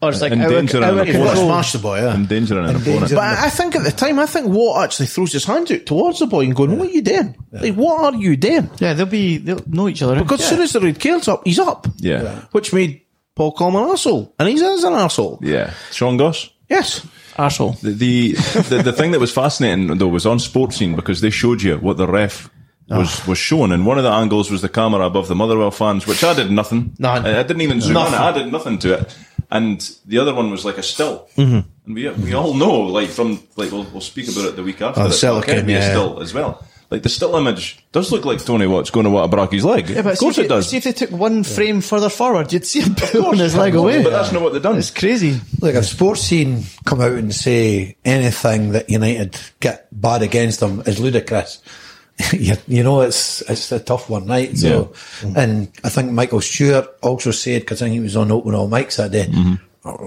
S4: Or it's like our,
S2: Endangering an
S4: our
S1: You've got to
S4: control.
S1: smash the boy, yeah.
S2: Endangering an opponent.
S5: Endangering-
S1: But I I think at the time, I think Watt actually throws his hand out towards the boy and going, "What are you doing? Like, what are you doing?"
S4: Yeah, they'll be they'll know each other. eh?
S1: Because as soon as the red card's up, he's up.
S2: Yeah.
S1: Which made Paul Coleman an arsehole. And he is an arsehole.
S2: Yeah. Sean Goss?
S1: Yes.
S4: Arsehole.
S2: The, the, the, the thing that was fascinating, though, was on Sports Scene because they showed you what the ref
S4: Ah.
S2: was, was showing. And one of the angles was the camera above the Motherwell fans, which I did nothing.
S1: None.
S2: I, I didn't even zoom in. I did nothing to it. And the other one was like a still.
S4: Mm-hmm.
S2: And we, we all know, like, from, like, we'll, we'll speak about it the week after.
S1: Oh, the
S2: that,
S1: still
S2: there can
S1: came,
S2: be a
S1: yeah.
S2: still as well. Like, the still image does look like Tony Watt's going to Watt Brocky's leg.
S4: Yeah, but
S2: of course
S4: see
S2: it
S4: if they-
S2: does.
S4: See if they took one frame further forward, you'd (laughs) see him
S2: Of
S4: pulling
S2: course.
S4: his leg away.
S2: But that's not what they've done.
S4: It's crazy.
S5: Look, if sports scene come out and say anything that United get bad against them is ludicrous, (laughs) you, you know it's it's a tough one, right? So, and I think Michael Stewart also said because I think he was on open all mics that day.
S2: Mm-hmm.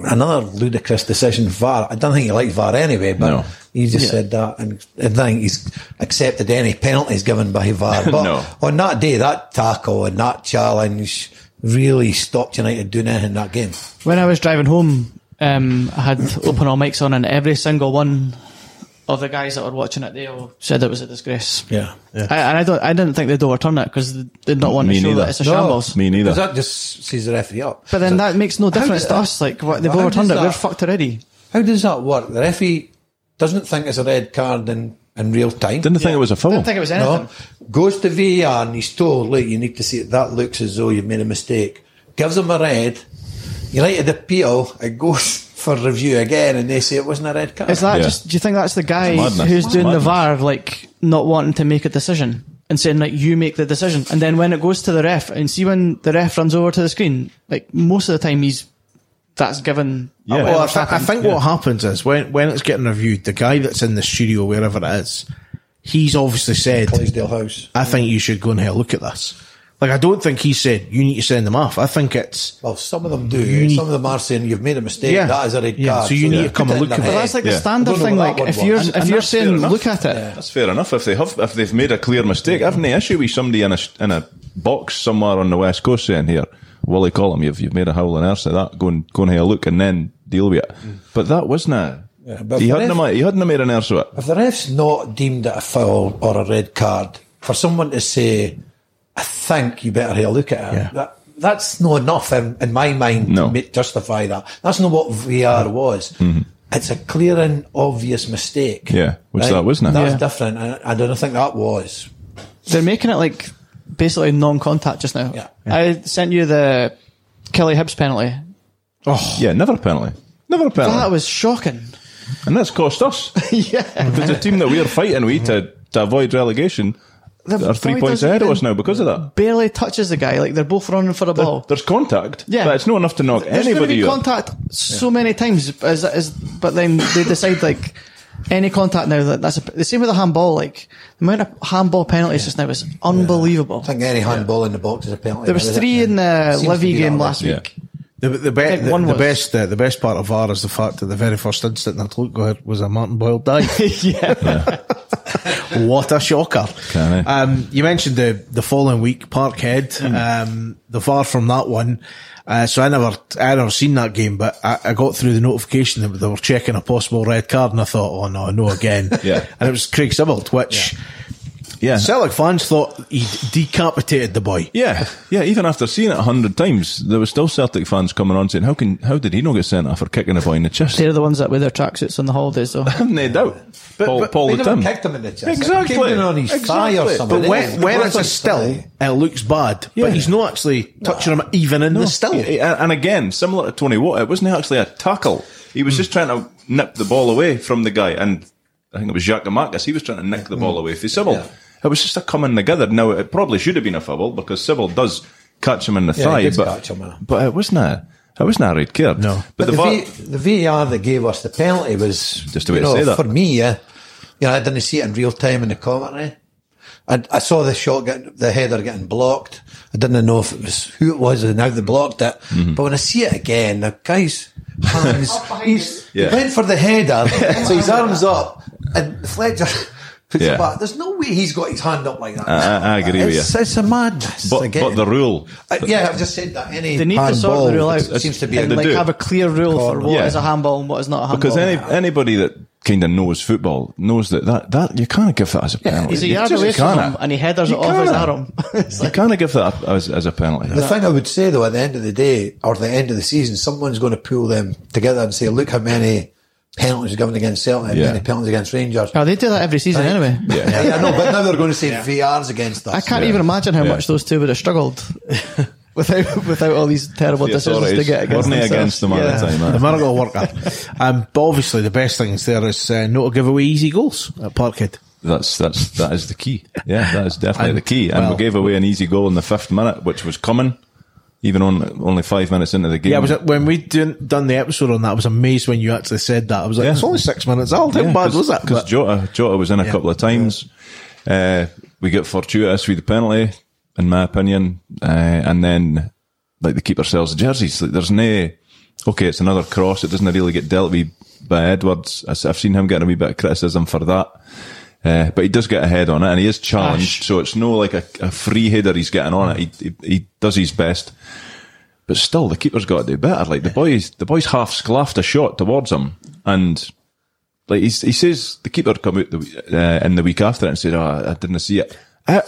S5: Another ludicrous decision, VAR. I don't think he liked VAR anyway, but
S2: No.
S5: he just said that, and I don't think he's accepted any penalties given
S2: (laughs)
S5: by VAR. But
S2: No.
S5: on that day, that tackle and that challenge really stopped United doing it in that game.
S4: When I was driving home, um, I had open all mics on, and every single one of the guys that were watching it, they all said it was a disgrace.
S5: Yeah.
S4: I, and I don't, I didn't think they'd overturn it because they'd not want
S2: Me
S4: to show
S2: neither.
S4: that it's a
S2: No.
S4: shambles.
S2: Me neither.
S5: Because that just sees the referee up.
S4: But then that makes no difference
S5: did
S4: to
S5: that-
S4: us. Like what, they've
S5: how
S4: overturned it.
S5: does
S4: We're
S5: that-
S4: fucked already.
S5: How does that work? The referee doesn't think it's a red card in, in real time.
S2: Didn't think it was a
S4: I
S2: foul.
S4: didn't think it was anything.
S5: no. Goes to VAR and he's told, look, you need to see it. That looks as though you've made a mistake. Gives him a red. United appeal. It goes (laughs) for review again and they say it wasn't a red card.
S4: Is that
S2: Yeah.
S4: just? Do you think that's the guy
S2: It's madness.
S4: who's
S2: It's
S4: doing
S2: madness.
S4: the VAR, like not wanting to make a decision and saying like you make the decision, and then when it goes to the ref, and see when the ref runs over to the screen, like most of the time he's that's given.
S1: Well,
S2: Yeah.
S1: I,
S4: Whatever's
S1: th- I
S4: happened.
S1: think what happens is when, when it's getting reviewed, the guy that's in the studio, wherever it is, he's obviously said,
S5: Clydesdale House.
S1: I think you should go and have a look at this. Like, I don't think he said, you need to send them off. I think it's,
S5: Well, some of them do.
S1: need-
S5: some of them are saying you've made a mistake.
S1: Yeah.
S5: That is a red
S1: Yeah,
S5: card.
S1: so you need
S5: they
S1: to come
S5: put
S1: and
S5: it
S1: look
S5: in their
S1: at it.
S4: But
S5: head.
S4: that's like
S2: Yeah.
S4: the standard
S5: Don't know
S4: thing.
S5: what
S4: Like
S5: that
S4: if
S5: one
S4: you're
S5: was.
S4: if
S2: And
S4: you're
S2: that's fair
S4: saying
S2: enough.
S4: look at it,
S2: That's fair enough if they have if they've made a clear mistake. I've no issue with somebody in a in a box somewhere on the west coast saying here, Willie Collum, you've you've made a howling arse of that. Go and go and have a look and then deal with it.
S4: Mm.
S2: But that wasn't. a-
S5: but
S2: he
S5: for
S2: hadn't
S5: if-
S2: ma- he hadn't made an arse of it.
S5: If the ref's not deemed it a foul or a red card, for someone to say, I think you better have a look at it,
S1: Yeah.
S5: that, that's not enough in, in my mind
S2: No. Mm-hmm.
S5: to make, justify that. That's not what VR was. It's a clear and obvious mistake.
S2: Yeah, which that wasn't it.
S5: That's
S4: Yeah.
S5: different. And I don't think that was.
S4: they're making it like basically non-contact just now.
S5: Yeah.
S4: I sent you the Kelly Hibbs penalty.
S2: Yeah, never a penalty. Never a penalty.
S4: That was shocking.
S2: and that's cost us.
S4: (laughs) yeah.
S2: Because the team that we're fighting we to, to avoid relegation
S4: The
S2: are three
S4: boy
S2: points
S4: doesn't
S2: ahead of
S4: even-
S2: us now because of that.
S4: Barely touches the guy. Like they're both running for a ball.
S2: There's contact.
S4: Oh. Yeah.
S2: But it's not enough to knock
S4: There's going to
S2: anybody
S4: be
S2: out.
S4: contact so many times, as, as, but then they decide like any contact now that that's a, the same with the handball. Like the amount of handball penalties just now is unbelievable.
S5: I think any handball in the box is a penalty.
S4: There was
S5: is it?
S4: three in
S5: Yeah.
S4: the
S5: Seems to
S4: Livy
S5: be that
S4: game
S5: way.
S4: last
S2: Yeah.
S4: week.
S1: the, the, be-
S4: think
S1: the,
S4: one
S1: the
S4: was-
S1: best, uh, the best part of VAR is the fact that the very first instant that look ahead was a Martin Boyle dive.
S4: (laughs) yeah.
S1: what a shocker.
S2: Can I?
S1: Um, you mentioned the, the following week, Parkhead,
S4: Hmm.
S1: um, the VAR from that one. Uh, so I never, I never seen that game, but I, I got through the notification that they were checking a possible red card and I thought, oh no, no again.
S2: (laughs) Yeah.
S1: And it was Craig Sibbald, which
S2: Yeah.
S1: Celtic fans thought he decapitated the boy.
S2: Yeah, yeah. Even after seeing it a hundred times, there were still Celtic fans coming on saying, "How can? How did he not get sent off for kicking a boy in the chest?"
S4: They're the ones that wear their tracksuits on the holidays, though.
S2: no doubt. Paul,
S5: But
S2: Paul
S5: they
S2: the
S5: didn't
S2: Tim.
S5: kick him in the chest. It
S2: Exactly.
S5: came in on his thigh or
S2: Exactly.
S5: something.
S1: But when, when it's a still, it looks bad,
S2: Yeah.
S1: but he's not actually touching him even in the still.
S2: Yeah, yeah, And again, similar to Tony Watt, it wasn't actually a tackle. He was just trying to nip the ball away from the guy, and I think it was Jacques Marcus. He was trying to nick the ball away for Sybil. It was just a coming together. Now it probably should have been a foul because Sybil does catch him in the
S5: Yeah, he
S2: thigh,
S5: did
S2: but
S5: catch him, yeah.
S2: but it wasn't a it wasn't a red card.
S1: No.
S2: but,
S5: But
S2: the,
S5: the,
S2: VAR-
S5: v, the VAR that gave us the penalty was
S2: Just a way
S5: you
S2: to
S5: know,
S2: say that.
S5: for me. Yeah, you know, I didn't see it in real time in the commentary. I, I saw the shot, get, the header getting blocked. I didn't know if it was who it was and how they blocked it.
S2: Mm-hmm.
S5: But when I see it again, the guy's
S4: (laughs)
S5: hands, he's,
S2: Yeah.
S5: he went for the header, so his arms up, and Fletcher (laughs) puts
S2: Yeah.
S5: it back. There's no way he's got his hand up like that.
S2: I- I- I agree with
S5: it's, It's a madness.
S2: But,
S5: again.
S2: but the rule.
S5: Uh, yeah, I've just said that. Any
S4: They need to sort the rule out.
S2: it's-
S5: seems to be
S2: and
S4: and
S2: they
S5: a,
S4: like
S2: do.
S4: have a clear rule for what is
S2: Yeah.
S4: a handball and what is not a handball.
S2: Because any, anybody that kind of knows football knows that, that, that you can't give that as a penalty.
S4: He's a
S2: You
S4: yard
S2: just
S4: away from
S2: can't.
S4: him and he headers
S2: You
S4: it off his
S2: can't. (laughs)
S4: arm. It's
S2: You
S4: like-
S2: can't give that as, as a penalty.
S5: the thing I would say though, at the end of the day or the end of the season, someone's going to pull them together and say, "Look how many penalties given against Celtic, how
S2: Yeah.
S5: many penalties against Rangers."
S4: Oh, they do that every season anyway.
S5: Yeah, I know, but now they're going to say VRs against us.
S4: I can't even imagine how much those two would
S2: (laughs)
S4: have struggled without without all these terrible
S2: The
S4: decisions
S2: authorities
S4: to get against
S2: weren't they
S4: themselves.
S2: against them at
S4: Yeah.
S2: the time.
S1: The
S2: eh?
S1: miracle worker. (laughs) Um, but obviously, the best thing is there is uh, not to give away easy goals at Parkhead.
S2: That's that's that is the key. Yeah, that is definitely
S1: And-
S2: the key. And
S1: well-
S2: we gave away an easy goal in the fifth minute, which was coming, even on only five minutes into the game.
S1: Yeah, I was when we done, done the episode on that. I was amazed when you actually said that. I was like,
S2: Yeah.
S1: it's only six minutes old. How bad was that?
S2: Because
S1: But-
S2: Jota Jota was in a couple of times. Uh, we get fortuitous with the penalty, in my opinion, uh, and then like the keeper sells the jerseys. Like there's no okay, it's another cross. It doesn't really get dealt with by Edwards. I s- I've seen him getting a wee bit of criticism for that. Uh, but he does get a head on it and he is challenged. So it's no like a, a free header he's getting on it. He, he, he does his best. But still, the keeper's got to do better. Like the boys, the boys half sclaffed a shot towards him, and like he, he says, the keeper come out the, w- uh, in the week after it and said, "Oh, I didn't see it." I,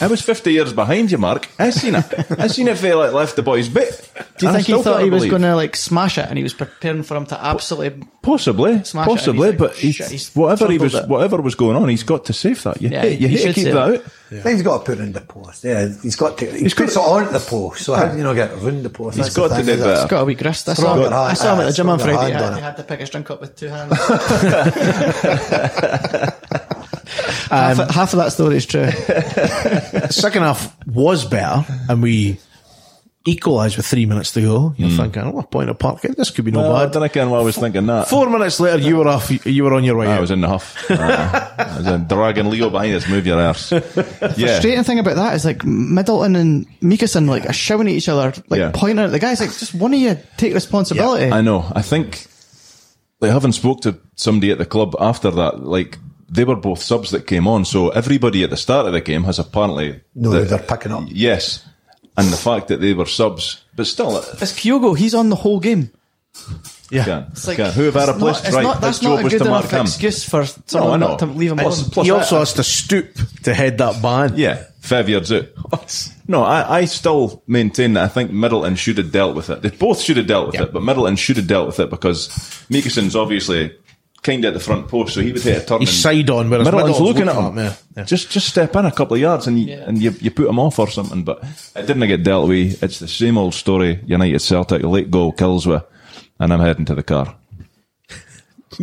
S2: I was fifty years behind you, Mark. I seen it. I seen it fail. It left the boys' bit.
S4: Do you think he thought he was going to like smash it and he was preparing for him to absolutely?
S2: Possibly,
S4: Smash it and
S2: possibly,
S4: he's like,
S2: but he's,
S4: "Shit, he's
S2: whatever he
S4: fumbled
S2: was,
S4: it."
S2: whatever was going on, he's got to save that. You
S4: Yeah,
S2: hate, you hate
S4: he
S2: to
S4: should
S2: keep
S4: save
S2: that
S4: it.
S2: out.
S5: I think he's got to put it in the post. Yeah, he's got to. He's
S2: got
S5: puts
S2: to-
S5: it on the post. So how do you not get around the post?
S2: He's
S5: That's the
S2: got to
S5: thing,
S2: do
S5: is it?
S2: better.
S4: It's got a wee grist. I saw,
S5: Strong
S4: him,
S5: at heart,
S4: I saw him at
S5: yeah,
S4: the gym on
S5: strong at
S4: Friday. He
S5: hand
S4: had, he
S5: on it.
S4: had to pick his drink up with
S2: (laughs)
S4: two hands. (laughs) Um, half, half of that story is true.
S1: second half was better, and we equalised with three minutes to go. You're thinking, oh, a point of park. This could be no
S2: Hmm. Well, I
S1: bad.
S2: don't know why Oh, I was thinking that.
S1: Four minutes later, you were off. You were on your way.
S2: I
S1: out.
S2: was in the huff.
S5: (laughs)
S2: Uh, I was in dragging Leo behind us. Move your arse. Yeah.
S4: frustrating thing about that is like Middleton and Mikason like are shouting at each other, like
S2: Yeah.
S4: pointing at the guys. Like just one of you take responsibility.
S2: I know. I think they haven't spoke to somebody at the club after that. Like they were both subs that came on, so everybody at the start of the game has apparently
S5: No,
S2: the-
S5: they're picking up.
S2: Yes, and the fact that they were subs, but still,
S4: it's Kyogo. He's on the whole game.
S2: can,
S4: It's like
S2: can. who have had a
S4: it's not-
S2: place
S4: it's
S2: right?
S4: not-
S2: His
S4: that's not
S2: job
S4: a
S2: was
S4: good
S2: to mark
S4: enough
S2: him.
S4: excuse for someone
S2: know.
S4: not to leave him
S2: Plus-
S4: alone.
S2: plus
S1: he
S2: that-
S1: also has to stoop to head that behind.
S2: Yeah, five yards out. No, I, I still maintain that I think Middleton should have dealt with it. They both should have dealt with it, but Middleton should have dealt with it because Mikason's obviously kind of at the front post, so he would hit a turn.
S1: He's
S2: and-
S1: side on, whereas
S2: Middleton's,
S1: Middleton's
S2: looking at him.
S1: yeah, yeah.
S2: Just just step in a couple of yards and you, and you, you put him off or something. But it didn't get dealt with. It's the same old story. United Celtic late goal kills with, and I'm heading to the car.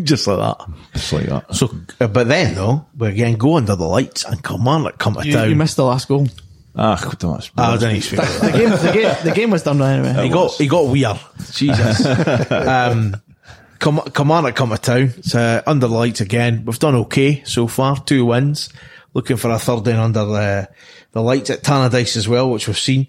S1: just like that.
S2: It's like that.
S1: So, uh, but then though, we again go under the lights and come on, like come it
S4: you,
S1: down.
S4: you missed the last goal.
S2: Ah, that's
S1: I didn't expect that.
S4: The game, the game, the game was done anyway.
S1: He got he got weird. Jesus. (laughs) um, come come on, come to town. It's uh, under the lights again. We've done okay so far. Two wins. Looking for a third in under the the lights at Tannadice as well, which we've seen.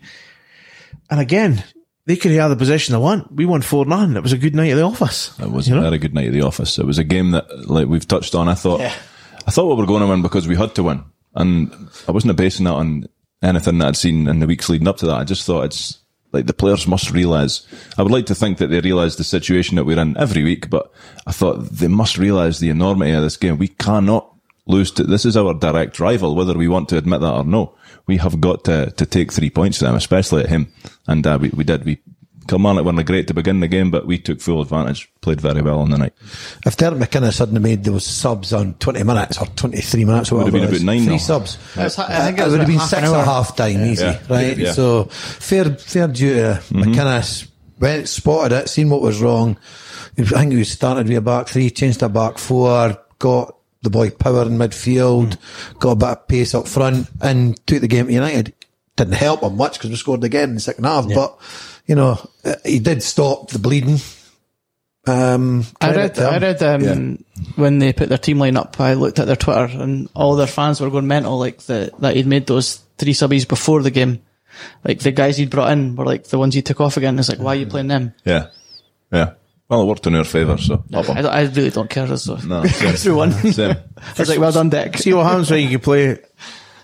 S1: And again, they could have the position they want. We won four nine. It was a good night at the office.
S2: It was a very good night at the office. It was a game that, like we've touched on, I thought, I thought we were going to win because we had to win, and I wasn't basing that on anything that I'd seen in the weeks leading up to that. I just thought it's like the players must realize. I would like to think that they realize the situation that we're in every week, but I thought they must realize the enormity of this game. We cannot lose to this is our direct rival, whether we want to admit that or no. We have got to to take three points to them, especially at him, and uh, we we did we. Kilmarnock weren't great to begin the game, but we took full advantage. Played very well on the night.
S5: If Derek McInnes hadn't made those subs on 20 minutes or 23 minutes, or
S2: Would have
S5: whatever
S2: been about
S5: it is,
S2: nine now.
S5: Three subs.
S4: That's ha- I think it was
S5: would have
S4: about
S5: been
S4: half
S5: six
S4: an hour.
S5: at half time, easy,
S2: Yeah.
S5: right?
S2: Yeah. Mm-hmm.
S5: So fair, fair due to McInnes. Went, spotted it, seen what was wrong. I think he started with a back three, changed to a back four, got the boy power in midfield,
S2: Mm.
S5: got a bit of pace up front, and took the game to United. Didn't help him much because we scored again in the second half, but you know uh, he did stop the bleeding. Um,
S4: I
S5: credit
S4: read,
S5: to him.
S4: I read um, when they put their team line up, I looked at their Twitter and all their fans were going mental, like the, that he'd made those three subbies before the game. Like the guys he'd brought in were like the ones he took off again. It's like, why are you playing them?
S2: Yeah. Yeah. Well, it worked in our favour, so. up 'em.
S4: I, don't, I really don't care. So
S2: (laughs) No, same.
S4: through one.
S2: Same.
S4: I was like, well done, Dick.
S1: See what happens when you can
S4: (laughs)
S1: play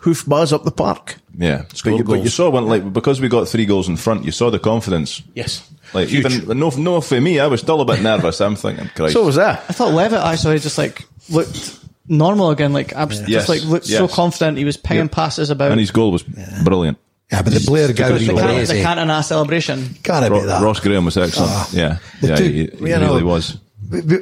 S1: hoof bars up the park.
S2: Yeah, but you, but you
S1: goals.
S2: saw one like because we got three goals in front. You saw the confidence.
S1: Yes.
S2: Like
S1: Huge.
S2: even no, no for me, I was still a bit nervous. I'm thinking, Christ.
S1: So was that.
S4: I thought Levitt actually just like looked normal again. Like abs-
S2: Yes,
S4: just like looked so
S2: yes.
S4: confident. He was pinging passes about.
S2: and his goal was brilliant.
S5: Yeah, but the Blair Gowrie
S4: the, Can- the
S5: crazy.
S4: Cantona celebration.
S5: Can't
S2: Ro-
S5: be that.
S2: Ross Graham was excellent. yeah,
S5: The
S2: yeah,
S5: two-
S2: he, he
S5: you know,
S2: really was.
S5: We, we,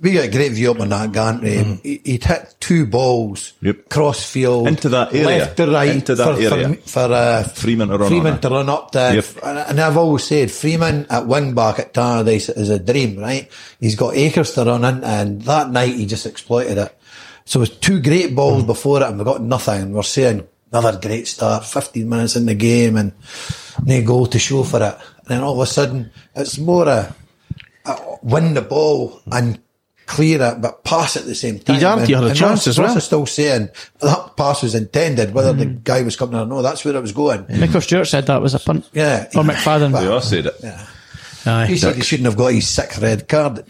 S5: we got a great view up on that gantry. He, he'd hit two balls
S2: Mm-hmm. Yep.
S5: cross field
S2: Into that area.
S5: left to right,
S2: Into that
S5: for,
S2: area.
S5: for, for uh,
S2: Freeman to run
S5: Freeman
S2: on.
S5: to run up to.
S2: Yep.
S5: And, and I've always said Freeman at wing back at Tannadice is a dream, right? He's got acres to run in, and that night he just exploited it. So it was two great balls
S2: Mm-hmm.
S5: before it, and we got nothing. And we're saying another great start, fifteen minutes in the game, and no goal to show for it. And then all of a sudden, it's more a win the ball and clear it, but pass at the same time.
S1: aren't,
S5: And-
S1: he had a
S5: and
S1: chance
S5: Ross-
S1: as well. Mm.
S5: Ross is still saying that pass was intended, whether the guy was coming or no, that's where it was going.
S4: Nico Stewart said that was a punt.
S5: Yeah.
S1: Oh,
S4: Or McFadden.
S2: They all said it.
S5: He said he shouldn't have got his sixth red card at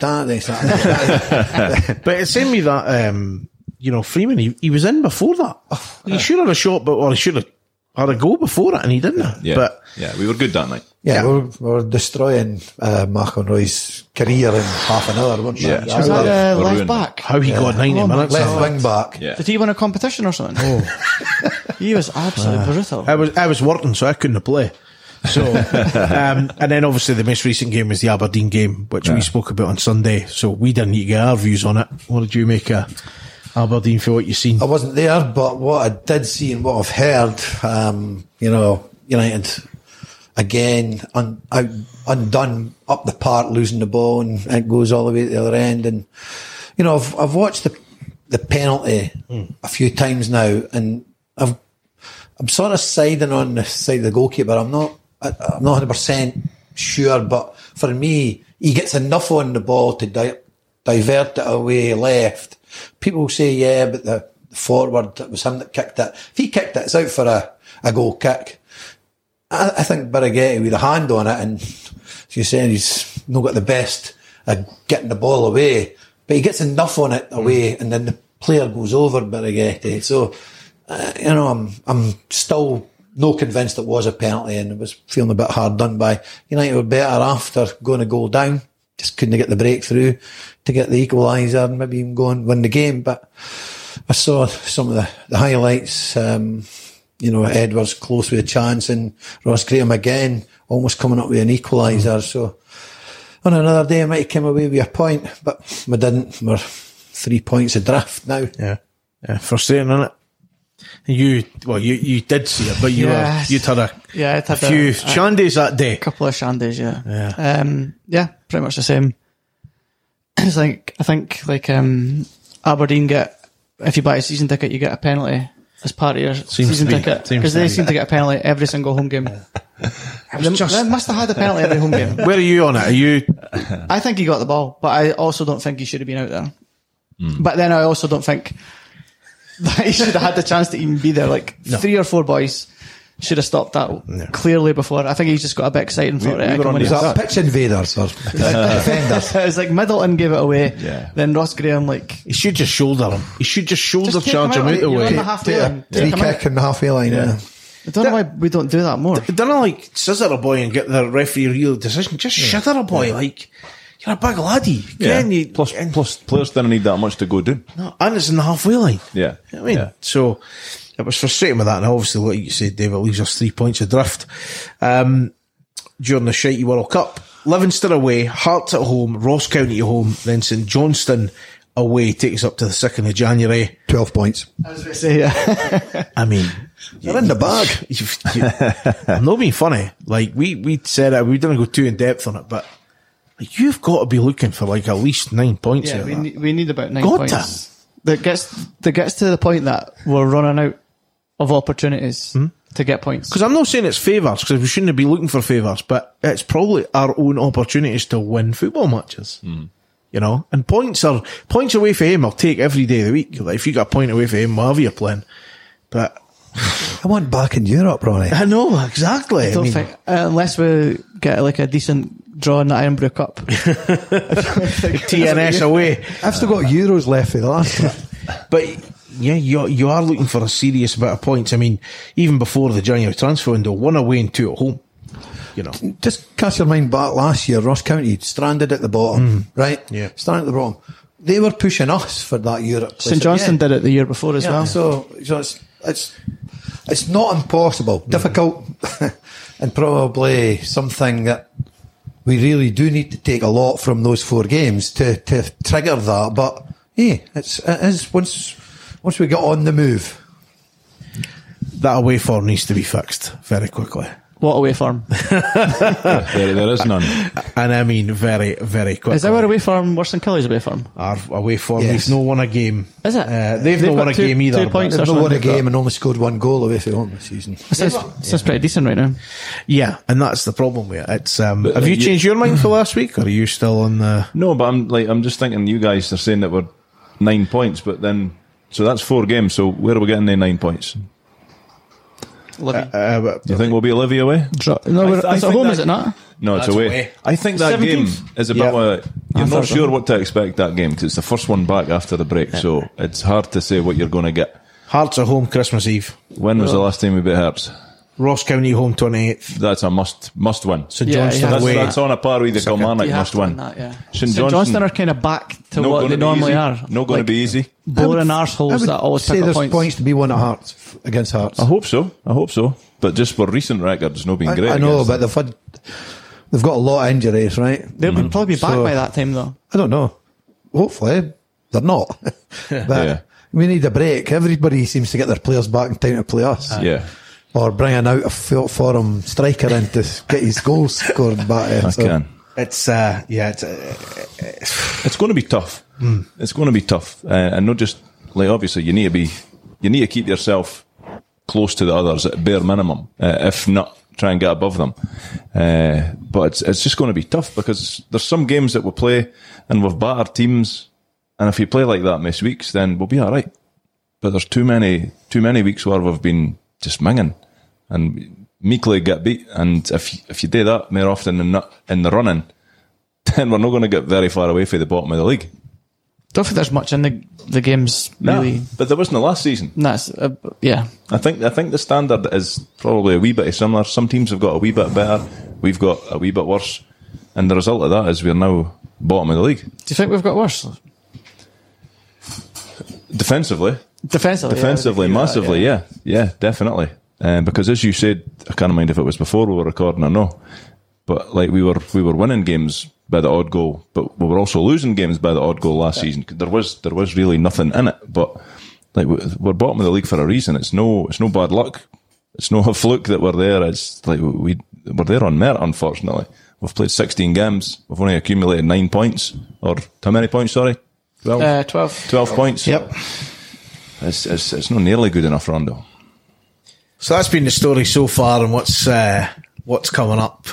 S1: (laughs)
S5: that.
S1: But it seemed me that, um, you know, Freeman, he, he was in before that.
S2: Oh.
S1: He should have had a shot, but, or he should have had a goal before it, and he didn't.
S2: Yeah,
S1: But
S2: yeah, we were good that night.
S5: yeah, we're, we're destroying uh, McElroy's career in half an hour, weren't we?
S2: Yeah.
S5: That
S2: Was
S5: was-
S2: that,
S4: Uh,
S2: We're
S4: left
S2: ruined.
S4: back.
S1: how he got 90 minutes.
S5: left wing back.
S2: Yeah, Oh.
S4: Did he win a competition or something? (laughs) he was absolutely
S2: Uh,
S4: brutal.
S1: I was I was working, so I couldn't play.
S2: (laughs)
S1: So, um, and then obviously the most recent game was the Aberdeen game, which we spoke about on Sunday. So we didn't need to get our views on it. What did you make of Aberdeen for what you seen?
S5: I wasn't there, but what I did see and what I've heard, um, you know, United again un, out, undone up the park, losing the ball, and it goes all the way to the other end. And you know, I've I've watched the the penalty a few times now, and I've I'm sort of siding on the side of the goalkeeper. I'm not I, I'm not 100 percent sure, but for me, he gets enough on the ball to di- divert it away left. People say, yeah, but the forward it was him that kicked it. If he kicked it, it's out for a, a goal kick. I, I think Baraghetti with a hand on it, and as you're saying, he's not got the best at getting the ball away, but he gets enough on it away, and then the player goes over Baraghetti. So, uh, you know, I'm I'm still no convinced it was a penalty, and I was feeling a bit hard done by. United were better after going to goal down, just couldn't get the breakthrough to get the equaliser, and maybe even go and win the game, but. I saw some of the, the highlights. Um, you know, Edwards close with a chance and Ross Graham again almost coming up with an equaliser. So on another day, I might have come away with a point, but we didn't. We're three points adrift now.
S1: Yeah, yeah, frustrating, isn't it? You well, you you did see it, but you
S4: Yes.
S1: were you'd had a
S4: Yeah, I'd had a-
S1: few
S4: a-
S1: shandies that day.
S4: couple of shandies, yeah. Yeah. Um, yeah, pretty much the same. (clears throat) It's like I think like um, Aberdeen get if you buy a season ticket you get a penalty as part of your season
S1: to be.
S4: ticket
S1: Seems
S4: because
S1: to
S4: they
S1: be.
S4: seem to get a penalty every single
S1: (laughs)
S4: home game. They,
S1: just-
S4: they must have had a penalty every home
S1: (laughs)
S4: game.
S1: Where are you on it? Are you?
S4: I think he got the ball, but I also don't think he should have been out there.
S1: Hmm.
S4: But then I also don't think (laughs) that he should have had the chance to even be there. Like three or four boys should have stopped that clearly before. I think he's just got a bit excited for
S2: we
S4: it. I
S2: were
S4: can
S2: on
S4: win
S2: his
S4: it.
S5: Is that pitch invaders (laughs) or
S4: (laughs)
S5: defenders?
S4: it was Uh, like Middleton gave it away.
S2: Yeah.
S4: Then Ross Graham like
S1: He should just shoulder him. He should just shoulder
S4: Just take
S1: charge
S4: him
S1: him out
S4: out,
S1: the
S4: you're on
S1: way.
S4: the half-
S5: Take a
S4: Yeah.
S5: free kick in the halfway line. Yeah.
S4: I don't know why we don't do
S1: (laughs)
S4: that more.
S1: Don't like scissor a boy and get the referee real decision. Just shudder a boy like you're a big laddie.
S2: yeah.
S1: Can you?
S2: plus,
S1: and-
S2: plus, players didn't need that much to go do.
S1: No, and it's in the halfway line.
S2: Yeah.
S1: You know what I mean,
S2: Yeah.
S1: so it was frustrating with that, and obviously, like you said, David leaves us three points adrift. Um, during the shitey World Cup, Livingston away, Hearts at home, Ross County at home, then St Johnston away takes up to the second of January.
S5: 12 points.
S4: I was going to say yeah.
S1: I mean,
S5: They're in the bag.
S1: you've, (laughs) you, I'm not being funny. Like we we said it, we didn't go too in depth on it, but like, you've got to be looking for like at least nine points. out
S4: (laughs) Yeah,
S1: of
S4: we
S1: that.
S4: need, we need about nine
S1: Got
S4: points. That gets that gets to the point that we're running out of opportunities to get points.
S1: Because I'm not saying it's favours, because we shouldn't be looking for favours, but it's probably our own opportunities to win football matches.
S4: Hmm.
S1: You know, and points are points away for him. I'll take every day of the week. Like if you got a point away for him, whatever you're playing. But
S5: I want back in Europe, Ronnie.
S1: I know exactly. I
S4: don't
S1: mean,
S4: think, unless we get like a decent draw in the Ironbrew Cup. (laughs)
S1: TNS away.
S7: I've still got euros left for the last
S5: (laughs)
S7: trip.
S1: But yeah, you you are looking for a serious bit of points. I mean, even before the January transfer window, one away and two at home. You know,
S5: Just cast your mind back last year, Ross County stranded at the bottom, right?
S1: Yeah.
S5: Stranded at the bottom. They were pushing us for that Europe. place
S4: St Johnston
S5: again.
S4: did it the year before as
S5: Yeah,
S4: well.
S5: So, so it's, it's it's not impossible, difficult, (laughs) and probably something that we really do need to take a lot from those four games to, to trigger that. But yeah, it's it is once once we get on the move.
S1: that away form needs to be fixed very quickly,
S4: What away form?
S2: There, there is none.
S1: and I mean very very quickly.
S4: Is our away form worse than Kelly's away form?
S1: Our away form?
S5: Yes.
S1: They've no won a game.
S4: Is it?
S1: Uh, they've,
S4: They've
S1: not won
S4: got
S1: a
S4: two-
S1: game either.
S4: two points
S1: but-
S5: They've
S4: That's
S5: not
S4: what
S5: won a
S4: they've got.
S5: game and only scored one goal away from home this season.
S4: This is, this is pretty decent right now.
S1: yeah, and that's the problem with it. It's um,
S2: But,
S1: have
S2: uh,
S1: you
S2: you-
S1: changed your mind for last week, or are you still on the?
S2: No, but I'm like I'm just thinking you guys are saying that we're nine points, but then so that's four games. So where are we getting the nine points? Do
S4: Livy.
S1: Uh, but-
S2: you think we'll be a Livy away?
S4: Draw- no,
S2: I
S4: we're,
S2: th- I
S4: it's at
S2: think
S4: home,
S2: that-
S4: is it not?
S2: No, it's
S1: That's
S2: away.
S1: away.
S2: I think that game is a bit.
S1: Yeah.
S2: uh, you're not
S4: thought so.
S2: sure what to expect that game because it's the first one back after the break, so it's hard to say what you're going to get.
S1: Hearts are home Christmas Eve.
S2: When was the last time we beat Hearts?
S1: Ross County home twenty eighth.
S2: That's a must must win. So
S1: St
S4: Yeah,
S1: Johnston
S4: yeah.
S2: that's,
S1: away.
S2: that's on a par with the Kilmarnock
S4: You have
S2: must
S4: to
S2: win.
S4: That, yeah.
S2: St.
S4: St.
S2: Johnston-
S4: Johnston, are kind of back to
S2: Not
S4: what
S2: gonna
S4: they
S2: be
S4: normally
S2: easy.
S4: are.
S2: Not going to
S4: Like,
S2: be easy.
S4: Boring
S5: I
S4: arseholes
S5: would
S4: that always
S5: say
S4: pick up
S5: there's
S4: points.
S5: to be won at Hearts against Hearts.
S2: I hope so. I hope so. But just for recent records, no being
S5: I,
S2: great.
S5: I know,
S2: against
S5: but they've had they've got a lot of injuries, right?
S4: They'll be- probably be back
S5: So-
S4: by that time, though.
S5: I don't know. Hopefully, they're not. (laughs) but
S2: Yeah.
S5: we need a break. Everybody seems to get their players back in time to play us.
S2: them. yeah.
S5: Or bringing out a full forum striker in to s- get his goals scored back in.
S2: I
S5: So,
S2: can.
S1: It's uh, yeah, it's, uh,
S2: It's going to be tough. It's going to be tough, uh, and not just like obviously you need to be, you need to keep yourself close to the others at bare minimum, uh, if not try and get above them. Uh, but it's, it's just going to be tough because there's some games that we play and we've battered teams, and if you play like that most weeks, then we'll be all right. But there's too many, too many weeks where we've been just minging and meekly get beat. And if if you do that more often than not in the running, (laughs) then we're not going to get very far away from the bottom of the league.
S4: Don't think there's much in the the games
S2: No,
S4: really.
S2: but there wasn't the last season.
S4: No, it's, uh, yeah.
S2: I think I think the standard is probably a wee bit similar. Some teams have got a wee bit better, we've got a wee bit worse, and the result of that is we're now bottom of the league
S4: Do you think we've got worse
S2: defensively.
S4: defensively?
S2: Defensively, massively, yeah. yeah, definitely. Um, because as you said, I can't mind if it was before we were recording or no, but like we were, we were winning games by the odd goal, but we were also losing games by the odd goal last season. There was there was really nothing in it, but like we- we're bottom of the league for a reason. It's no it's no bad luck. It's no (laughs) fluke that we're there. It's like we we're there on merit. Unfortunately, we've played sixteen games. We've only accumulated nine points, or how many points? Sorry, twelve.
S4: Uh, Twelve.
S2: 12 points.
S4: Yep.
S2: It's, it's, it's not nearly good enough, Rondo.
S1: so that's been the story so far, and what's uh, what's coming up.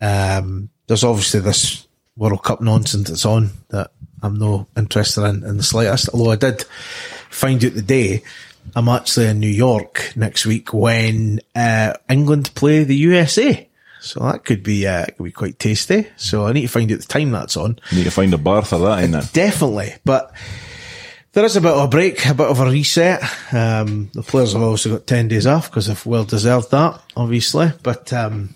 S1: Um, there's obviously this World Cup nonsense that's on that I'm no interested in in the slightest. Although I did find out the day I'm actually in New York next week when uh, England play the USA. So that could be uh, could be quite tasty. So I need to find out the time that's on.
S2: Need to find a bar for that in it.
S1: Definitely. But there is a bit of a break, a bit of a reset. Um, the players have also got 10 days off because they've well deserved that, obviously. But um,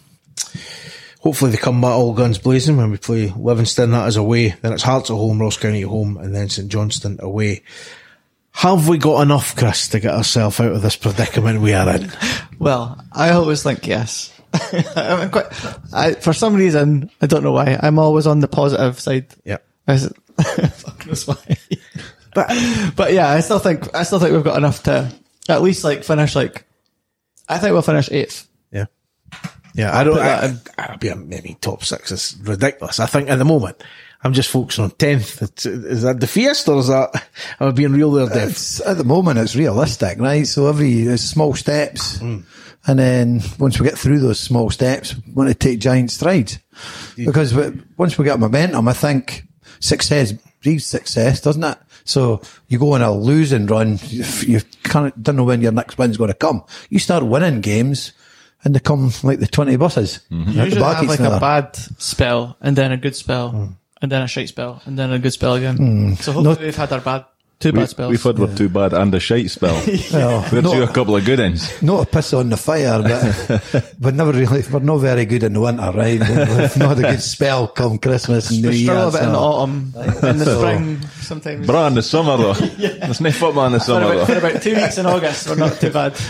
S1: hopefully they come back all guns blazing when we play Livingston. That is away. Then it's Hearts at home, Ross County at home, and then St Johnston away. Have we got enough, Chris, to get ourselves out of this predicament we are in?
S4: Well, I always think yes. (laughs) I'm quite, I, for some reason, I don't know why. I'm always on the positive side.
S1: Yeah.
S4: I s- (laughs) Fuck knows why. but but yeah, I still think I still think we've got enough to at least like finish like. I think we'll finish eighth.
S1: Yeah. Yeah, I don't.
S4: put that
S1: I,
S4: in-
S1: I, I mean, top six is ridiculous. I think at the moment, I'm just focusing on tenth. It's- Is that the fiesta? Or is that am I being real there, Dev?
S5: It's, at the moment, it's realistic, right? So every it's small steps,
S4: Hmm.
S5: and then once we get through those small steps, we want to take giant strides because we, once we get momentum, I think success breeds success, doesn't it? So you go on a losing run, you you can't don't know when your next win's going to come. You start winning games, and they come like the 20 buses.
S4: You
S5: Out the
S4: usually
S5: back
S4: have
S5: each
S4: like
S5: another.
S4: a bad spell and then a good spell and then a shite spell and then a good spell again. So hopefully we've had our bad two bad spells.
S2: We've had we too bad and a shite
S4: (laughs)
S2: spell.
S5: Well,
S2: We're
S5: not-
S2: due a couple of good ends.
S5: Not a piss on the
S4: (laughs)
S5: fire, but we're never really, we're not very good in the winter, right? We've not a good spell come Christmas and New
S4: we
S5: Year.
S4: struggle a bit in the
S5: so-
S4: autumn, in the spring sometimes.
S2: Bra in the summer though.
S4: (laughs)
S2: There's no football in the
S4: for,
S2: summer
S4: about,
S2: though.
S4: for about two weeks in August, we're not too bad.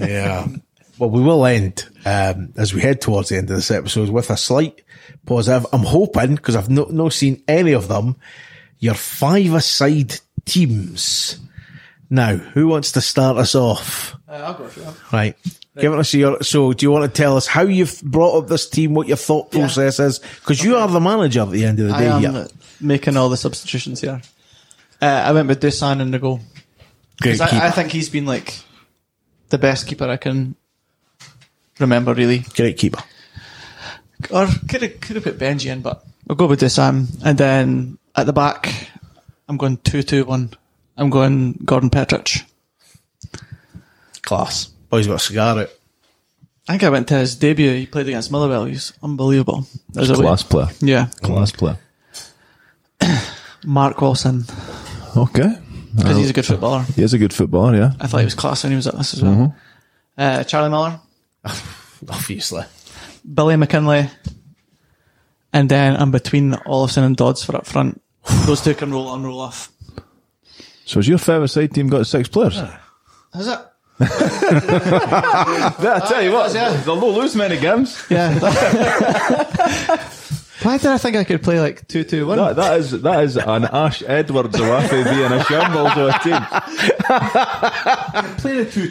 S1: Yeah. (laughs) Well, we will end um, as we head towards the end of this episode with a slight positive. I'm hoping because I've not no seen any of them. Your five-a-side teams. Now, who wants to start us off?
S4: Uh, I'll go for
S1: Right. Give us your. So, do you want to tell us how you've brought up this team? What your thought process is? Because you are the manager at the end of the uh,
S4: I
S1: day.
S4: am
S1: here.
S4: making all the substitutions here. Uh, I went with Dusan in the goal.
S1: Great
S4: 'Cause I, I
S1: keeper.
S4: think he's been like the best keeper I can remember, really.
S1: Great keeper.
S4: or could have could have put Benji in, but I'll go with this. Um, and then at the back, I'm going two two one. I'm going Gordon Petrich.
S1: Class. Boy's Oh, got a cigar out.
S4: I think I went to his debut. He played against Motherwell. He's unbelievable. There's a way-
S2: Class player.
S4: Yeah,
S2: Class player.
S4: Mark Wilson
S2: Okay.
S4: because he's a good footballer.
S2: He is a good footballer, yeah.
S4: I thought he was class when he was at this as well. Uh, Charlie Miller,
S1: Obviously.
S4: Billy McKinley, and then I'm between Olsen and Dodds for up (sighs) front. Those two can roll on, roll off.
S2: So has your favourite side team got six players?
S4: Is it?
S2: I tell you what, they'll not lose many games.
S4: Yeah. (laughs) Why did I think I could play like two two one?
S2: That, that is that is an Ash Edwards Zawafi being a shambles of a team.
S5: Play the 2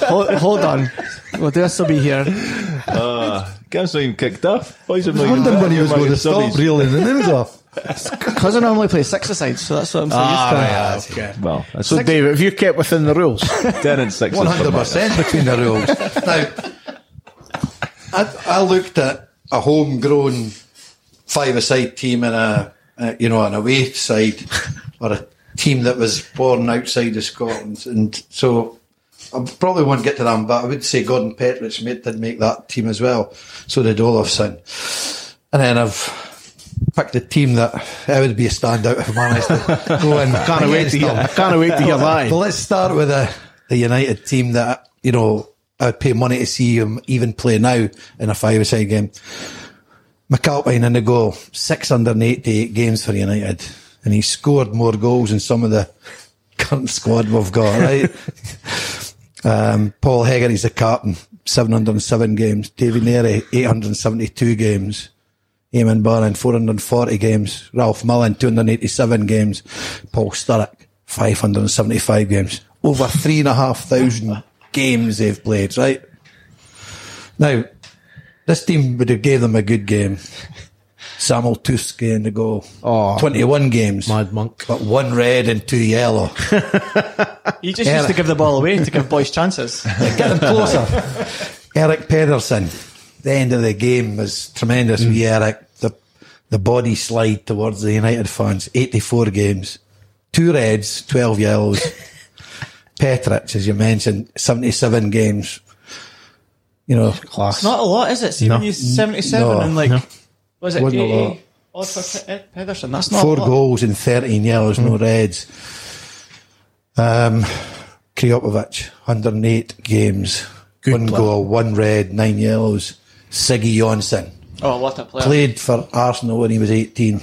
S5: 2
S4: (laughs) hold, hold on. Well, they'll still be E here.
S2: Games not even Uh, kicked off. Boys have not even-
S5: London when he was
S2: not
S5: going to
S2: even
S5: stop,
S2: subbies.
S5: really, and then it was off.
S4: Because I normally play six aside, so that's what I'm so
S1: Ah,
S4: used to.
S2: Well, that's
S1: So, David, have you kept within the
S4: (laughs)
S1: rules?
S2: ten and six.
S5: One hundred percent between the (laughs) rules. now, I, I looked at a homegrown five-a-side team and a, a you know an away side or a team that was born outside of Scotland, and so I probably won't get to them, but I would say Gordon Petrich mate did make that team as well. So did Olafson, and then I've. Picked a team that I would be a standout if I managed to go (laughs) in.
S1: Can't wait to hear. I can't wait to hear that.
S5: Well, let's start with the, the United team that, you know, I would pay money to see him even play now in a five-a-side game. McAlpine in the goal, 688 games for United. And he scored more goals than some of the current squad we've got, right? (laughs) um, Paul Hegar, he's the captain, 707 games. David Neary, 872 games. Eamon Barron, 440 games. Ralph Mullen, 287 games. Paul Sturrock, 575 games. Over 3,500 games they've played, right? Now, this team would have gave them a good game. Samuel Tusk in the goal.
S1: Aw.
S5: 21 games.
S1: Mad monk.
S5: But one red and two yellow.
S4: You just used to give the ball away to give boys chances.
S5: Get them closer. Eric Pedersen. The end of the game was tremendous.
S1: Mm.
S5: We Eric, the the body slide towards the United fans. Eighty four games, two reds,
S1: (laughs)
S5: twelve yellows. Petrich, as you mentioned, seventy seven games. You know,
S1: Class.
S4: It's not a lot, is it? See, when
S1: No.
S4: you 77
S5: No.
S4: and like, was it
S5: Wasn't a lot.
S4: 80 odd for Pe- Ed Pedersen? That's not
S5: four
S4: a lot.
S5: goals and thirteen yellows,
S1: Mm.
S5: no reds. Um, Kriopovic, hundred and eight games, one
S1: player.
S5: goal, one red, nine yellows. Siggy Jonsson.
S4: Oh, what a player.
S5: Played for Arsenal when he was 18.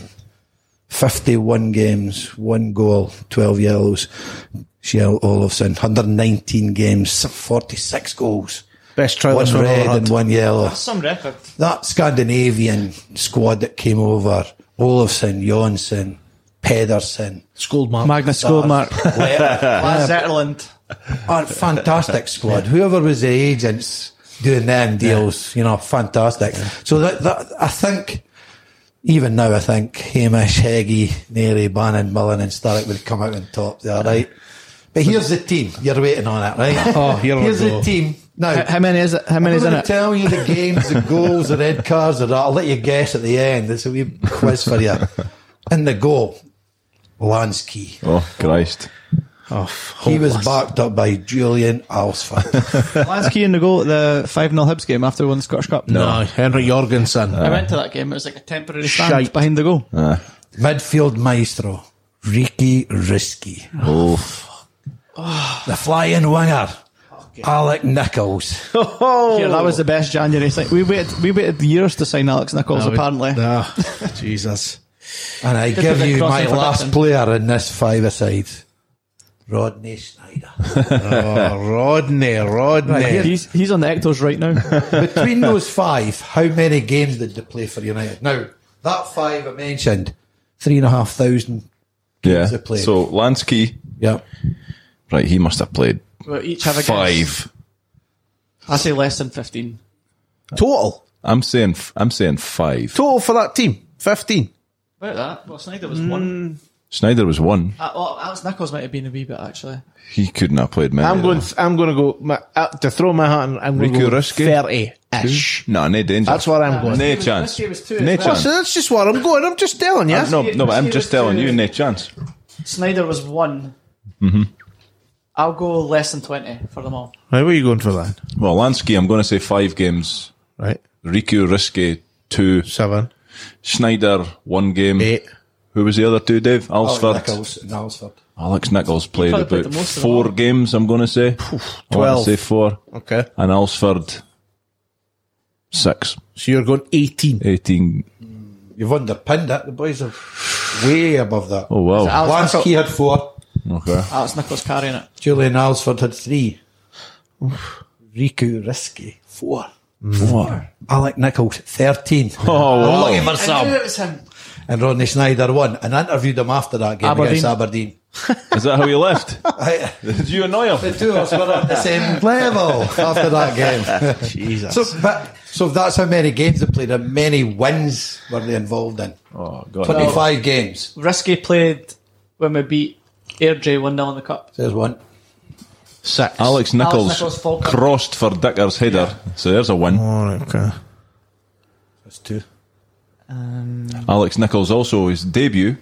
S5: 51 games, one goal, 12 yellows. Shell Olofsson, 119 games, 46 goals,
S1: Best try
S5: one
S1: this one
S5: red
S1: ever
S5: and
S1: had.
S5: one yellow.
S4: That's some record.
S5: That Scandinavian squad that came over, Olofsson, Jonsson, Pedersen,
S1: Scold Mark.
S4: Magnus Goldmark. (laughs) Lars Zetterlund.
S1: (laughs)
S5: are fantastic squad. Whoever was the agents doing them deals, you know, fantastic. So that, that I think even now I think Hamish, Heggie, Neary, Bannon, Mullen and Starrick would come out on top there, right? But here's the team. You're waiting on it,
S1: (laughs)
S5: right?
S1: Oh, here we
S5: here's
S1: go.
S5: the team. Now
S4: How many is it? How many
S5: I'm
S4: is in
S5: going to
S4: it?
S5: tell
S4: (laughs)
S5: you the games, the goals, the red cards, and that. I'll let you guess at the end. It's a wee
S1: (laughs)
S5: quiz for you. In the goal, Lansky.
S2: Oh Christ!
S1: Oh, f-
S5: He was
S1: hopeless.
S5: backed up by Julian Alsford.
S4: Lansky in the goal at the 5 0 Hibs game after they won the Scottish Cup.
S1: No, Henry
S4: (laughs)
S1: Jorgensen.
S4: I went to that game. It was like a temporary stand
S1: Shite.
S4: behind the goal.
S5: Midfield maestro, Ricky Risky.
S2: Oh,
S5: The flying winger, Alec Nichols.
S4: Yeah, that was the best January thing. We waited, we waited years to sign Alex Nichols, apparently. (laughs)
S1: Nah, Jesus.
S5: And I
S4: a
S5: give
S4: bit
S5: you my
S4: crossing for
S5: last
S4: Dixon.
S5: player in this five-a-side, Rodney Snyder.
S1: Oh, Rodney, Rodney.
S5: Right, here-
S4: He's he's on the Ectos right now.
S5: Between those five, how many games did they play for United? Now, that five I mentioned, three and a half thousand.
S2: yeah.
S5: they played.
S2: So Lansky,
S5: Yeah.
S2: right? He must have played
S4: (laughs) We'll each have a guess.
S2: five.
S4: I say less than fifteen.
S1: Total.
S2: I'm saying, f- I'm saying five.
S1: Total for that team, 15.
S4: About that. Well, Snyder was one.
S2: Schneider was one.
S4: Uh, well, Alex Nichols might have been a wee bit actually.
S2: He couldn't have played many.
S1: I'm
S2: of
S1: going.
S2: them.
S1: I'm going to go my, uh, to throw my hat. In, I'm going
S2: Riku
S1: to go
S2: Ruski?
S1: thirty-ish.
S2: No, no danger.
S1: That's where I'm going.
S2: No
S4: was-
S2: chance.
S4: Risky was two as
S2: No
S4: well.
S1: Well,
S2: chance.
S1: so that's just where I'm going. I'm just telling you.
S2: Uh, No, no, but I'm just telling you, no chance.
S4: Snyder was one. Mm-hmm. I'll go less than twenty for them all.
S1: Right, where are you going for that?
S2: Well, Lansky, I'm going to say five games.
S1: Right,
S2: Riku Riske, two.
S1: seven,
S2: Schneider, one game.
S1: eight.
S2: Who was the other two, Dave? Alsford.
S5: Alec Nichols and Alsford.
S2: Alex Nichols played
S4: probably played
S2: about
S4: the most of them
S2: four
S4: all.
S2: games, I'm going to say. I want
S1: Twelve.
S2: to say four.
S1: Okay,
S2: And Alsford, six.
S1: so you're going eighteen.
S2: 18.
S5: You've underpinned it. The boys are way above that.
S2: Oh, wow.
S4: Alex,
S5: Lansky had four.
S2: Okay.
S4: Alex Nichols carrying it.
S5: Julian Alsford had three. Riku Risky, four. Four. Alec Nichols, 13.
S2: Oh, wow.
S5: Lucky for
S4: I knew
S5: some.
S4: it was him.
S5: And Rodney Snyder won. And I interviewed him after that game
S4: Aberdeen.
S5: against Aberdeen. (laughs)
S2: Is that how he left?
S5: I-
S2: Did you annoy
S5: the
S2: him?
S5: two of us were on the same level after that game.
S1: Jesus.
S5: So, but, so that's how many games they played and many wins were they involved in.
S2: Oh, God.
S5: 25 games.
S4: Risky played when we beat Airdrie one 0 in the cup.
S5: There's one.
S1: Six.
S2: Alex Nichols,
S4: Nichols, Falkirk.
S2: crossed for Dicker's header. So there's a win.
S1: All right, okay.
S5: That's two.
S2: Alex Nichols also his debut.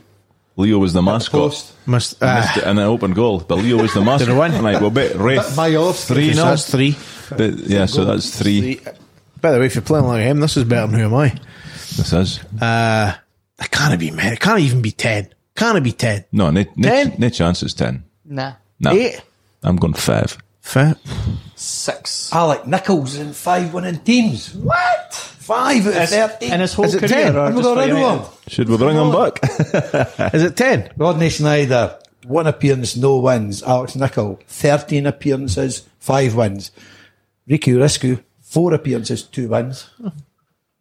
S2: Leo was the mascot.
S5: Post.
S1: Must. ah,
S2: And an open goal, but Leo was the mascot.
S1: Did he win?
S2: Right, we'll bet Rafe.
S5: My off.
S2: Three
S1: so
S2: nil.
S1: that's three.
S2: But, yeah, so that's three.
S1: Three. uh, By the way, if you're playing like him, this is better than who am I?
S2: This is
S1: Uh, I can't be man. It can't even be ten. Can't it be ten?
S2: no, no, no,
S1: Ten?
S2: no chance. It's ten.
S4: Nah,
S2: No,
S1: Eight.
S2: I'm going five.
S1: Five.
S4: six.
S5: Alec Nichols in five winning teams. What? Five out of 13.
S4: In his whole
S1: Is it
S4: career,
S1: 10?
S4: or
S5: And we
S4: just
S5: got
S4: for
S5: rid of
S4: United?
S5: him.
S2: Should we bring him back?
S1: Is it ten?
S5: Rodney Snyder, one appearance, no wins. Alex Nichol, 13 appearances, five wins. Riku Risku, four appearances, two wins.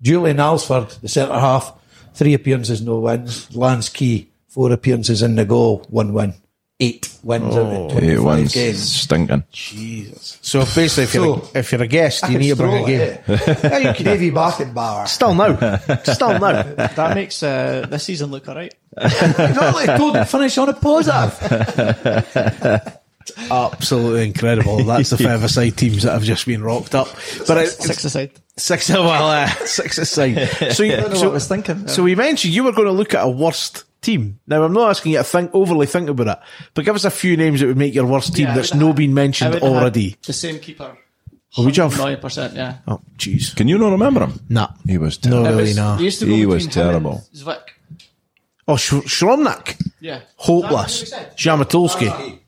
S5: Julian Alsford, the centre half, three appearances, no wins. Lance Key, four appearances in the goal, one win. Eight Oh, wins out of 25
S2: Eight ones,
S5: games.
S2: stinking.
S1: So basically, if you're
S5: So-
S1: a, if you're a guest,
S5: I
S1: you
S5: could
S1: need to bring
S5: throw
S1: a game.
S5: it, eh? Yeah, you could Davy (laughs) Barkenbauer.
S1: Still now. Still now.
S4: (laughs) That makes uh, this season look alright.
S5: Not like Gordon finish on a positive.
S1: (laughs) absolutely incredible. That's the five aside teams that have just been rocked up. But it,
S4: Six aside.
S1: six, well, uh, six
S4: (laughs)
S1: aside. So, you,
S4: know
S1: so,
S4: what I was thinking.
S1: So we mentioned you were going to look at a worst team. Now I'm not asking you to think overly think about it, but give us a few names that would make your worst team
S4: Yeah, I
S1: that's
S4: would
S1: no
S4: have-
S1: been
S4: I
S1: mentioned
S4: would uh, have
S1: already.
S4: The same keeper.
S1: Oh, would you have?
S4: Nine percent. Yeah.
S1: Oh, jeez.
S2: Can you not remember him?
S1: Nah.
S2: He was
S1: No,
S2: terrible.
S4: It
S1: Oh, really,
S4: was-
S1: nah.
S4: you used to go
S2: He was
S4: between him and
S2: terrible.
S4: Zwick.
S1: Oh, Sh- Shromnak.
S4: Yeah.
S1: Hopeless.
S4: Is that what we said?
S1: Jamatolski.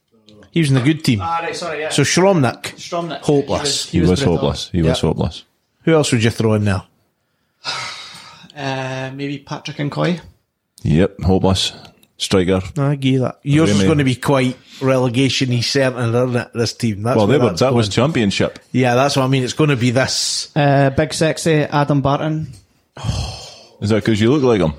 S1: He was in the good team.
S4: Ah, right, sorry, yeah.
S1: So Shromnak.
S4: Stromnik.
S1: hopeless.
S2: He, was
S4: brutal.
S2: hopeless. He was hopeless.
S1: Who else would you throw in there?
S4: Uh, maybe Patrick and Coy.
S2: Yep, hopeless. Striker.
S1: I get that. Yours is
S2: mean?
S1: going to be quite relegation y certain, isn't it? This team. That's
S2: Well, they
S1: where
S2: were,
S1: that's
S2: that was
S1: going.
S2: championship.
S1: yeah, that's what I mean. It's going to be this.
S4: Uh, big sexy Adam Barton.
S2: Is that because you look like him?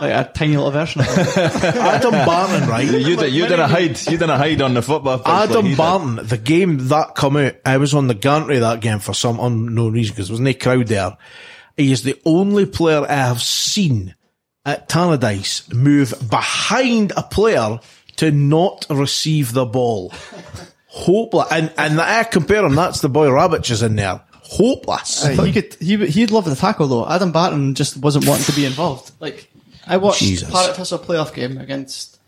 S4: Like a tiny little version of (laughs) him.
S2: (laughs)
S1: Adam Barton, right?
S2: You, did, you didn't hide. You didn't hide on the football. pitch like he
S1: Adam
S2: did.
S1: Barton, the game that come out, I was on the gantry that game for some unknown reason because there was no crowd there. He is the only player I have seen at Tannadice move behind a player to not receive the ball. Hopeless. And, and I compare him, that's the boy Rabbitch is in there. Hopeless.
S4: he could, he, would- he'd love the tackle though. Adam Barton just wasn't wanting to be involved. Like, I watched
S1: Jesus.
S4: Parrot Thistle playoff game against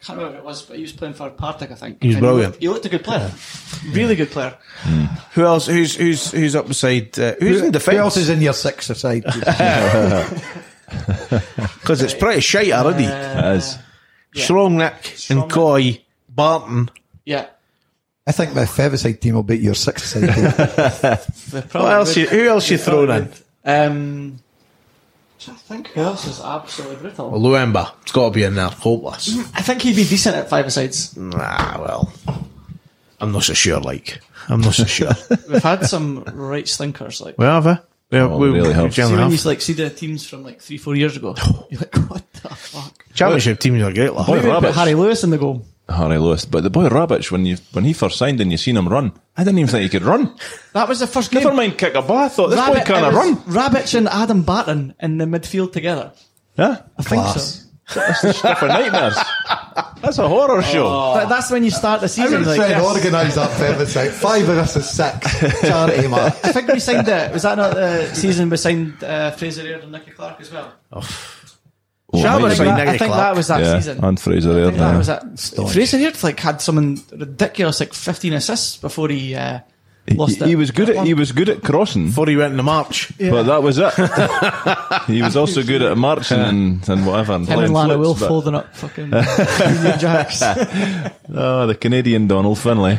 S4: can't remember who it was, but he was playing for Partick, I think.
S1: He's
S4: And
S1: brilliant.
S4: He, looked- he looked a good player, really good player.
S1: Who else? Who's who's who's up beside? Uh, who's in
S5: Who else
S1: defence?
S5: is in your six aside? (laughs)
S1: Because it's pretty shite already.
S2: As
S1: Strongneck and Coy, Barton.
S4: Yeah.
S7: I think my five side team will beat your six side team.
S4: The
S1: What
S4: problem
S1: else? You, who else you throwing in?
S4: Um, I think who else is absolutely brutal.
S1: Luemba. It's got to be in there. Hopeless.
S4: I think he'd be decent at five sides.
S1: Nah, well, I'm not so sure. Like, I'm not
S5: (laughs)
S1: so sure.
S4: We've had some (laughs) right slinkers. Like
S1: Where have I? Yeah,
S2: Oh,
S1: we,
S2: really
S1: we
S2: helps.
S4: see
S1: generally
S4: when you
S1: have.
S4: like see the teams from like three, four years ago. You're like, (laughs) what the fuck?
S1: Championship teams are great. Like.
S2: Boy
S4: Maybe put
S2: Rabbits,
S4: Harry Lewis in the goal.
S2: Harry Lewis, but the boy Rabbits when you when he first signed and you seen him run, I didn't even think he could run.
S4: That was the first game.
S2: Never mind kick a ball. I thought this boy
S4: Rabbit- it
S2: can't
S4: was
S2: run.
S4: Rabic and Adam Barton in the midfield together.
S2: (laughs) Yeah,
S4: I think so.
S2: stuff of nightmares. That's a horror show.
S4: But that's when you start the season. Like,
S7: Try and
S4: yes.
S7: organise that five side.
S5: (laughs)
S7: Five of us is six. Charity match.
S4: I think we signed it. Was that not the season we signed uh, Fraser Aird and Nicky Clark as well?
S2: Oh,
S1: Shabba
S2: might
S4: I
S2: have
S1: signed
S4: think,
S2: been-
S4: that, I
S1: Nicky
S4: think
S1: Clark.
S4: that was that
S2: yeah,
S4: season.
S2: and Fraser
S4: I
S2: there.
S4: think that
S2: yeah.
S4: was that. Fraser Aird like had some ridiculous like 15 assists before he uh, lost
S2: He,
S4: it.
S2: he was good at he was good at crossing,
S1: Before he went into March,
S2: but that was it. he was also good at marching and, and whatever. And
S4: Him
S2: playing
S4: and Lana
S2: flips,
S4: Will
S2: but-
S4: folding up fucking Union Jacks.
S2: Oh, the Canadian Donald Finlay.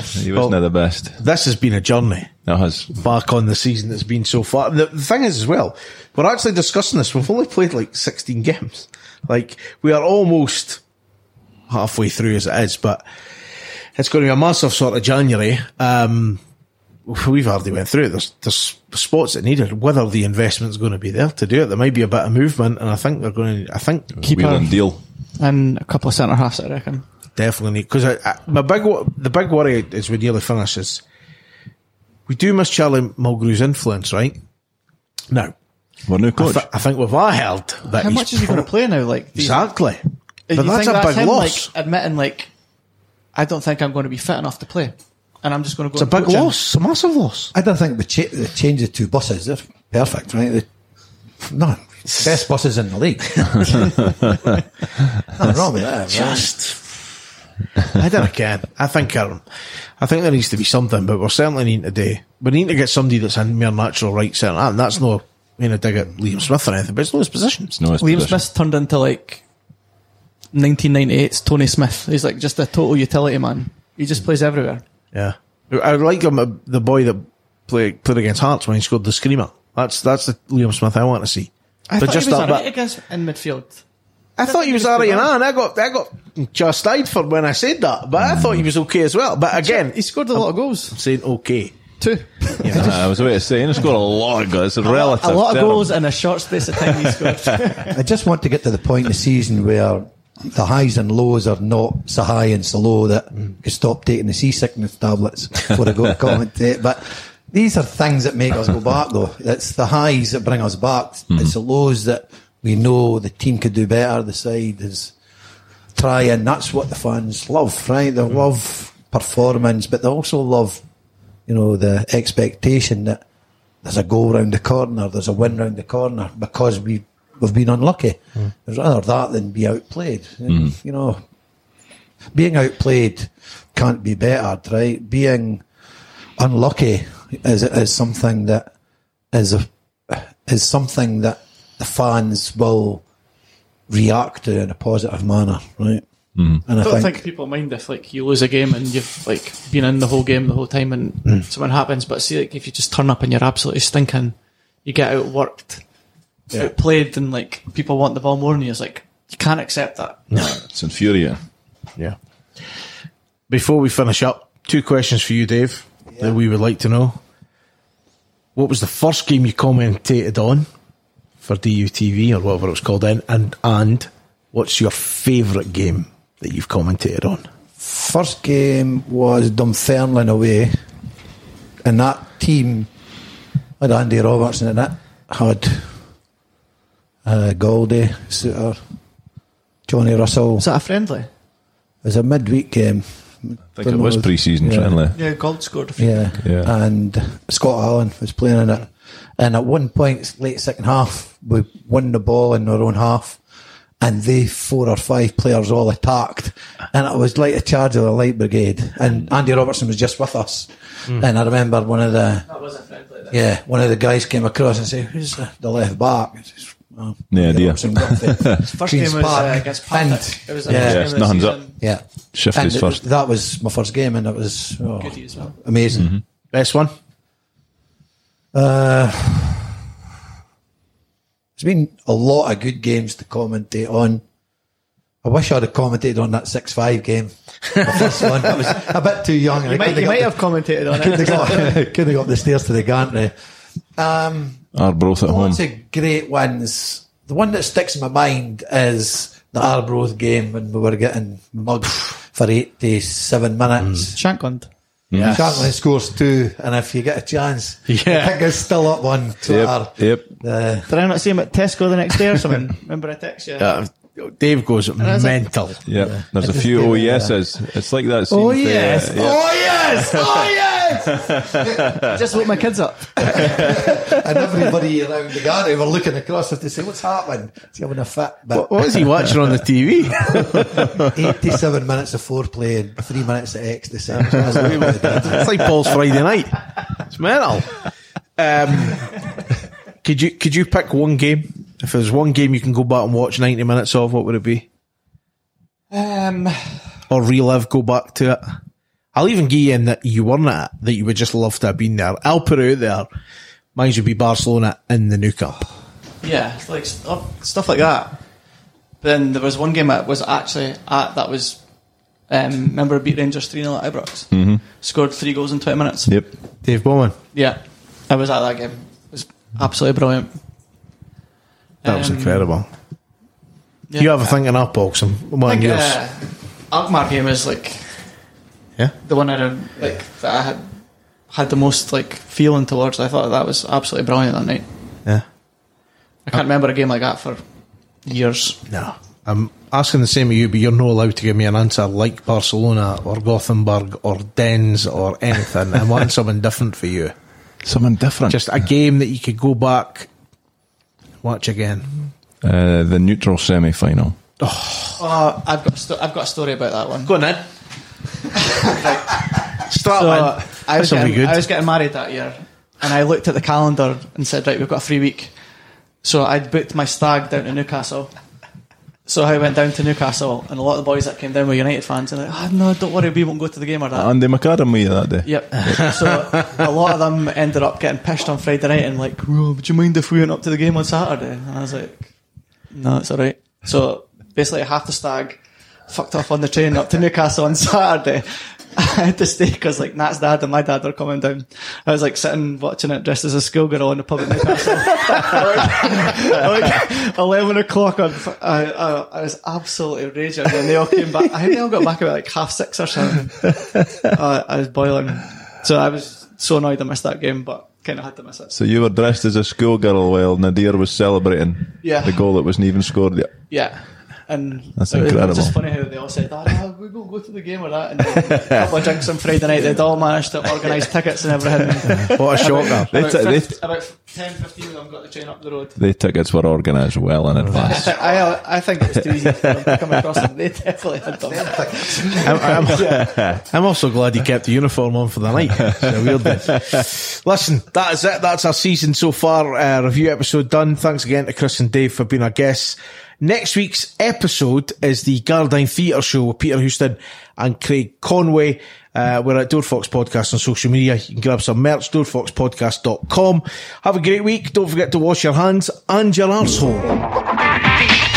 S2: he was not the best.
S1: this has been a journey
S2: No, has
S1: back on the season that's been so far. The, the thing is, as well, we're actually discussing this. We've only played like 16 games. Like, we are almost halfway through as it is, but it's going to be a massive sort of January. Um, we've already went through it. There's, there's spots that needed. Whether the investment's going to be there to do it, there may be a bit of movement, and I think they're going to. I think
S4: Keeper.
S2: wheel and deal.
S4: and a couple of centre halves, I reckon.
S1: definitely because I, I, my big wo- the big worry is we nearly finish is we do miss Charlie Mulgrew's influence, right? No,
S2: We're new
S1: I,
S2: coach.
S1: thi- I think we've all held that.
S4: How
S1: Uh, he's
S4: much is he going to play now? Like, do you-
S1: Exactly,
S4: do
S1: but
S4: you
S1: that's a
S4: think
S1: big
S4: him,
S1: loss.
S4: Like, admitting, like, I don't think I'm going to be fit enough to play, and I'm just going to go.
S1: it's a big
S4: and coach him.
S1: loss, it's a massive loss.
S5: I don't think the, cha- the change of two buses, they're perfect, right? They- no, best buses in the league. (laughs) Nothing wrong with that. right?
S1: Just, (laughs) I don't care. I think um, I think there needs to be something, but we're certainly needing to do. We need to get somebody that's in mere natural right centre, and that's no you know dig at Liam Smith or anything, but it's not his position.
S2: no, it's
S4: Liam
S2: position.
S4: Smith turned into like 1998's Tony Smith. He's like just a total utility man. He just plays everywhere.
S1: Yeah, I like him. uh, The boy that played played against Hearts when he scored the screamer. That's that's the Liam Smith I want to see.
S4: I
S1: but
S4: thought
S1: just
S4: he was
S1: that
S4: alright
S1: bit,
S4: against in midfield.
S1: I thought he was
S4: was
S1: alright
S4: good.
S1: and on. I got I got chastised for when I said that, but I thought he was okay as well. But again,
S4: He scored a lot of goals.
S1: I'm saying okay.
S4: Two.
S2: Ah, I was about to say, he scored a lot of goals. It's a relative.
S4: A lot of
S2: term.
S4: goals in a short space of time
S1: (laughs)
S4: he scored.
S5: I just want to get to the point in the season where the highs and lows are not so high and so low that you stop taking the seasickness tablets before I go to commentate. But these are things that make us go back, though. It's the highs that bring us back. It's the lows that we know the team could do better. The side is trying. That's what the fans love, right? They love performance, but they also love, you know, the expectation that there's a goal round the corner, there's a win round the corner because we we've been unlucky. There's rather that than be outplayed. And, You know, being outplayed can't be bettered, right? Being unlucky is is something that is a is something that the fans will react to in a positive manner, right? And I,
S4: I don't
S5: think,
S4: think people mind if like you lose a game and you've like been in the whole game the whole time and
S5: Hmm.
S4: something happens. But see, like if you just turn up and you're absolutely stinking, you get outworked, outplayed, and like people want the ball more than you. It's like you can't accept that.
S2: It's infuriating.
S1: Yeah. Before we finish up, two questions for you, Dave, that we would like to know. What was the first game you commentated on for DUTV or whatever it was called then? And and what's your favourite game that you've commentated on?
S5: first game was Dunfermline away, and that team had Andy Robertson in it, had uh, Goldie, Suter, Johnny Russell.
S4: Is that a friendly?
S5: It was a midweek game.
S2: I think it was pre-season,
S5: Yeah.
S2: friendly.
S4: Yeah, Gold scored.
S5: Yeah.
S2: Yeah.
S5: And Scott Allen was playing in it. And at one point, late second half, we won the ball in our own half. and they four or five players all attacked. And it was like a charge of the light brigade. And Andy Robertson was just with us.
S2: Hmm.
S5: And I remember one of the yeah, one of the guys came across and said, "Who's the, the left back?" I says, "Well,
S2: Yeah,
S5: Andy
S2: dear.
S5: Robertson got
S2: (laughs)
S5: the
S4: First
S5: Queen's
S4: game was uh,
S5: Park."
S4: against
S5: And-
S4: Partick. It was uh, the first
S5: yeah. Yeah,
S4: game
S2: it's
S4: of the
S2: nothing's up.
S4: season.
S5: yeah,
S2: Shift
S5: And
S2: is
S5: it-
S2: first.
S5: That was my first game, and it was oh,
S4: Goodie as well.
S5: amazing.
S1: Best one?
S5: There's Uh, been a lot of good games to commentate on. I wish I'd have commentated on that six five game. The first one, I was a bit too young. and I
S4: You might,
S5: couldn't
S4: you
S5: got
S4: might
S5: the-
S4: have commentated on
S5: couldn't
S4: it.
S5: have got, (laughs) couldn't have got the stairs to the gantry.
S2: Arbroath at home.
S5: Lots of great ones. The one that sticks in my mind is the Arbroath game when we were getting mugged for 87 minutes.
S4: Shankland.
S5: Mm. scores two, and if you get a chance,
S1: Yeah.
S5: I think it's still up on Twitter.
S2: Yep, yep.
S5: The-
S4: Did I not see him at Tesco the next day or
S5: (laughs)
S4: something? Remember I text you?
S1: Uh, Dave goes
S4: was like- (laughs)
S1: mental.
S2: Yeah, there's a few oh yeses. It's like that. scene
S4: Oh,
S2: with the, uh,
S4: yes.
S2: yeah.
S5: oh yes, oh yes!
S2: (laughs)
S4: I just woke my kids up.
S5: and everybody around the gallery were looking across at to say, "What's happening?" Is he having a fit? But
S1: What was he watching on the (laughs) TV?
S5: eighty-seven minutes of foreplay and three minutes of ecstasy. That's what we would've done.
S1: (laughs) It's like Paul's Friday night. It's mental. Um, could you could you pick one game? If there's one game you can go back and watch ninety minutes of, what would it be?
S4: Um,
S1: Or relive, go back to it. I'll even give you in that you weren't at that you would just love to have been there. I'll put it out there. Mine would be Barcelona in the new cup.
S4: yeah, it's like stuff, stuff like that. Then there was one game I was actually at that was. Um, remember beat Rangers 3 0 at Ibrox? Mm-hmm. Scored three goals in 20 minutes.
S2: Yep.
S1: Dave Bowman.
S4: Yeah, I was at that game. It was absolutely brilliant.
S1: That was
S4: Um,
S1: incredible.
S4: Yeah.
S1: You have a thinking up, Oxum.
S4: I
S1: One
S4: think,
S1: yours.
S4: uh, Alkmaar game is like
S1: Yeah.
S4: the one I don't like that I had had the most like feeling towards. I thought that was absolutely brilliant that night.
S1: yeah.
S4: I can't remember a game like that for years.
S1: No. I'm asking the same of you, but you're not allowed to give me an answer like Barcelona or Gothenburg or Dens or anything. I'm wanting something different for you.
S2: Something different.
S1: Just a game that you could go back, watch again.
S2: uh, the neutral semi final.
S4: Uh, I've got a sto- I've got a story about that one.
S1: Go on, Ed. Start
S4: So, uh,
S1: on.
S4: I was
S1: This'll be
S4: getting,
S1: good.
S4: I was getting married that year, and I looked at the calendar and said, "Right, we've got a free week." So I'd booked my stag down to Newcastle. So I went down to Newcastle, and a lot of the boys that came down were United fans, and they're like, oh, "No, don't worry, we won't go to the game or that."
S2: Andy McAdam with you that day.
S4: Yep. so a lot of them ended up getting pissed on Friday night and like, "Well, would you mind if we went up to the game on Saturday? And I was like, no, it's all right. So basically, half the stag fucked off on the train up to Newcastle on Saturday. (laughs) I had to stay because like Nat's dad and my dad were coming down. I was like sitting watching it dressed as a schoolgirl in the pub in Newcastle. (laughs) like eleven o'clock. On, I, I, I was absolutely raging, and they all came back. I think they all got back about like half six or something. Uh, I was boiling, so I was so annoyed I missed that game, but kind of had to miss it.
S2: So you were dressed as a schoolgirl while Nadir was celebrating
S4: Yeah.
S2: the goal that wasn't even scored yet.
S4: Yeah. And
S2: That's
S4: it was-
S2: incredible.
S4: It's just funny how they all said, ah, nah, we will go to the game or that. And then a couple of drinks on Friday night, they'd all managed to organise (laughs) tickets and everything.
S1: What a shocker.
S2: They
S4: About,
S2: t- they,
S4: 50, about 10, 15 of them got the train up the road.
S2: they tickets were organised well in advance.
S4: I, I, I think it was too easy for them to come across them. They definitely had them.
S1: I'm, I'm- I'm also glad he kept the uniform on for the night. It's a weird one. Listen, that is it. That's our season so far. Uh, review episode done. Thanks again to Chris and Dave for being our guests. Next week's episode is the Gardine Theatre Show with Peter Houston and Craig Conway. Uh, we're at Door Fox Podcast on social media. You can grab some merch, doorfoxpodcast.com. Have a great week. Don't forget to wash your hands and your arsehole.
S8: Thank you.